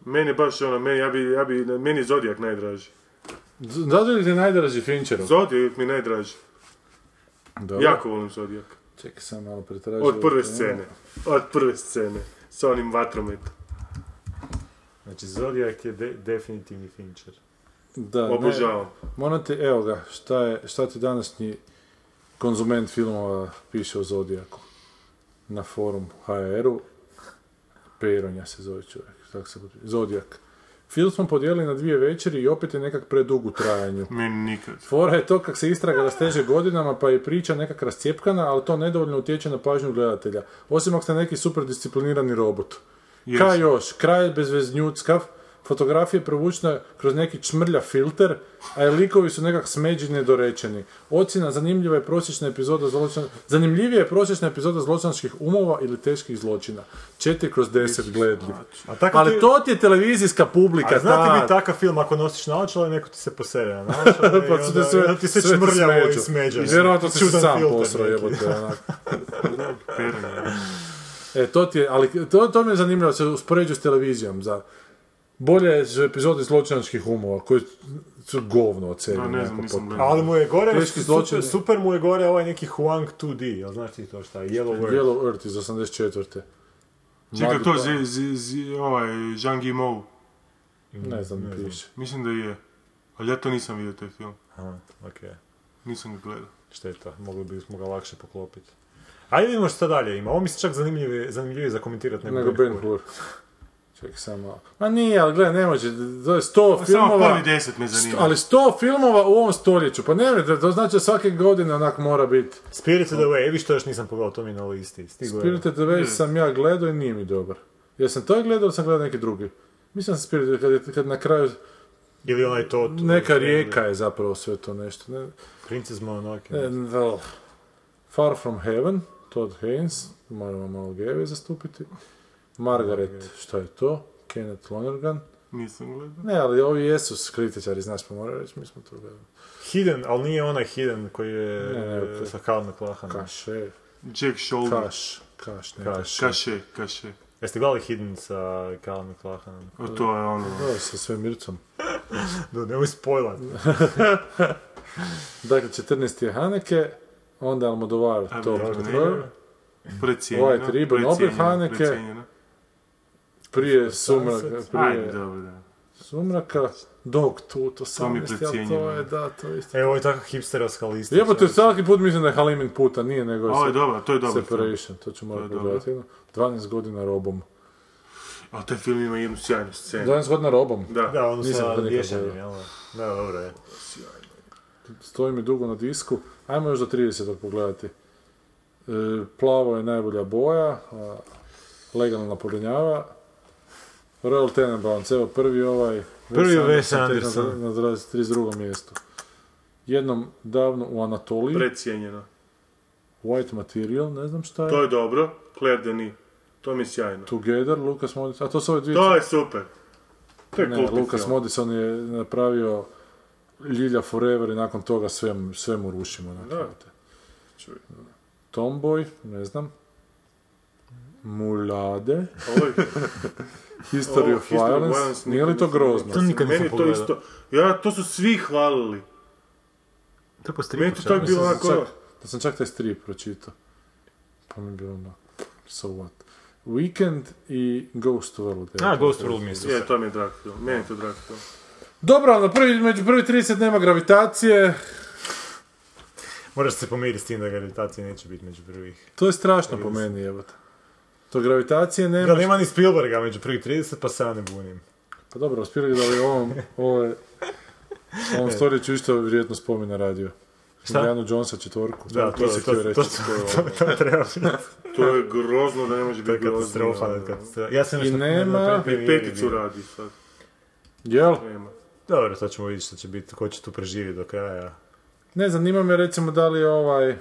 meni baš ono, meni, ja bi, ja bi, meni je Zodijak najdraži.
Z- Zato je ti najdraži Fincherov?
Zodijak mi je najdraži.
Dobro. e.
Jako volim Zodijak.
Čekaj sam malo pretražio.
Od prve
ovo.
scene. Od prve scene. Sa onim vatrometom.
Znači, Zodiac je de- definitivni Fincher.
Da, ne,
Obožavam.
moram ti, evo ga, šta, je, šta ti današnji konzument filmova piše o Zodijaku? Na forum HR-u. Peronja se zove čovjek. Tako se potpi- Zodijak. Film smo podijelili na dvije večeri i opet je nekak predug u trajanju.
Meni nikad.
Fora je to kak se istraga rasteže godinama pa je priča nekak rascijepkana, ali to nedovoljno utječe na pažnju gledatelja. Osim ako ste neki super disciplinirani robot. Kaj još? Kraj je bezveznjuckav, fotografije provučne kroz neki čmrlja filter, a likovi su nekak smeđi i nedorečeni. Ocjena zanimljiva je prosječna epizoda zločina... Zanimljivija je prosječna epizoda zločinačkih umova ili teških zločina. 4 kroz 10 gledljiv.
A tako
Ali
ti-
to ti je televizijska publika,
A znate
ta-
bi takav film, ako nosiš naočale, neko ti se posere na naočale
pa
i
su te
onda,
sve,
onda ti se
sve ti
čmrljavo i
smeđu.
smeđa.
Vjerojatno si se
Čudan
sam
filter
posrao
neki.
jebote. onak. e, to ti je, ali to, to mi je zanimljivo, se uspoređuju s televizijom za... Bolje su epizode zločinačkih umova, koji su govno od sebe.
Da, ne znam,
onako
nisam
pot-
gledao.
Ali mu je gore,
Teški zločin.
super, super mu je gore ovaj neki Huang 2D, jel znaš ti to šta, je? Yellow World.
Yellow Earth iz 84.
Mm,
Čekaj,
Mladi
to
pa-
je zi, zi, ovaj, Zhang Yimou.
Ne znam, piše.
Mislim da je. Ali ja to nisam vidio taj film.
Aha, okej,
Nisam ga gledao.
šteta, mogli bismo ga lakše poklopiti. Ajde vidimo šta dalje ima, ovo mi se čak zanimljivije, zanimljivije za komentirati nego,
Nego
Ben
Ben
Hur.
Hur. Čekaj samo. Ma nije, ali gledaj, ne može, to je sto
Samo
filmova...
prvi deset me zanima.
Ali sto filmova u ovom stoljeću, pa ne vjerujem, to znači da svake godine onak mora biti.
Spirited Away, evi što još nisam pogledao, to mi je na listi. Stigo je.
Spirited Away sam ja gledao i nije mi dobar. Ja sam to gledao ili sam gledao neki drugi? Mislim da sam Spirited kad, je- kad na kraju
Ili onaj to... to-
neka rijeka E, je zapravo sve to nešto. Ne,
Princess Mononoke.
ne, da. Far From Heaven, Todd Haynes, moramo malo geve zastupiti. Margaret, šta je to? Kenneth Lonergan.
Nisam gledao.
Ne, ali ovi jesu s- kritičari, znaš, pa moraju reći, mi smo to gledali.
Hidden, ali nije onaj Hidden koji je
Ne, ne,
e,
to je-
sa Kalom McLahanom.
Kaše,
Jack Shoulder.
kaš, kaš, ne,
Kaš.
Kaše, kaše.
Jeste gledali Hidden sa Kalom McLahanom?
O, to je ono.
To je sa svemircom.
Da, nemoj spojlat.
Dakle, 14. je Haneke, onda Almodovar, to
Abdul
Control,
Precijenjeno.
White Ribbon, opet
precijenjeno,
Haneke.
precijenjeno.
prije Sumraka,
Ajde,
prije
dobro, da.
Sumraka, Dog Tooth,
To
18.
mi
ali to je,
precjenjivo.
da, to je isto.
Evo, E, ovo je tako hipsterska lista.
Jebote,
čovječe.
svaki put mislim da je Halimin puta, nije nego
Ovo je
se-
dobro, to je dobro.
Separation, to ću morati
To je
pogledati. jedno. 12 godina robom.
A taj film ima jednu sjajnu scenu.
12 godina robom.
Da.
Da, ono
Nisam to
sa
nikad
vješanjem,
gledao.
jel? Da, dobro je.
Stoji mi dugo na disku. Ajmo još do 30. pogledati. E, plavo je najbolja boja. a legalna porinjava. Royal Tenenbaums, evo prvi ovaj.
Prvi Wes
tek
Anderson.
Na, na 32. mjestu. Jednom davno u Anatoliji.
Precijenjeno.
White Material, ne znam šta je.
To je dobro. Claire Denis. To mi je sjajno.
Together, Lucas Modis. A to su ove dvije...
To je super. To je
Ne,
kultni
Lucas
film.
Modison je napravio Ljilja Forever i nakon toga sve, mu- sve mu rušimo. onak,
Da.
znate.
Čuj.
Tomboy, ne znam. Mulade.
Ovo je-
History
Ovo,
of
History of
Violence.
Violence
Nije li to
nikad nisam
grozno?
To nikad
Meni
nisam
je to
pogledao.
isto... Ja, to su svi hvalili.
To je po
Meni
stripu,
to tako
čak.
bilo
Mislim da sam
onako...
čak- Da sam čak taj strip pročitao. Pa mi je bilo ono, so what. Weekend i Ghost World. evo,
A,
to je
Ghost
to.
World mi je super.
Je, to mi je drag film. Meni je to drag film.
Dobro, na prvi, među prvi 30 nema gravitacije.
Moraš se pomiriti s tim da gravitacije neće biti među prvih.
To je strašno po meni, jebote. To gravitacije nema.
Da, nema ni Spielberga među prvih 30, pa se ja ne bunim.
Pa dobro, Spirit da li ovom, ovo je, ovom stoljeću isto vjerojatno spomena radio.
E. Šta?
Indiana Jonesa četvorku.
Da, to,
si
to,
htio
to,
reći.
to, to, to treba biti.
To je grozno da ne može
To je
biti grozno.
katastrofa nad katastrofa. Ja sam
I
nešto...
nema-
na
I
premijeri
peticu
bio.
radi sad.
Jel?
Nema.
Dobro, sad ćemo vidjeti što će biti, ko će tu preživjeti do kraja.
Ne, zanima me recimo da li je ovaj...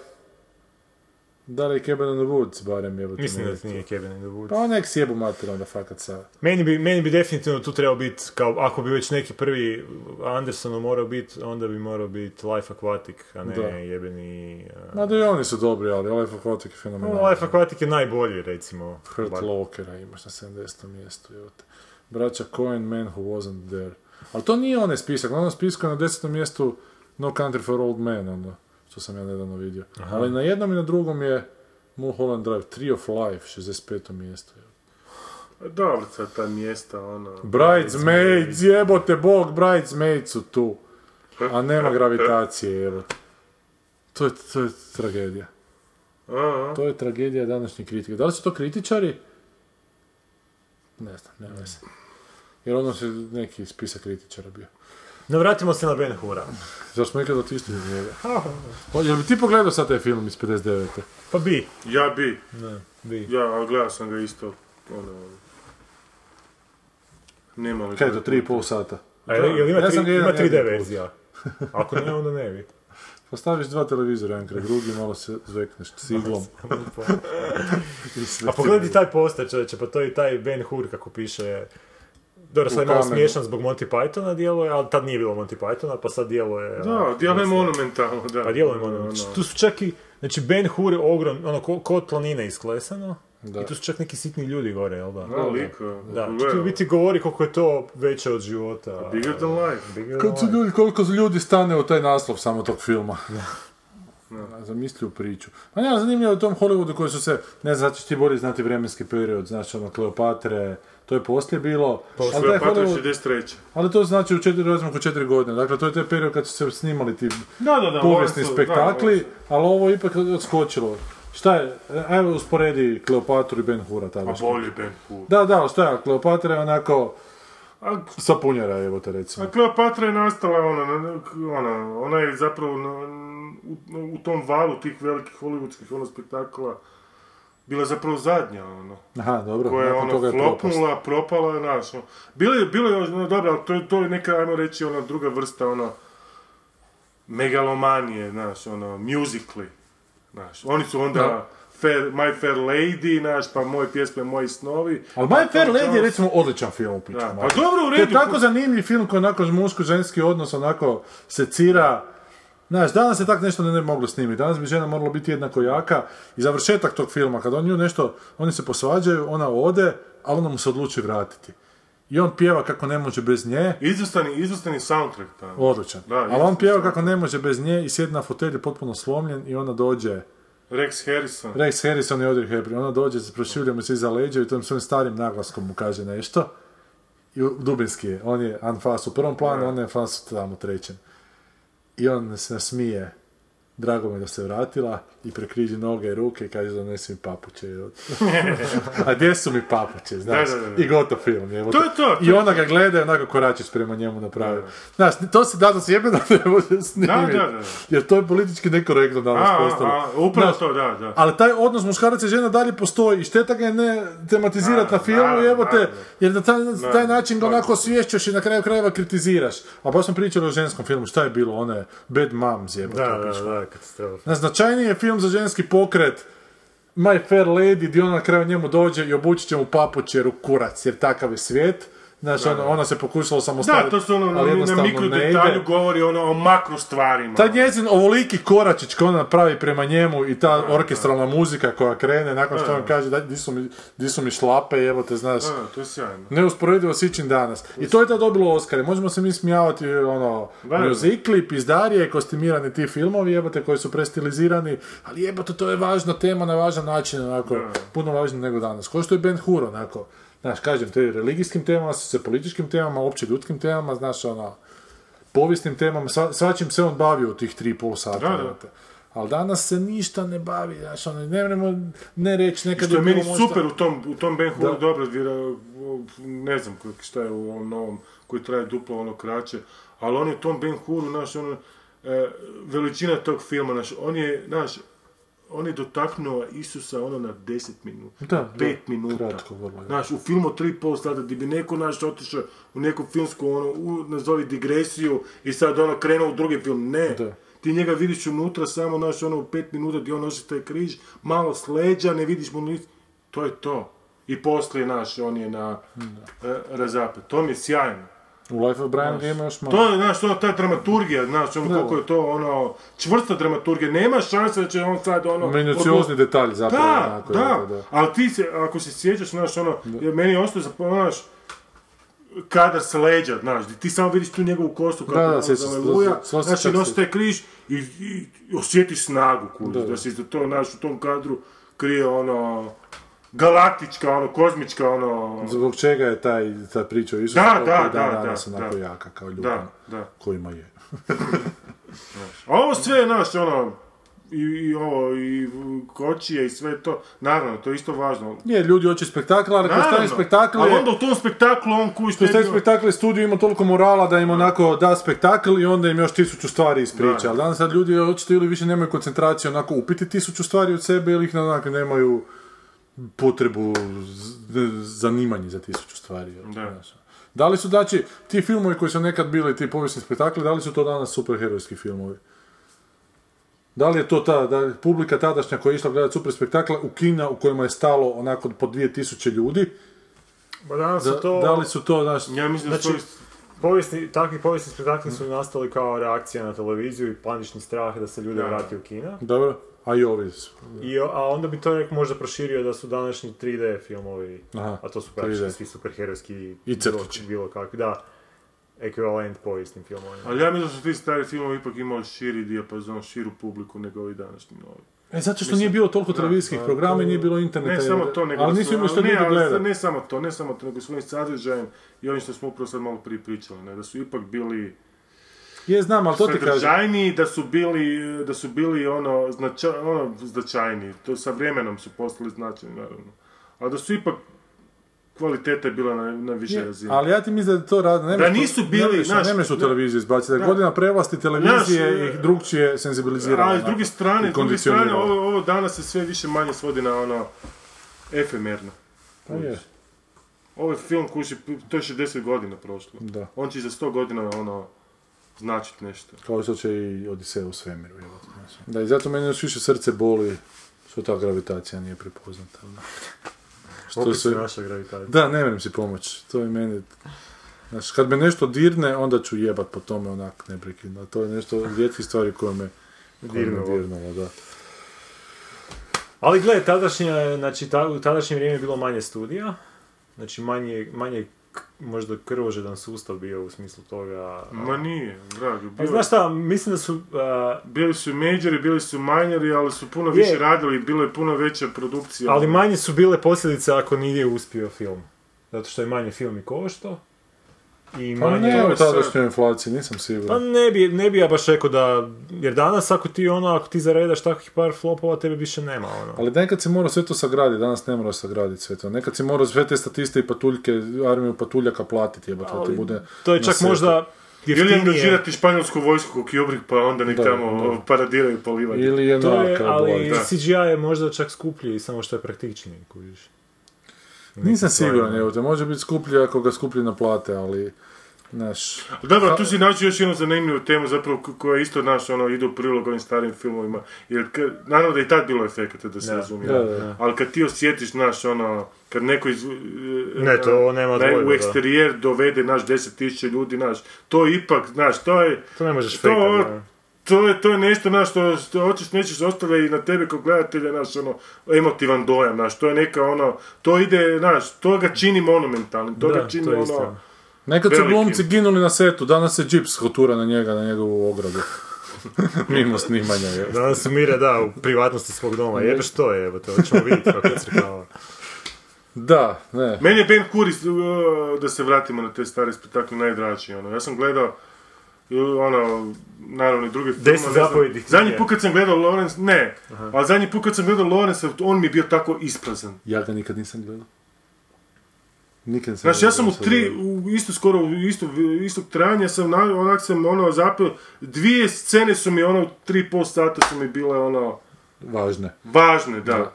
Da li je Cabin in the Woods barem jebote.
Mislim
nije
da
tu.
nije Kevin in the Woods.
Pa nek sjebu mater onda fakat sa...
Meni bi, meni bi definitivno tu trebao biti, kao ako bi već neki prvi Andersonu morao biti, onda bi morao biti Life Aquatic, a ne
Da.
jebeni... uh,
Mada i oni su dobri, ali ovaj Aquatic je fenomenalan.
Pa Life Aquatic je najbolji, recimo.
Hurt
Bar-
Lockera imaš na 70. mjestu, jebote. Braća Cohen, Man Who Wasn't There. Ali to nije onaj spisak, na onom spisku je na 10. mjestu No Country for Old Men, ono, što sam ja nedavno vidio. Ali na jednom i na drugom je Mulholland Drive, Tree of Life, 65. mjesto. jebote.
A Dobro, sad ta mjesta, ono...
Bridesmaids, jebote bog, Bridesmaids su tu. A nema gravitacije, jebote. To je, to je tragedija.
A,
To je tragedija današnje kritike. Da li su to kritičari? Ne znam, ne veze. Jer ono se neki spisak kritičara bio.
No, vratimo se na Ben Hura.
Zar smo nekad otišli iz njega? Pa, Jel bi ti pogledao sad taj film iz 59.
Pa bi.
Ja bi,
Ne, bi.
ja, ali gledao sam ga isto, ono... Nema li...
Kaj je to, tri i pol sata?
A jel, jel ima,
Ja
ja
sam
tri,
ga jedan
ima tri
jedini
D
put.
verzija? Ako ne, onda ne bi.
Postaviš Pa dva televizora, jedan kraj drugi, malo se zvekneš siglom. i sve
A
ti
pogledaj
bude.
taj poster, čovječe, pa to je i taj Ben Hur kako piše. Dobro, sad je
U
malo
kamenu.
smiješan zbog Monty Pythona djeluje, ali tad nije bilo Monty Pythona, pa sad djeluje...
Da, djeluje monumentalno, da.
Pa djeluje ono. Tu su čak i... Znači, Ben Hur je ogrom, ono, ko, ko tlanine isklesano.
Da.
I tu su čak neki sitni ljudi gore, jel da? ono,
Da, liko.
Da, tu ti u biti govori koliko je to veće od života.
Ono, Bigger than life.
Bigger than
Kad su
life.
ljudi, koliko su ljudi stane u taj naslov samo tog filma. Da. Zamislio priču. A ne, ali zanimljivo je u tom Hollywoodu koji su se, ne znam, znači ti bolje znati vremenski period, znači ono Kleopatre, to je poslije bilo, ali, taj
Kleopatra je
Hollywood,
63.
ali to znači u četiri, recimo oko četiri godine, dakle to je taj period kad su se snimali ti
Da, da, da.
povijesni
ovo su- da,
spektakli, ali ovo je ipak odskočilo. Šta je,
e,
ajmo usporedi Kleopatru i Ben Hura tada.
A bolje Ben Hur.
Da, da, šta je, Kleopatra je onako
A
sapunjara, evo te recimo.
A Kleopatra je nastala ona, na- ona, ona je zapravo na- u, u tom valu tih velikih hollywoodskih ono spektakla bila zapravo zadnja ono,
Aha, dobro,
koja je
nakon toga
ono
je propast.
flopnula, propala, znaš, ono. Bilo je, bilo je, ono, dobro, ali to je, to je neka, ajmo reći, ona druga vrsta, ono, megalomanije, znaš, ono, musically, znaš, oni su onda... Fair, My Fair Lady, znaš, pa moje pjesme, moji snovi.
Ali My
Pa
Fair
Tom
Lady je
Jones-
recimo odličan film u priču.
Da, pa
Marko.
dobro, u
To je
redu,
tako
ko-
zanimljiv film koji onako muško-ženski odnos onako secira. Znaš, danas se tak nešto ne, ne bi moglo snimiti. Danas bi žena morala biti jednako jaka. I završetak tog filma, kad on nju nešto, oni se posvađaju, ona ode, a ona mu se odluči vratiti. I on pjeva kako ne može bez nje.
Izvrstan je- izvrstan je soundtrack tamo.
Odličan.
Da,
Ali on
izvrstan
pjeva
soundtrack.
kako ne može bez nje i sjedi na fotelju potpuno slomljen i ona dođe.
Rex Harrison.
Rex Harrison i Audrey Hepburn. Ona Ono dođe, se prošilja mu se iza leđa i tom svojim starim naglaskom mu kaže nešto. I u- dubinski je. On je Anfas u prvom planu, ona je Anfas tamo u trećem. I on se nasmije. Drago mi je da se vratila i prekriži noge i ruke i kaže donesi mi papuče. A gdje su mi papuče, znaš?
Da, da, da, da.
I gotov film. Je.
To je to, to
I
je
ona ga gleda i onako koračić prema njemu napravi. Znaš, to se danas jebeno ne može snimiti.
da, da.
Jer to je politički nekorektno danas
A, a,
postalo.
a, upravo
Znaš,
to, da, da.
ali taj odnos muškaraca i žena dalje postoji i šteta ga je ne tematizirati na
Naravno,
filmu,
naravno,
jebote,
naravno.
jer na taj, taj način ga
to je
onako osvješćaš i na kraju krajeva kritiziraš. A baš smo pričali o ženskom filmu, šta je bilo, one Bad Moms jebote.
Da, da, da, katastrofa.
Na značajniji je film za ženski pokret My Fair Lady, gdje ona na kraju njemu dođe i obući će mu papuć jer u kurac, jer takav je svijet. Znači, ona, ona se pokušala
Da,
samostaviti,
to su ono,
ali
na- na
jednostavno
mikro
ne ide.
detalju govori ono o makro stvarima.
Taj njezin ovoliki koračić koji ona napravi prema njemu i ta orkestralna muzika koja krene nakon što on kaže "Daj, di su mi, di su mi šlape, evo te znaš.
A, to je sjajno.
Neusporedivo s ičim danas. I to je da dobilo Oscare. Možemo se mi smijavati ono,
da.
muzikli, pizdarije, kostimirani ti filmovi, jebote, koji su prestilizirani, ali jebote, to je važna tema na važan način, onako, puno važnije nego danas. Ko što je Ben Hur, onako, znaš, kažem, te religijskim temama, su se političkim temama, opće ljudskim temama, znaš, ono, povijesnim temama, sva, svačim se on bavio u tih tri i pol sata.
Da, da.
znate. Ali danas se ništa ne bavi, znaš, ono, ne vremo ne reći nekad...
Što je meni
bilo možda-
super u tom, u tom Ben Huru,
Da.
dobro, vjera- ne znam kak- šta je u ovom novom, koji traje duplo ono kraće, ali on je u tom Ben Huru, naš, ono, e, veličina tog filma, naš, on je, naš, on je dotaknuo Isusa ono na 10 minuta,
Da, da,
5 minuta.
kratko vrlo, da.
Znaš, u filmu od 3,5 sata, gdje bi neko naš otišao u neku filmsku, ono, u, nazovi digresiju i sad ono krenuo u drugi film. Ne,
Da.
ti njega vidiš unutra samo, naš ono, u 5 minuta gdje on nosi taj križ, malo sleđa, ne vidiš mu ništa. To je to. I poslije, naš, on je na e, razapet. To mi je sjajno.
U Life of Brian gdje ima još malo.
To je, znaš, ono, ta dramaturgija, znaš, ono, koliko je to, ono, čvrsta dramaturgija, nema šanse da će on sad, ono...
Minuciozni detalj zapravo.
Da,
onako,
da,
jako, da.
ali ti se, ako se sjećaš, znaš, ono, jer meni je ostao zapomeno, znaš, kadar s leđa, znaš, di ti samo vidiš tu njegovu kostu kako
Da, da,
ono
sjećam se,
zaleluja,
to- to- to-
znaš, i
to-
nosi taj križ i, i osjetiš snagu, kurac, da, se za to, znaš, u tom kadru krije, ono, galaktička, ono, kozmička, ono,
Zbog čega je taj, ta priča o Isusu
Da,
toliko
da,
i dan
da,
danas
da,
onako
da.
jaka kao ljubav
da, da.
kojima je.
A ovo sve, znaš, ono, i, i ovo, i kočije i sve to, naravno, to je isto važno.
Nije, ljudi hoće spektakl, ali kroz taj spektakl Dakle,
ali
je...
onda u tom spektaklu on ono- kuš
Kroz taj spektakl je studio ima toliko morala da im onako da spektakl i onda im još tisuću stvari ispriča.
Da.
Ali danas sad ljudi očito ili više nemaju koncentracije onako upiti tisuću stvari od sebe ili ih onako nemaju potrebu, z- zanimanje za tisuću stvari. jel?
Da.
Znaš. Da li su, znači, ti filmovi koji su nekad bili ti povijesni spektakli, da li su to danas superherojski filmovi? Da li je to ta da li publika tadašnja koja je išla gledati super spektakla u kina u kojima je stalo onako po 2000 ljudi?
Ba Pa danas
Da,
su to...
da li su to, znaš,
Ja mislim da
Znači,
su ovi-
povijesni, takvi povijesni spektakli su nastali kao reakcija na televiziju i panični strah da se ljude vrati u kina.
dobro, a i ovi su.
I, o- a onda bi to nek možda proširio da su današnji 3D filmovi,
Aha,
a to su
3D.
praktički svi superherojski
I
bilo-
crtići.
bilo kakvi, da, ekvivalent povijesnim filmovima.
Ali ja mislim da su ti stari filmovi ipak imali širi dijapazon, širu publiku nego ovi današnji novi.
E, zato što nije bilo toliko televizijskih programa i nije bilo interneta.
Ne
jer-
samo to, nego
Ali
su-
nisu imali što
ne,
ljudi
ali
gledati.
Ne samo to, ne samo to, nego svojim sadržajem i onim što smo upravo sad malo prije pričali, ne, da su ipak bili
Je, znam, ali to ti kažem.
sadržajniji da su bili, da su bili ono, znača, ono značajniji. To sa vremenom su postali značajni, naravno. Ali da su ipak kvaliteta je bila na, na više
Je,
razini.
Ali ja ti mislim da to radi, ne možeš-
nisu bili,
ne možeš-
znaš,
ne možeš u
da-
televiziju izbaciti, da je godina prevlasti televizije
Znaš, e,
ih drugčije senzibilizirala.
A s druge
onako,
strane,
i
s druge strane
kondicionirala.
ovo, ovo danas se sve više manje svodi na ono efemerno.
Pa je,
Ovaj film kuži, to je 60 godina prošlo.
Da.
On će za 100 godina ono značit nešto.
Kao što će i Odisej u svemiru. jel, znaš. Da, i zato meni još više srce boli što ta gravitacija nije prepoznata. ono. Što
Opet se
se...
naša gravitacija.
Da, ne vrem si pomoć. To je meni... Znaš, kad me nešto dirne, onda ću jebat po tome onak neprekidno. To je nešto od rijetkih stvari koje me koje me
Dirnulo.
dirnulo, da.
Ali gle, tadašnja, znači, ta, u tadašnje vrijeme je bilo manje studija, znači manje, manje k- možda krvožedan sustav bio u smislu toga.
Ma nije, dragi.
Pa
bio-
znaš šta, mislim da su, a,
Bili su majori, bili su minori, ali su puno više
Je.
radili i bilo je puno veća produkcija.
ali manje su bile posljedice ako nije uspio film. Zato što je manje film i košto. I
Pa
manje...
ne, u
sad-
tadašnjoj inflaciji, nisam
Pa
siguran.
ne bi, ne bi ja baš rekao da, jer danas ako ti ono, ako ti zaredaš takvih par flopova, tebe više nema ono.
Ali nekad si morao sve to sagraditi, danas ne moraš sagraditi sve to. Nekad si morao sve te statiste i patuljke, armiju patuljaka platiti, jebate, da ti
Ali
bude...
to je
na
čak
setu.
možda
Ili
jeftinije.
angažirati španjolsku vojsku kog Kubrick pa onda nek
Da,
tamo
da.
o, paradiraju po livadi.
Ili je
To je,
naka,
ali
bolje.
CGI je možda čak skuplji, samo što je praktičniji, kužiš.
Nisam siguran,
ono.
stvarima.
evo te, može biti skuplji ako ga skuplji naplate, ali... Znaš,
Dobro, tu si naći još jednu zanimljivu temu zapravo ko- koja isto naš ono ide u prilog ovim starim filmovima. Jer kad, naravno da je i tad bilo efekata da se razumije.
da, da.
Ali kad ti osjetiš naš ono kad neko iz,
Ne, to nema
da
dvojbe,
u
da.
eksterijer dovede naš 10.000 ljudi naš to ipak znaš to je
To ne možeš
to,
fejkat, da.
to je, to je nešto na što, što hoćeš nećeš ostavlja i na tebe kao gledatelja naš ono emotivan dojam naš to je neka ono to ide naš to ga čini monumentalnim to
Da,
ga čini
to je
ono
istina.
Nekad su
Veliki.
glumci ginuli na setu, danas se džips hotura na njega, na njegovu ogradu. Mimo snimanja, je.
Danas umire, da, u privatnosti svog doma. Jebe što je, evo to ćemo vidjeti kako je crkava.
Da, ne.
Meni je Ben Kuris, uh, da se vratimo na te stare spektakle, najdraži. Ono. Ja sam gledao uh, ono, naravno i druge filmove.
Deset
ne znam.
zapovjedi.
Zadnji put kad sam gledao Lawrence, ne, ali zadnji put kad sam gledao Lawrence, on mi je bio tako isprazan.
Ja ga nikad nisam gledao. Nikad nisam
Znači ja
gledao
sam u
sad
tri,
gledao.
u isto skoro, u isto, istog trajanja sam, na, onak sam ono zapeo, dvije scene su mi ono, tri i pol sata su mi bile ono,
Važne.
važne, da.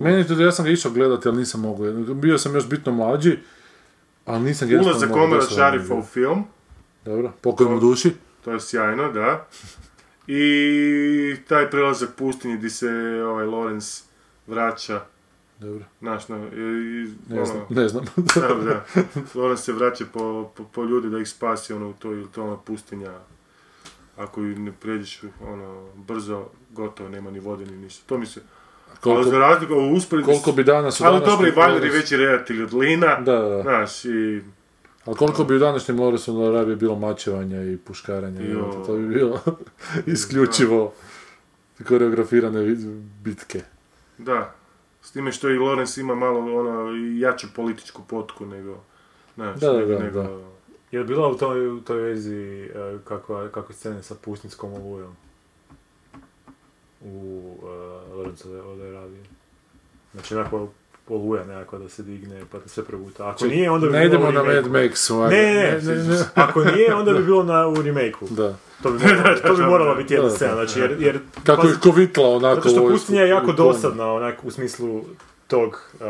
Meni to, ja sam ga išao gledati, ali nisam mogao. Bio sam još bitno mlađi, ali nisam ga jednostavno
Ulazak
mogao,
Omara
dosta mi je
Šarifa
bilo.
u film.
Dobro, pokoj mu duši.
To je sjajno, da. I taj prelazak pustinje di se ovaj Lorenz vraća,
Dobro,
znaš, na, i, i-
ne znam,
ono,
ne znam.
da, da. Lorenz se vraća po, po, po ljude da ih spasi, ono, u to, ili to ona pustinja. Ako ju ne pređeš, ono, brzo, gotovo, nema ni vode, ni ništa. To mi se... ali za
koliko,
razliku, ovo usporedi...
koliko bi danas... u
Ali
današnjem
dobro, i Valjer je
Loresu-
veći redatelj od Lina,
Da, da, da.
znaš, i...
Ali koliko bi u današnjem Loresu Lorabije bilo mačevanja i puškaranja,
Jo.
jebote, to bi bilo isključivo koreografirane vid- bitke.
Da. S time što i Lorenz ima malo ono i jaču političku potku nego znaš,
Da, da,
nego,
da,
nego
da.
Je li bila u toj, u toj vezi e, kakva, kakve scene sa Pusninskom olujom? U uh, Lorenzo de- de Arabije. Znači onako oluja nekako da se digne pa da se proguta. Ako nije onda bi
ne
bilo
idemo
u
na Mad
remakeu.
Max, ovaj. ovako.
Ne, ne, ne, Ako nije onda bi bilo na, u remake
Da.
To bi morala, to bi morala biti jedna
Da, da,
scena. Znači jer, jer
Kako
pazi,
je kovitla onako
zato što
vojsku
pustinja je jako
u konju.
dosadna onak u smislu tog a,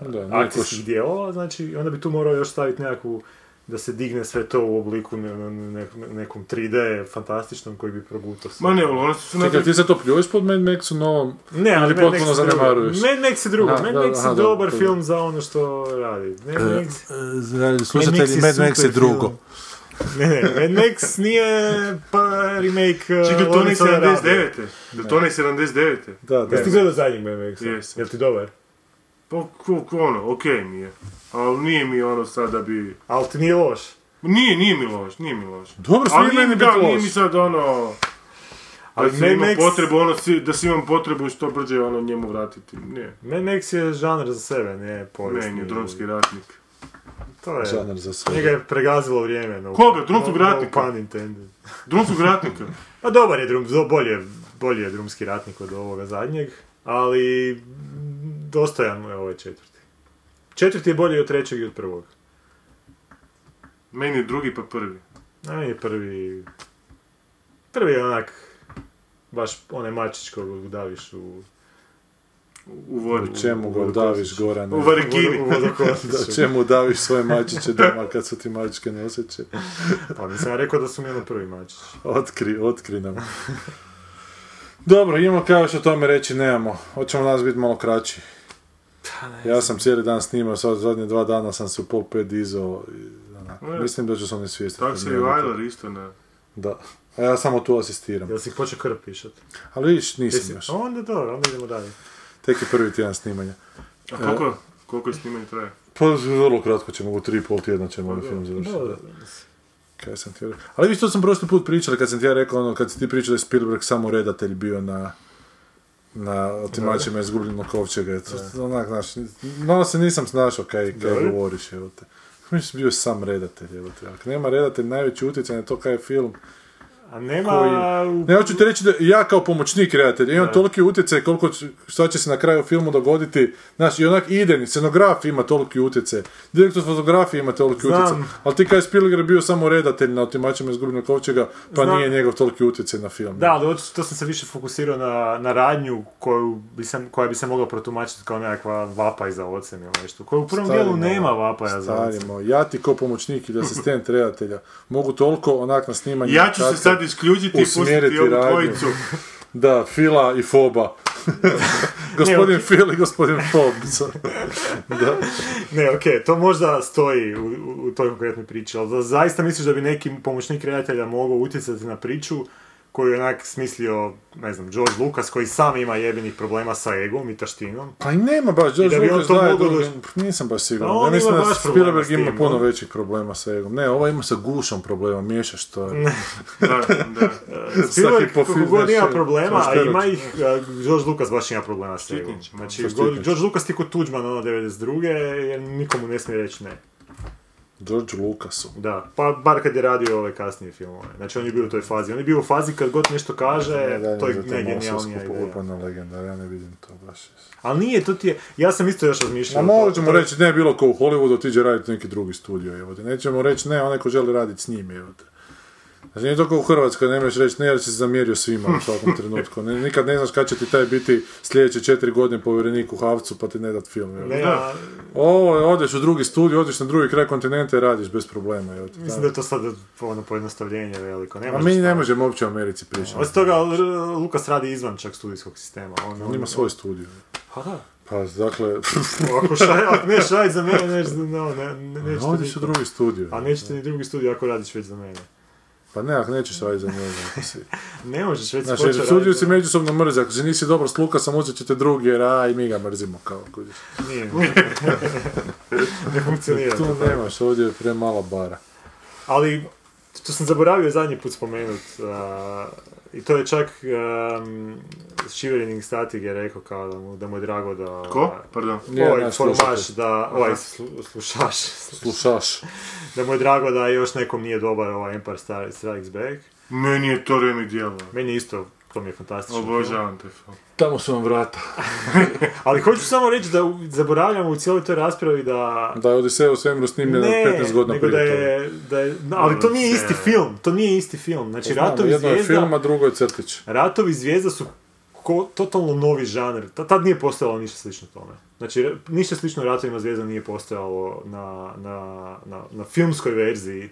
a,
Da, nije
akcijskih
koš-
dijelova, znači onda bi tu morao još staviti nekakvu da se digne sve to u obliku ne, ne- ne- nekom 3D fantastičnom koji bi progutao sve.
Ma ne, Lorenz su
Čekaj, ti
napravili...
se to pljuješ pod Mad Maxu novom?
ne, ali
ili
Mad Max
potpuno
je drugo.
zanemaruješ?
Mad Max je drugo.
Aha,
Mad
da,
Max je
aha, da,
dobar
to je.
film za ono što radi. Mad Max,
Slušatelji,
Mad Max je
Mad Max je
super
drugo.
film. ne, ne, Mad Max nije pa remake uh,
Čekaj, to ne
Lorenza de Arabije.
79. Da to ne 79.
Da, da.
Jesi ti gledao zadnji Mad Max?
Jesam.
Jel ti dobar?
Pa ko, ko ono, okej mi je. Ali nije mi ono sad da bi...
Ali ti nije loš.
Nije, nije mi loš, nije mi loš.
Dobro,
Ali
Pa svi meni
da,
biti
nije mi
loš.
sad ono...
Ali
da si imam
Mad Max-
potrebu, ono, si- da si imam potrebu što brže ono njemu vratiti. Ne,
Mad Max je žanr za sebe, ne povijesni.
ne, nije dronski ratnik.
To je,
žanar za sve.
njega je pregazilo vrijeme. No,
Koga? Drumskog
no- no
ratnika?
pun intended.
Drumskog ratnika.
Pa dobar je drum, do- bolje, bolje je drumski ratnik od ovoga zadnjeg, ali mm, dostojan mu je ovaj četvrti. Četvrti je bolji od trećeg i od prvog.
Meni je drugi pa prvi.
A meni je prvi... Prvi je onak... Baš onaj mačić kog udaviš u...
U vodu.
U čemu ga udaviš, Gorane?
U varikini.
u vodokotiću.
Da, čemu udaviš svoje mačiće doma kad su ti mačke noseće?
Pa nisam ja rekao da su mi ono prvi mačić.
Otkri, otkri nam. Dobro, imamo kaj još o tome reći, nemamo. Hoćemo danas biti malo kraći. Ja sam cijeli dan snimao, sad zadnje dva dana sam se u pol pet dizao. i onak,
E.
Mislim da ću se ne svijestiti.
Tako se i Weiler isto na...
Da. A ja samo tu asistiram.
Jel si ih počeo krv pišat?
Ali vidiš, nisam
Jesi?
još.
Onda dobro, onda idemo dalje.
Tek je prvi tjedan snimanja.
A
E.
koliko, koliko je snimanje traje?
Pa vrlo kratko ćemo, u tri i pol tjedna ćemo ovaj film završiti.
Dobro.
Kaj sam ti rekao? Ali vi što sam prošli put pričali, kad sam ti ja rekao, ono, kad si ti pričao da je Spielberg samo redatelj bio na na otimačima izgubljenog kovčega. To, to, onak, znaš, malo se nisam snašao kaj, kaj govoriš, evo te. Mislim, bio je sam redatelj, evo te. Ako nema redatelj, najveći utjecaj na to kaj je film.
A nema...
Koji-
u-
Ne, hoću ti reći da ja kao pomoćnik redatelja imam toliki utjecaj koliko, ću- šta će se na kraju filmu dogoditi. Znaš, i onak ide, scenograf ima toliki utjecaj, direktor fotografije ima toliki
Znam.
utjecaj. Ali ti kao Spielberg je bio samo redatelj na otimačima izgubljenog kovčega, pa
Znam.
nije njegov toliki utjecaj na film.
Da, ali očito to sam se više fokusirao na, na radnju koju bi sam, koja bi se mogla protumačiti kao nekakva vapaj za ocen ili nešto. Koja u prvom
Stari
dijelu
moj,
nema vapaja za
Stari
ocen.
moj, ja ti kao pomoćnik ili asistent redatelja mogu toliko onak na snimanje...
Ja ću se
kratko-
sad isključiti i
usmjeriti
pustiti ovu
radnju.
dvojicu.
Da, Fila i Foba. gospodin
Ne,
Fil i gospodin Fob. da.
Ne, okej, to možda stoji u, u, u toj konkretnoj priči, ali za- zaista misliš da bi neki pomoćnik redatelja mogao utjecati na priču koju je onak smislio, ne znam, George Lucas koji sam ima jebenih problema sa egom i taštinom.
Pa i nema baš,
da
George
bi on
Lucas
to
daje
mogao
drugi-
doći-
Pff, nisam baš
Pa
siguran.
on
Ja
ima
mislim da
baš problema s
Spielberg ima
tim,
puno
on.
većih problema sa egom. Ne, ova ima sa gušom problema, miješaš to. je.
Da, da.
Spielberg
hipofil-
kako god
znaš,
ima
e,
problema,
znaš,
a
Perot.
ima ih, a, George Lucas baš ima problema s egom.
Štitnić.
Znači,
Sa
George
štitnić.
George Lucas ti kod Tuđman ono 92. jer nikomu ne smije reći ne.
George Lucasu.
Da, pa bar kad je radio ove kasnije filmove. Znači on je bio u toj fazi. On je bio u fazi kad god nešto kaže,
Da,
to je
za to
najgenijalnija
mosovsku
ideja.
urbana legenda, ja ne vidim to baš.
Ali nije, to ti je... Ja sam isto još
A
razmišljao.
možemo
to- to-
reći, ne bilo ko u Hollywoodu, otiđe raditi u neki drugi studio, evo te. Nećemo reći, ne, onaj ko želi raditi s njim, evo te. Znači, nije to kao u Hrvatskoj, ne možeš reći, ne, jer si se zamjerio svima u svakom trenutku. Ne- nikad ne znaš kad će ti taj biti sljedeće četiri godine povjerenik u Havcu, pa ti ne dat film. evo te.
Ne, a,
Ovo, je, odeš u drugi studij, odeš na drugi kraj kontinenta i radiš bez problema. Jel, ti,
mislim da je to sad ono pojednostavljenje veliko. Ne
A
možeš
mi ne
staviti.
možemo uopće u Americi pričati.
Osim toga, L- Lukas radi izvan čak studijskog sistema. On,
On ima svoj studij.
Pa da.
Pa, dakle,
Ako, šaj, ako ne šaj za mene, neš, no, ne, ne, nećete
odeš u
niko.
drugi studij.
A nećete ni drugi studij ako radiš već za mene.
Pa ne, ako nećeš raditi za njega. ako si-
Ne možeš već
Znaš,
počeo
jer studiju
raditi
Znači, si
za-
međusobno mrze. Ako se nisi dobro s Lukasom, uzet će te drugi, jer a, i mi ga mrzimo. Kao, kužiš.
Nije. ne funkcionira.
tu
to tako.
nemaš, ovdje je premala bara.
Ali, to sam zaboravio zadnji put spomenut, a, i to je čak um, Shivering Static je rekao kao da mu, da mu je drago da...
Ko? Pardon.
Nije
ovaj
naš
formaš,
slušatelj.
da, ovaj slu- slušaš,
Slušaš.
da mu je drago da još nekom nije dobar ovaj Empire Star- Strikes Back.
Meni je to Remi djelo.
Meni isto, to mi je fantastično.
Obožavam te film.
Tamo su vam vrata.
Ali hoću samo reći da u- zaboravljamo u cijeloj toj raspravi da...
Da je Odiseo u svemiru snimljeno 15 godina
nego
prije
da
toga.
je, da je, ali to nije isti film, to nije isti film. Znači,
Znam,
Ratovi
jedno je
zvijezda-
film, a drugo je crtić.
Ratovi zvijezda su ko, totalno novi žanr. Ta, tad nije postojalo ništa slično tome. Znači, re- ništa slično Ratovima zvijezda nije postojalo na, na, na, na filmskoj verziji.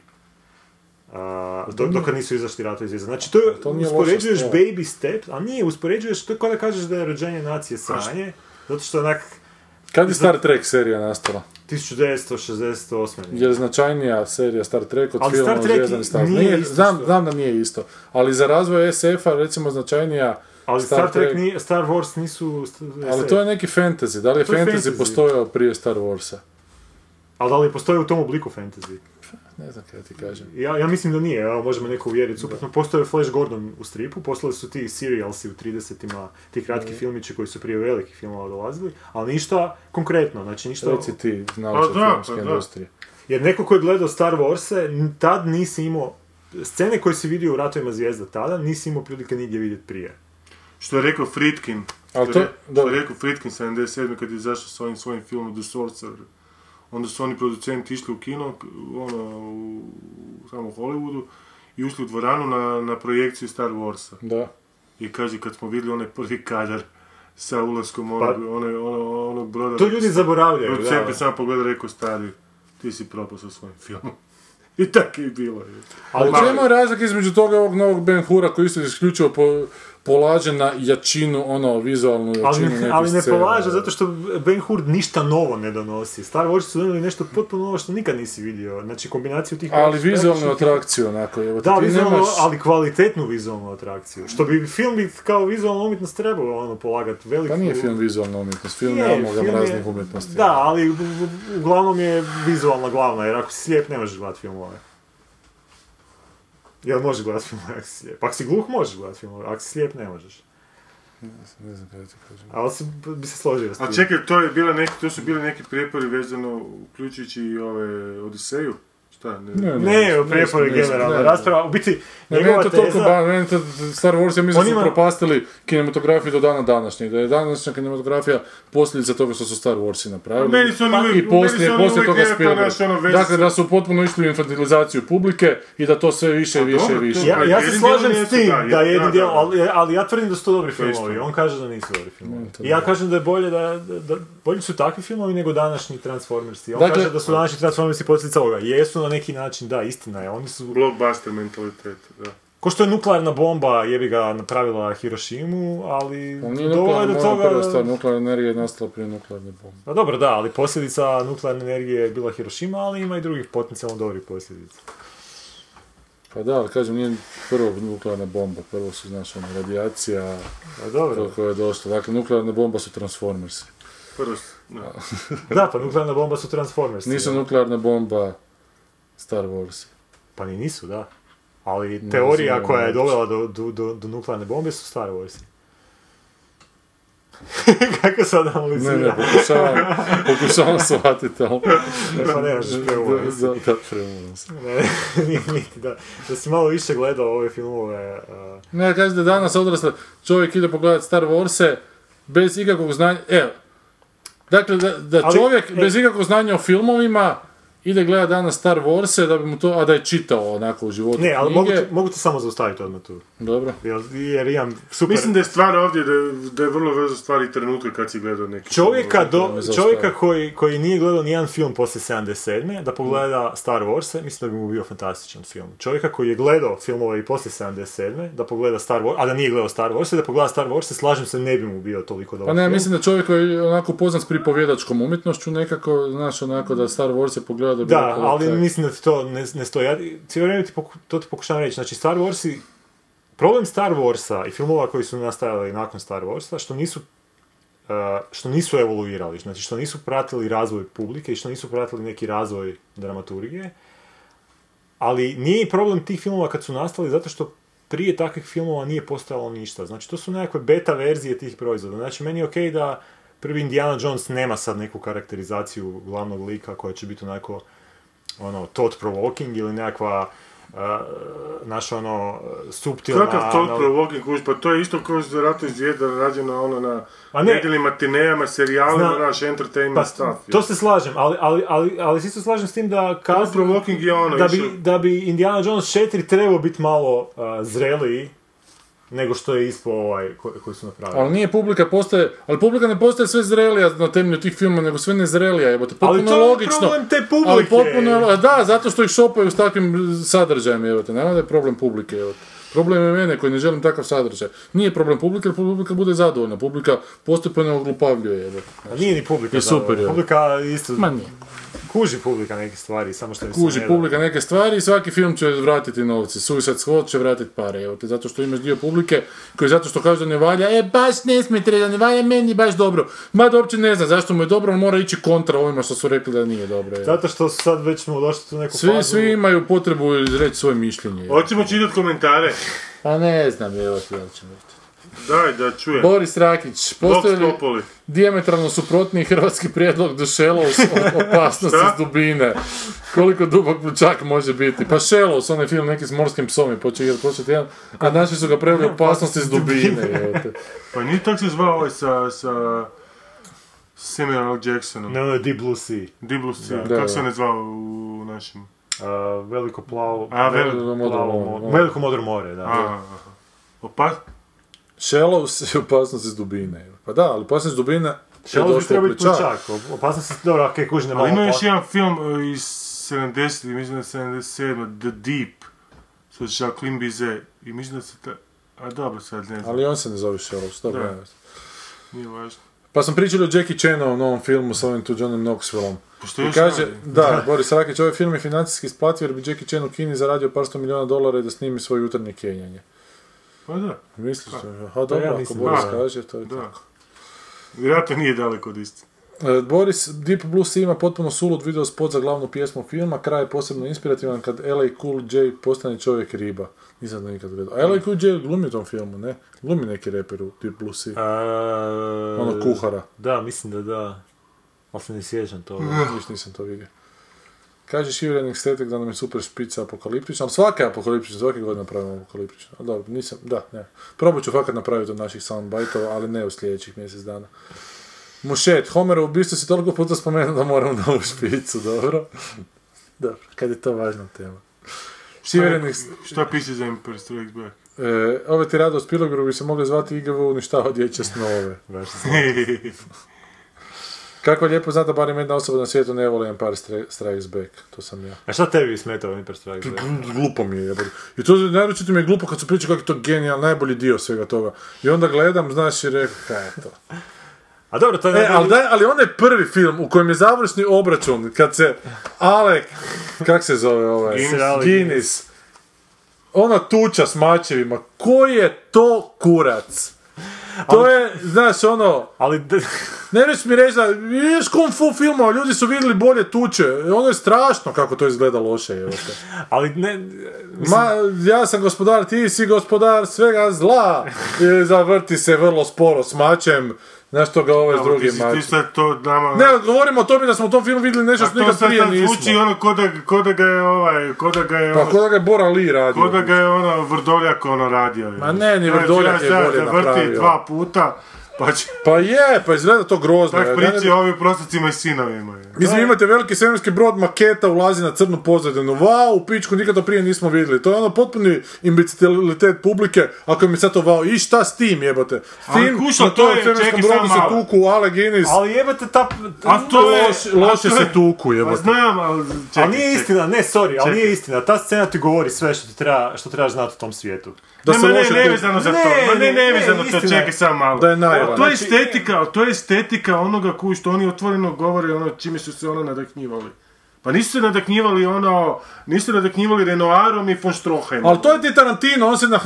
A, dok, dok nisu izašli Ratovi zvijezda. Znači, to,
to
je
nije loša
uspoređuješ
stvar.
baby step, a nije, uspoređuješ, to je kao da kažeš da je rođenje nacije sranje, zato što je onak
Kad je Star Trek serija nastala?
1968.
Je li značajnija serija Star Trek od
Ali
filma
Star
o
Trek
Zvijezdani Star
nije
Nije,
isto
znam,
što-
znam da nije isto. Ali za razvoj SF-a recimo značajnija
Ali Star, Trek, nije, Star Wars nisu...
Ali to je neki fantasy. Da li je
To je
fantasy,
fantasy.
postojao prije Star Warsa?
Ali da li postoji u tom obliku fantasy?
Ne znam kaj ti kažem.
Ja, ja mislim da nije, evo može me neko uvjeriti. Suprotno, postoje Flash Gordon u stripu, postali su ti serialsi u 30-ima, ti kratki filmići koji su prije velikih filmova dolazili, ali ništa konkretno, znači ništa...
Reci ti,
Pa
znao
da,
filmske
pa da.
industrije.
Jer neko ko je gledao Star Warse, n- tad nisi imao... Scene koje si vidio u Ratovima zvijezda tada, nisi imao prilike nigdje vidjeti prije.
Što je rekao Fritkin.
Ali
što je,
to-
što
dobro.
je rekao Fritkin 77. kad je izašao s ovim svojim filmom The Sorcerer. Onda su oni producenti išli u kino, k- ono, u, samo u Hollywoodu, i ušli u dvoranu na, na projekciju Star Warsa.
Da.
I kaže, kad smo vidjeli onaj prvi kadar sa ulaskom
Pa-
onog, onog, onog, onog broda...
To ljudi zaboravljaju, da.
Producent je samo pogledao i rekao, stari, ti si propao sa svojim filmom. I tako je i bilo. je.
Pa
Ali
Ma-
čemu je razlika između toga i ovog novog Ben Hura koji isto isključivo po, polaže na jačinu, ono, vizualnu jačinu
Ali, ne-
neke
ali ne
scene.
polaže, zato što Ben Hur ništa novo ne donosi. Star Wars su donijeli nešto potpuno novo što nikad nisi vidio. Znači kombinaciju tih...
Ali vizualnu
različitih-
atrakciju, onako, evo,
Da,
ti
vizualno,
nemaš...
ali kvalitetnu vizualnu atrakciju. Što bi film bi kao vizualna umjetnost trebalo ono polagati veliku...
Pa nije film vizualna umjetnost, film
Je,
je amalgam
film je-
raznih umjetnosti.
Da, ali u- u- uglavnom je vizualna glavna, jer ako si slijep ne možeš gledati filmove. Jel možeš gledati filmove ako si slijep? Pa Ako si gluh možeš gledati filmove, ako si slijep ne možeš.
Ne znam kaj ti kažem.
Ali si, bi se složio s tim.
A čekaj, to, je bila neki, to su bili neki prijepori vezano, uključujući i ove Odiseju? Šta? Ne,
Ne, o prijepor je
Ne znam,
generalna
ne znam.
rasprava. U biti,
Ne, meni je
njegova
to
teza...
toliko ba, meni je to Star Wars, ja mislim
On
da
ima-
su propastili kinematografiju do dana današnjeg, da je današnja kinematografija posljedica toga što su Star Warsi napravili.
Pa meni su oni uvijek-
I poslije,
meni su oni
poslije
uvijek
toga
nekako
Spielberg.
naš, ono, veze
Dakle,
sa-
da su potpuno išli u infantilizaciju publike i da to sve više i više
Pa dobro,
i više.
to-
Ja, ja se
Jednim
slažem
dijelom
s
jesu,
tim
da,
da,
je-
je
da,
jednim dijelom,
da.
ali, ali ja tvrdim da su to dobri filmovi.
istina.
On kaže da nisu dobri filmovi.
to
I ja kažem da je bolje da, da, da- bolji su takvi filmovi nego današnji Transformersi. On
Dakle-
kaže da su današnji Transformersi posljedica ovoga. Jesu na neki način, da, istina je. Oni su...
Blockbuster mentalitet, da.
Ko što je nuklearna bomba jebi ga napravila Hirošimu, ali
On nije
dovoljno je
nuklearna,
do
toga... prva
toga...
stvar, nuklearna energija je nastala prije nuklearne bombe.
Pa dobro, da, ali posljedica nuklearne energije je bila Hirošima, ali ima i drugih potencijalno dobrih posljedica.
Pa da, ali kažem, nije prvo nuklearna bomba, prvo su, znaš, ono, radijacija
Pa dobro.
koja je došla. Dakle, nuklearna bomba su Transformersi.
Prvo, s- da.
Da, pa nuklearna bomba su Transformersi.
Nisu nuklearna bomba Star Warsi.
Pa ni nisu, da. Ali teorija
znam,
koja je
uopće.
dovela do, do, do, do nuklearne bombe su Star Warsi. Kako sad
Ne,
analizira?
ne, pokušavam, pokušavam shvatiti, ali...
E, pa ne možeš prvo,
Da,
mislim.
da, da, premoram se.
Ne, nije niti da, da si malo više gledao ove filmove. a,
Ne, kaže da danas odrasla čovjek ide pogledati Star Warse bez ikakvog znanja, evo. Dakle, da, da
Ali,
čovjek
e-
bez ikakvog znanja o filmovima ide gleda danas Star Warse da bi mu to, a da je čitao onako u životu
ne, ali mogu
knjige.
te, mogu te samo zaustaviti odmah tu.
Dobro.
Jer, jer imam super...
Mislim da je stvar ovdje, da je, da je vrlo vezna stvar i trenutka kad si gledao neki...
Čovjeka, do,
zaustavi.
čovjeka koji, koji nije gledao nijedan film poslije 77. da pogleda Star Wars, mislim da bi mu bio fantastičan film. Čovjeka koji je gledao filmove i poslije 77. da pogleda Star Wars, a da nije gledao Star Wars, da pogleda Star Wars, slažem se, ne bi mu bio toliko dobar
Pa ne, ja
film.
mislim da čovjek koji je onako poznat s pripovjedačkom umjetnošću nekako, znaš, onako da Star Warse pogleda da bi
Da,
rekao,
ali
"Ok."
mislim da ti to ne, ne stoji. Ja ti- cijelo vrijeme ti poku- to ti pokušavam reći. Znači, Star Wars i... Problem Star Warsa i filmova koji su nastajali nakon Star Warsa, što nisu uh, što nisu evoluirali, znači što nisu pratili razvoj publike i što nisu pratili neki razvoj dramaturgije, ali nije i problem tih filmova kad su nastali zato što prije takvih filmova nije postojalo ništa. Znači to su nekakve beta verzije tih proizvoda. Znači meni je okej da prvi Indiana Jones nema sad neku karakterizaciju glavnog lika koja će biti onako ono thought provoking ili nekakva uh, naš ono suptilna
Kakav to
anal-
provoking kuć, pa to je isto kao za Rato iz Jeda rađeno ono na
A ne.
nedjeljima, tinejama, serijalima,
Zna-
naš entertainment
Pa,
stuff. je.
to se slažem, ali, ali, ali, ali se isto slažem s tim da
Thought
kazna,
provoking je ono,
da, bi,
išao-
da bi Indiana Jones 4 trebao biti malo a, zreliji nego što je ispao ovaj ko- koji su napravili.
Ali nije publika postaje, ali publika ne postaje sve zrelija na temelju tih filmova, nego sve nezrelija, jebote,
Ali
potpuno
to je
logično.
problem te publike.
Ali potpuno, da, zato što ih šopaju s takvim sadržajem, jebote, nema da je problem publike, jebote. Problem je mene koji ne želim takav sadržaj. Nije problem publike, jer publika bude zadovoljna. Publika postepeno oglupavljuje. jebote.
A nije ni publika.
Je
zapravo.
super, je.
Publika isto...
Ma nije.
Kuži publika neke stvari, samo što im se
Kuži
ne da.
publika neke stvari i svaki film će vratiti novce. Suicide Squad će vratiti pare, evo te, zato što imaš dio publike koji zato što kaže da ne valja, e baš ne smijete da ne valja, meni je baš dobro. Mada uopće ne zna zašto mu je dobro, on mora ići kontra ovima što su rekli da nije dobro. evo.
Zato što su sad već mu došli tu neku
Svi,
fazu.
svi imaju potrebu izreći svoje mišljenje. evo.
Hoćemo čitati komentare.
Pa ne znam, evo ti da li ćemo vidjeti.
Daj, da čujem.
Boris Rakić,
Bog
postoji li
stopoli.
diametralno suprotni hrvatski prijedlog do Shallows o opasnosti
Šta?
s dubine? Koliko dubok plućak može biti? Pa Shallows, onaj film neki s morskim psom je počeo igrati prošli tjedan, a naši su ga preveli opasnosti s dubine. evo te.
Pa nije tako se zvao ovaj sa... sa... Samuel L. Jacksonom.
Ne, ono je Deep Blue Sea.
Deep Blue Sea.
Da,
Kako
da.
se on je zvao u našem?
A, uh, veliko plavo...
A,
Modro,
veliko.
modro,
plavo
modro,
mo-
modro.
Veliko modro more, da.
A, opa...
Shallows je opasnost iz dubine. evo. Pa da, ali opasnost iz dubine je
Shallows bi
došlo
trebao
u
biti
plućak.
plućak. Opasno se, dobro, okej, kuži ne malo
Ali ima još
opasno.
jedan film e, iz 70. mislim da je 77. The Deep. Sa Jacqueline Bizet. I mislim da se ta... A dobro, sad ne znam,
Ali on se ne zove Shallows, dobro.
Da.
evo.
nije važno.
Pa sam pričali o Jackie Chanu u novom filmu s ovim tu Johnom Knoxvilleom.
Pošto
I
Pa još
kaže,
radi.
da, Boris Rakić, ovaj film je financijski isplativ jer bi Jackie Chan u Kini zaradio par sto milijuna dolara i da snimi svoje jutarnje kenjanje.
Pa da,
Misliš, aha, dobro,
ja
ako
mislim,
Boris
da.
kaže, to je
da.
tako.
Vjerojatno nije daleko od istine.
E, Boris, Deep Blue Sea ima potpuno sulud video spot za glavnu pjesmu filma, kraj je posebno inspirativan kad LA Cool J postane čovjek riba. Nisam to nikad gledao. A LA Cool J glumi u tom filmu, ne? Glumi neki reper u Deep Blue Sea.
A,
Ono kuhara.
Da, mislim da da. Ali se ne sjećam to.
Niš nisam to vidio. Kaže Šivrenik Stetek da nam je super špica apokaliptična, ali svaka je apokaliptična, svake godine napravimo apokaliptična. Ali dobro, nisam, da, ne. Probat ću fakat napraviti od naših soundbajtova, ali ne u sljedećih mjesec dana. Mušet, Homer, u bistvu si toliko puta spomenuo da moram na ovu špicu, dobro. dobro, kad je to važna tema. Šiverenik,
Šta piše za Empire Strikes Back?
e, ove ti rado Spielbergu bi se mogle zvati IGV uništava dječje snove.
Baš se
Kako je lijepo znata, barem jedna osoba na svijetu ne voli Empire Stri- Strikes Back, to sam ja.
A šta tebi smeta Uniper Strike? Back?
Gl- glupo mi je jebote. I to naročito mi je glupo kad su pričali kako je to genijal, najbolji dio svega toga. I onda gledam, znaš, i rekao, kaj je to?
A dobro, to je
E,
najbolji-
ali, daj, ali on je prvi film u kojem je završni obračun, kad se Alek, kak se zove ovaj,
Guinness. Alec
Guinness, ona tuča s mačevima, koji je to kurac? To je, znaš, ono,
ali d-
ne reći mi reći da, vidiš kung fu filmova, ljudi su vidjeli bolje tuče, ono je strašno kako to izgleda loše, evo te.
ali ne...
Ma, ja sam gospodar, ti si gospodar svega zla. I zavrti se vrlo sporo s mačem. Znaš što ga ovaj s
Evo, ti
drugim
si- Ti
mačem.
sad to nama...
Ne, govorimo o tome da smo u tom filmu vidjeli nešto
A
što
to
nikad
sad
prije
sad zvuči
nismo.
ono ko da, ko da ga je ovaj, ko da ga je
Pa
ono,
ko da ga je Bora Lee radio.
ko da ga je ono Vrdoljak ono radio. Znači,
Ma ne, ni Vrdoljak je bolje
Vrti
napravio.
dva puta, pa će...
Pa je, pa izgleda to grozno.
Tak
je.
priči
Ne, ne,
o ovim prosticima i sinovima. je.
Mislim, imate veliki svemirski brod, maketa ulazi na crnu pozadinu. Vau, u pičku, nikad to prije nismo vidjeli. To je ono potpuni imbecilitet publike. Ako mi sad to vau, i šta s tim jebote? S
Ali
tim,
kušo,
na
to
tom
je-
svemirskom
čekaj,
brodu
samo
se
malo.
tuku Ale Guinness.
Ali jebate ta...
A to je...
Loš- loše
a to je-
se tuku, jebote.
Pa znam, ali... Čekaj,
Ali nije
čekaj.
istina, ne, sorry, ali nije
Čekaj.
istina. Ta scena ti govori sve što, ti treba, što trebaš znati u tom svijetu.
da
ne,
se
ma ne,
loše tu-
nevezano za to,
Ne,
ma
ne,
ne, nevezano
ne,
to,
istina je.
čekaj samo malo.
Da je najava.
To je
Znači-
estetika, ali to je estetika onoga koji što oni otvoreno govore, ono čime su se ono nadaknjivali. Pa nisu se nadaknjivali ono, nisu se nadaknjivali Renoirom i von Stroheim.
Ali to je ti Tarantino, on se na,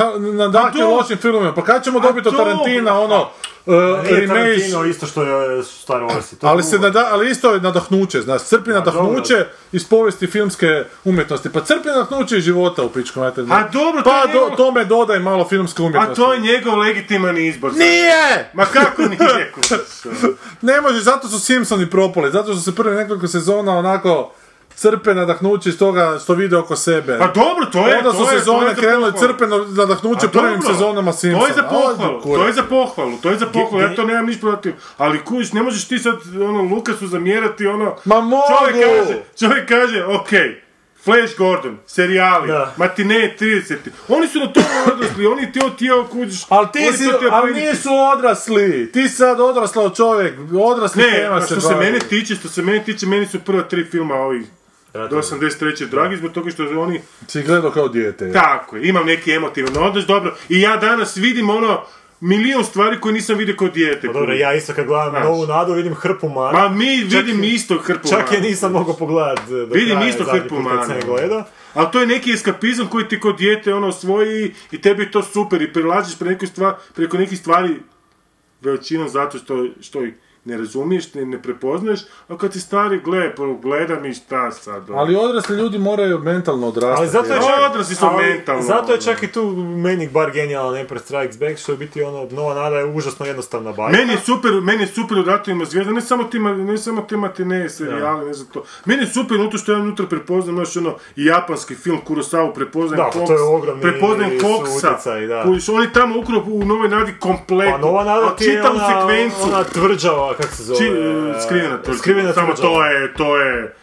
na
to-
lošim filmima, pa kad ćemo dobiti od
to-
Tarantina ono, uh,
Nije
remake,
Tarantino isto što je eh, Star Wars. i to je
ali, se
drugo.
nada, ali isto je nadahnuće, znaš, crpi nadahnuće iz povijesti filmske umjetnosti, pa crpi nadahnuće iz života u pičku materinu.
A dobro, to
pa
je
do,
njegov-
tome dodaj malo filmske
A
umjetnosti.
to je njegov legitiman izbor.
Nije!
Ma kako nije? kužiš, ono?
Ne može, zato su Simpsoni propali, zato su se prvi nekoliko sezona onako crpe nadahnuće iz toga što vide oko sebe.
Pa dobro, to je,
Onda
to
su
je, to je
sezone
za
krenule
pohvalu.
crpeno nadahnuće
A dobro,
prvim sezonama Simpsona.
To je za pohvalu,
Ajde, kurac.
to je za pohvalu, to je za pohvalu, ja to nemam ništa protiv. Ali kužiš, ne možeš ti sad ono Lukasu zamjerati ono...
Ma mogu!
Čovjek kaže, čovjek kaže, okej, Flash Gordon, serijali,
Da.
matine 30. Oni su na to odrasli, oni ti otijao kuđiš.
Ali ti
oni
si,
to ti
ali
apeli-
nisu odrasli. Ti si sad odraslao čovjek, odrasli
Ne,
tema
a što se
bavi.
mene tiče, što se mene tiče, meni su prva tri filma ovih
Rata-
Do 83. dragi zbog toga što oni
Si gledao kao dijete. je.
Tako je, imam neki emotivan odnos, dobro. I ja danas vidim ono milion stvari koje nisam vidio kod dijete.
Pa dobro, ja isto kad gledam
Znaš.
novu nadu vidim hrpu mana.
Ma mi vidim isto hrpu
Čak je
mana.
nisam mogao pogledat do
Vidim
kraja
isto
zadnji
hrpu
put kad
mana.
sam je gledao.
Ali to je neki eskapizam koji ti kod dijete ono osvoji i tebi je to super i prelaziš preko, nekih stvar, preko nekih stvari veličinom zato što, što ih ne razumiješ, ne, ne prepoznaješ, a kad si stari gle, pogledam i šta sad. ono.
Ali odrasli ljudi moraju mentalno odrastati.
Ali zato je
A
jel?
čak,
odrasli su
ali
mentalno,
Zato je
ono.
čak i tu meni bar genijalan Empire Strikes Back, što je biti ono, Nova Nada je užasno jednostavna bajka.
Meni je super, meni je super u ratovima zvijezda, ne samo tima, ne samo te matine, serijale, ne znam to. Meni je super unutra što ja unutra prepoznam, znaš, ono, i japanski film Kurosawa, prepoznajem
Da, pa to je ogromni
prepoznajem
su
Coxa,
utjecaji, da.
koji su oni tamo ukrop u Novoj Nadi kompletno,
Pa Nova Nada
a
ti je
čitavu
ona,
sekvencu,
ona tvrđava, kak se zove?
či, e, skrivena tvrđava, samo
tvrđava.
to je, to je,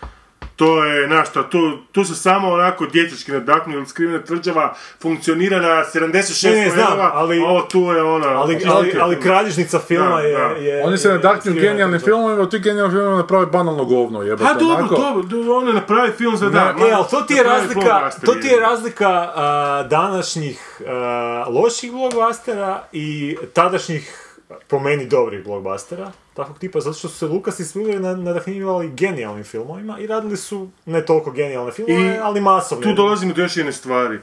to je, znaš šta, tu, tu se samo onako dječački nadaknuo, jer skrivena tvrđava funkcionira na 76
Ne, ne, znam,
levelova,
ali-
a ovo tu je ona...
Ali, ali, ali kralježnica filma
Da,
je,
da.
je...
Oni se
je
nadahnuju
skrivena
genijalnim
tvrđava.
filmovima, a ti genijalnim filmovima naprave banalno govno, jebate.
Pa
Dakle,
dobro,
onako.
dobro, do- ono napravi film za dan.
E, ali to ti je razlika, to ti je razlika a, današnjih a, loših blockbustera i tadašnjih po meni dobrih blockbustera, takvog tipa, zato što su se Lukas i Spielberg na- nadahnjivali genijalnim filmovima i radili su ne toliko genijalne filmove,
I
ali masovne.
Tu dolazimo do još jedne stvari.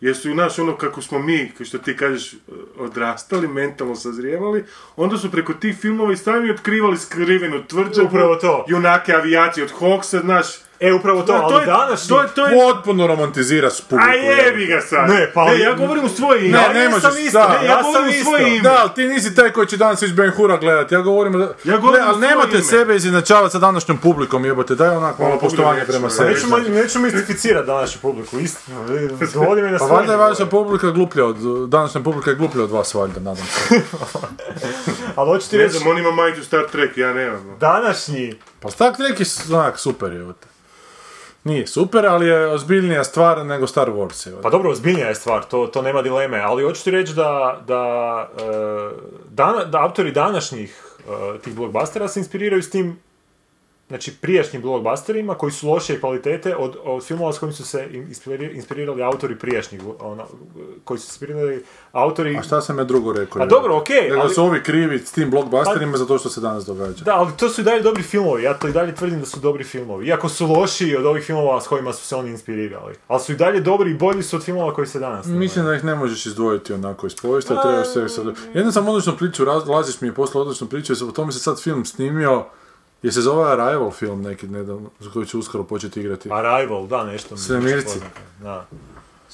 Jesu i naš ono kako smo mi, kao što ti kažeš, e, odrastali, mentalno sazrijevali, onda su preko tih filmova i sami otkrivali skrivenu tvrđavu.
Upravo to.
Junake avijacije od Hawksa, znaš.
E, upravo to,
Da,
ali
to je-
današnji...
to je- to je-
Potpuno romantizira s publiku.
A jebi ga sad!
Ne, pa ali-
ja govorim u svoje ime.
Ne,
Ja
ne
sam
možeš,
isto,
da.
ne, ja,
Ja sam
govorim u
isto.
svoje ime.
Da, ali ti nisi taj koji će danas ići Ben Hura gledati. Ja govorim... Da,
Ja govorim
ali
u svoje
nemate
ime.
sebe izjednačavati sa današnjom publikom, jebote. Daj onako malo
publika
poštovanje
neće,
prema
ne.
sebi.
Neću, neću Pa mistificirati današnju publiku, istino, dovodi me na
Pa
svoje
valjda je
nivoe.
vaša publika gluplja od... Današnja publika je gluplja od vas, valjda, nadam se.
Ali hoću ti
Ne
reći,
znam, on ima majicu Star Trek, ja nemam. no.
današnji
Pa Star Trek je onak super, jebote. Nije super, ali je ozbiljnija stvar nego Star Wars, jebote.
Pa dobro, ozbiljnija je stvar, to, to nema dileme, ali hoću ti reći da, da, e, dana- da autori današnjih e, tih blockbustera se inspiriraju s tim znači prijašnjim blockbusterima koji su lošije kvalitete od, od filmova s kojim su se in- inspiri- inspirirali autori prijašnjih, ono, koji su inspirirali autori...
A šta sam ja drugo rekao?
Pa
jebote?
dobro, okej,
Nego
ali-
su ovi krivi s tim blockbusterima za to što se danas događa.
Da, ali to su i dalje dobri filmovi, ja to i dalje tvrdim da su dobri filmovi. Iako su lošiji od ovih filmova s kojima su se oni inspirirali. Ali su i dalje dobri i bolji su od filmova koji se danas snimaju.
Mislim da Pa, ih ne možeš izdvojiti onako iz povijesti, a trebaš sve sad... Jedna sam odličnu priču, raz- Lazić mi je poslao odličnu priču, jer se- o tome se sad film snimio, je se zove Arrival film neki nedavno, za koji će uskoro početi igrati.
Pa-
Arrival, da, nešto mi je
Svemirci.
poznato, Da.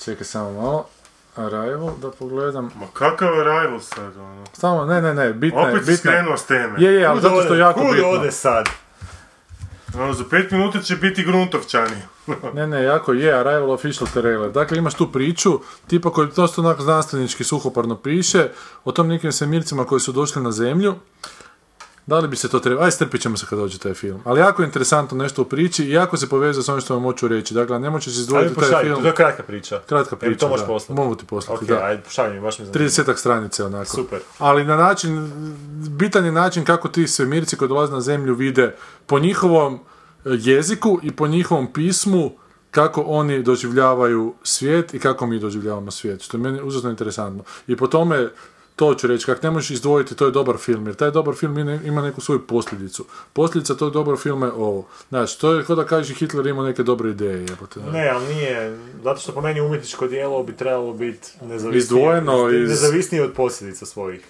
Čekaj samo malo. Arrival, da pogledam.
Ma kakav je rival sad, ono?
Samo, ne, ne, ne, bitna je,
Opet si
bitna je.
skrenuo s teme.
Je, je, E, ali
Kud
zato što je
ode-
jako
kud
bitno.
ode sad?
Ono, za pet minuta će biti Gruntovčani.
Ne, ne, jako je, Arrival official trailer. Dakle, imaš tu priču, tipa koji dosta onako znanstvenički suhoparno piše, o tom nekim svemircima koji su došli na zemlju. Da li bi se to trebalo? Aj, strpit ćemo se kad dođe taj film. Ali jako je interesantno nešto u priči i jako se povezuje s onim što vam hoću reći. Dakle, ne možeš
Ajde mi
izdvojiti taj
pošalji,
film.
to je kratka priča.
Kratka
Jel mi
priča,
to možeš
da.
poslati?
Mogu ti poslati,
Ok,
da.
ajde, pošalji mi, baš me zanima.
30 stranica onako.
Super.
Ali na način, bitan je način kako ti svemirci koji dolaze na zemlju vide po njihovom e, jeziku i po njihovom pismu kako oni doživljavaju svijet i kako mi doživljavamo svijet, što je meni uzasno interesantno. I po tome, to ću reći, kako ne možeš izdvojiti, to je dobar film, jer taj dobar film ima- ima neku svoju posljedicu. Posljedica tog dobrog filma je ovo. Znači, to je kao da kažeš Hitler imao neke dobre ideje, jebote.
Ne, ali nije, zato što po meni umjetničko dijelo bi trebalo biti nezavisnije,
Izdvojeno iz-
nezavisnije od posljedica svojih.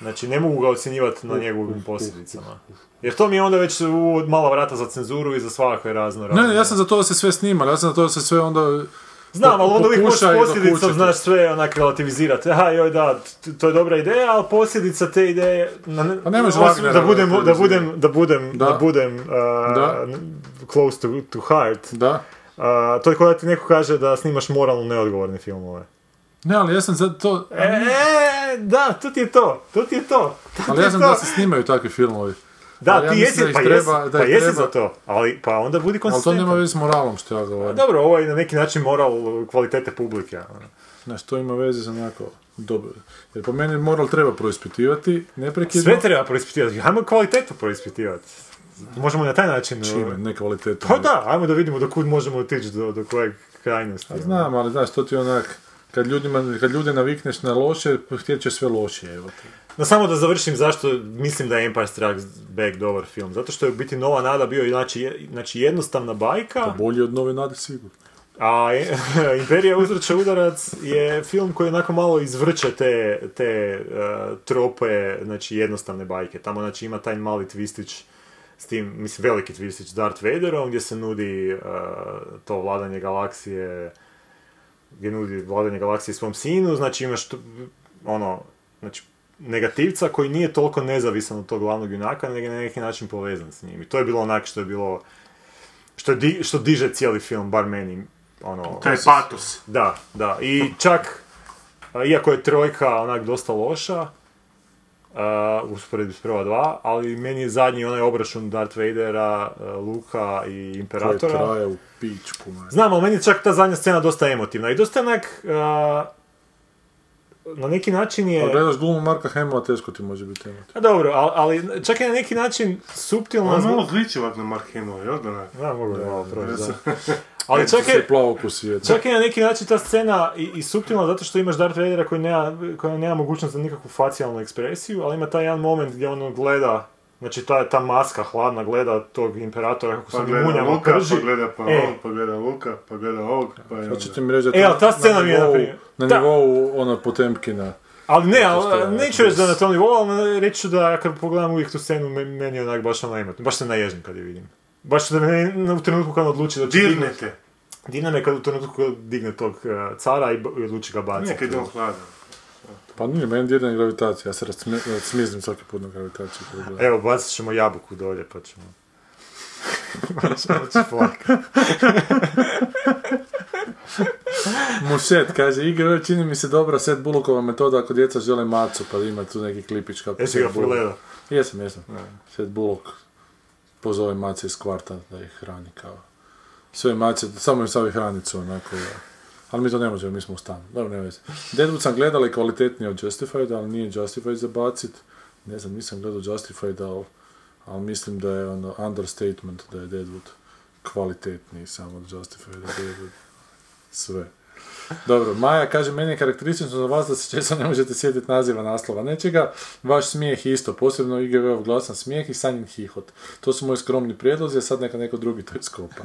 Znači, ne mogu ga ocjenjivati na njegovim posljedicama. Jer to mi je onda već u mala vrata za cenzuru i za svakakve razno
Ne,
razne.
ne, ja sam za to da se sve snima, ja sam za to da se sve onda
Znam, ali onda uvijek možeš
Pokušaj dokučiti.
posljedicom, znaš, sve onak relativizirati. Aha, joj, da, t- to je dobra ideja, ali posljedica te ideje... Na, ne,
Pa ne možeš
osim
Wagnera
da budem, da
relativizirati.
budem, da budem,
Da.
da, budem uh,
Da.
n- close to, to heart.
Da.
Uh, to je kao da ti neko kaže da snimaš moralno neodgovorne filmove.
Ne, ali ja sam za to...
E, e, da, to ti je to, to ti je to. to
Ali
ti
ja
je
sam
to.
da se snimaju takvi filmovi.
Da,
ali ja
ti
mislim
jesi,
da ih
pa
treba-
jesi,
da
pa
ih
jesi
treba-
za to. Ali, pa onda budi
Ali to
konsistentan.
nema veze s moralom što ja govorim.
Dobro, ovo je na neki način moral kvalitete publike. ono.
Znaš, to ima veze s onako... Dobro. Jer po meni moral treba proispitivati, neprekidno.
Sve treba proispitivati, ajmo kvalitetu proispitivati. Možemo i na taj način...
Čime, nekvalitetom.
Pa da, ajmo da vidimo do kud možemo otići, do, do kojeg krajnosti. ono.
A Pa znam, ali znaš, to ti je onak, kad, ljudima, kad ljude navikneš na loše, htjet će sve lošije, evo ti.
No samo da završim zašto mislim da je Empire Strikes Back dobar film. Zato što je u biti Nova Nada bio znači, je- znači jednostavna bajka,
Bolje od nove nade sigurno.
a e, Imperija uzvrće udarac je film koji onako malo izvrće te, te e, trope, znači jednostavne bajke. Tamo znači ima taj mali twistić s tim, mislim veliki twistić s Darth Vaderom gdje se nudi e, to vladanje galaksije gdje nudi vladanje galaksije svom sinu, znači imaš tu, ono, znači negativca koji nije toliko nezavisan od tog glavnog junaka, nego je na neki način povezan s njim. I to je bilo onak što je bilo, što, je di- što diže cijeli film, bar meni, ono...
Taj patos.
Da, da. I čak, a, iako je trojka onak dosta loša, a, u usporedbi s prva dva, ali meni je zadnji onaj obračun Darth Vadera, a, Luka i
Koje
Imperatora.
traje u pičku, man.
Znam, ali meni je čak ta zadnja scena dosta emotivna i dosta onak... a, na neki način je...
Kad Pa gledaš glumu Marka Hemova, teško ti može biti emotivno.
A dobro, al- ali, čak je na neki način suptilno...
ono
On malo zliči ovak na Mark Hamill, jel da Ono- ne? Pa
Da, mogu da malo proći, da. Ali čak je,
Plavo ko svijet.
čak je na neki način ta scena i, i suptilna zato što imaš Darth Vadera koji nema, koji nema mogućnost za nikakvu facijalnu ekspresiju, ali ima taj jedan moment gdje on gleda, znači ta, ta maska hladna gleda tog imperatora kako se
Pa
on
gleda
munjama
Luka,
prži.
pa gleda pa
E.
on, pa gleda Luka, pa gleda ovog, pa je
Hoćete mi
onda.
reći da
E,
to
ali ta scena mi je,
nivou-
naprimjer-
na
Da.
nivou ona Potemkina.
Ali ne,
Zato što je
ali, neću
onak
reći da je na
bez-
tom nivou, ali reći ću da kad pogledam uvijek tu scenu, me- meni je onak baš ona emotivna. Baš se naježim kad je vidim. Baš da me u trenutku kad odluči da će
Dirne
dignut-
te.
Dirne me kad u trenutku kad digne tog e, cara i, b- i odluči ga baciti.
Nekad Znači, je on hladan.
Pa nije, meni jedan je gravitacija, ja se rasme- smiznim svaki put na gravitaciju. kad gledam.
Evo, bacit ćemo jabuku dolje, pa ćemo... pa ćemo ići plakat.
Mušet, kaže, IGV čini mi se dobra set Bulokova metoda ako djeca žele macu, pa ima tu neki klipić kako...
Jesi
Set
ga
Bullock-
pogledao?
Jesam, jesam. Set Bulok pozove mace iz kvarta da ih hrani kao. Sve mace, samo im stavi hranicu onako da. Ali mi to ne možemo, mi smo u stanu. Dobro, ne veze. Deadwood sam gledala i kvalitetnije od Justified, ali nije Justified za bacit. Ne znam, nisam gledao Justified, ali, ali mislim da je ono understatement da je Deadwood kvalitetniji samo od Justified. Deadwood. Sve. Dobro, Maja kaže, meni je karakteristično za vas da se često ne možete sjetiti naziva naslova nečega, vaš smijeh isto, posebno IGV-ov glasan smijeh i sanjin hihot. To su moji skromni prijedlozi, a sad neka neko drugi to iskopa.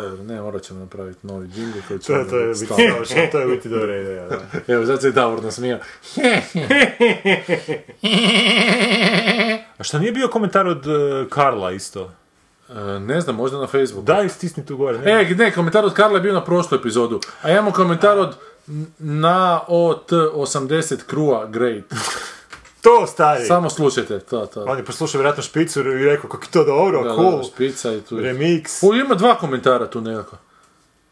Dobro, ne, morat ćemo napraviti novi džingl koji
To,
ćemo
je- to je
biti
biti
stalno.
savršeno, to je biti dobra ideja, da.
Evo, sad se je Davor nasmijao.
A šta nije bio komentar od e, Karla isto?
E, ne znam, možda na Facebooku.
Daj, stisni tu gore. Ne?
E, ne, komentar od Karla je bio na prošlu epizodu, a ja imam komentar od na ot 80 krua great.
to stari!
Samo slušajte, to, to.
On je poslušao vjerojatno špicuru i rekao kako je to dobro,
Da,
cool,
da, špica i tu.
remix.
U, ima dva komentara tu nekako.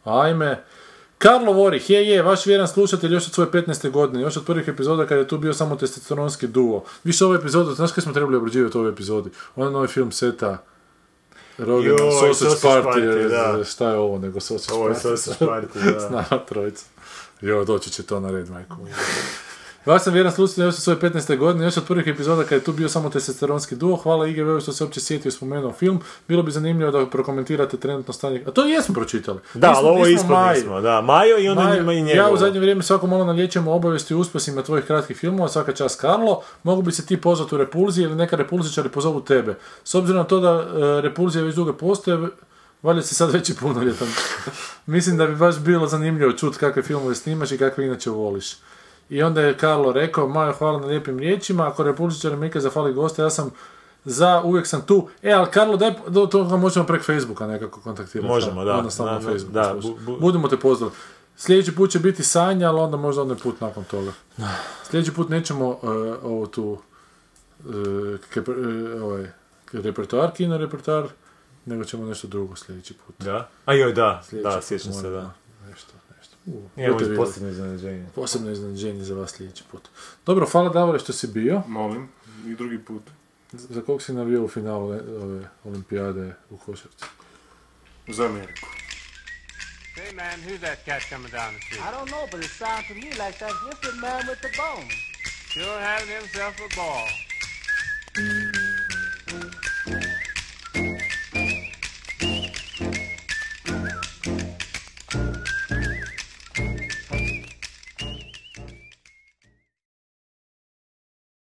Ajme. Karlo Vorih, je, je, vaš vjeran slušatelj još od svoje 15. godine, još od prvih epizoda kada je tu bio samo testosteronski duo. Više ove epizode, znaš kaj smo trebali obrađivati ove epizodi? Onaj novi film seta Rogena,
Joj,
Sausage,
Sausage
Party,
Party, da.
e, šta je ovo nego Sausage
Ovo je
Party.
Sausage Party, da.
Zna, trojica. Jo, doći će to na red, majko. moja. Vaš sam vjeran slušatelj još od svoje 15. godine, još od prvih epizoda kada je tu bio samo testosteronski duo. Hvala IGV što se uopće sjetio i spomenuo film. Bilo bi zanimljivo da prokomentirate trenutno stanje. A to jesmo pročitali.
Da, ali ovo
je
ispod nismo, da. Majo i onda njima i njegovo.
ja u zadnje vrijeme svako malo nalječem o obavijesti i uspjesima tvojih kratkih filmova, svaka čast Karlo, mogu bi se ti pozvati u repulzije ili neka repulzičari pozovu tebe. S obzirom na to da e, repulzije već dugo postoje, valjda si sad već i punoljetan. Mislim da bi baš bilo zanimljivo čut kakve filmove snimaš i kakve inače voliš. I onda je Karlo rekao, Majo, hvala na lijepim riječima, ako repulzičari mi ikad zafali gosta, ja sam za, uvijek sam tu. E, ali Karlo, daj, do toga možemo preko Facebooka nekako kontaktirati.
Možemo, da.
Onda samo
Da,
na
da,
Facebooku.
da,
slušaj.
bu- bu-
Budemo te pozvali. Sljedeći put će biti Sanja, ali onda možda onaj put nakon toga. Sljedeći put nećemo e, ovo tu e, kep- e, ovaj, repertoar, kino repertoar, nego ćemo nešto drugo sljedeći put.
Da. A joj, da,
Sljedeći
da,
put
sjećam se, da.
moramo Nešto, nešto.
Evo
budete vidjeli.
posljednje iznenađenje.
Posebno iznenađenje za vas sljedeći put. Dobro, hvala Davore što si bio.
Molim. I drugi put.
Za kog si navio u finalu e, ove olimpijade u Košarci?
Za Ameriku.
Hey man, who's that cat coming down the street?
I don't know, but it sounds to me like that gifted man with the bone.
Sure having himself a ball.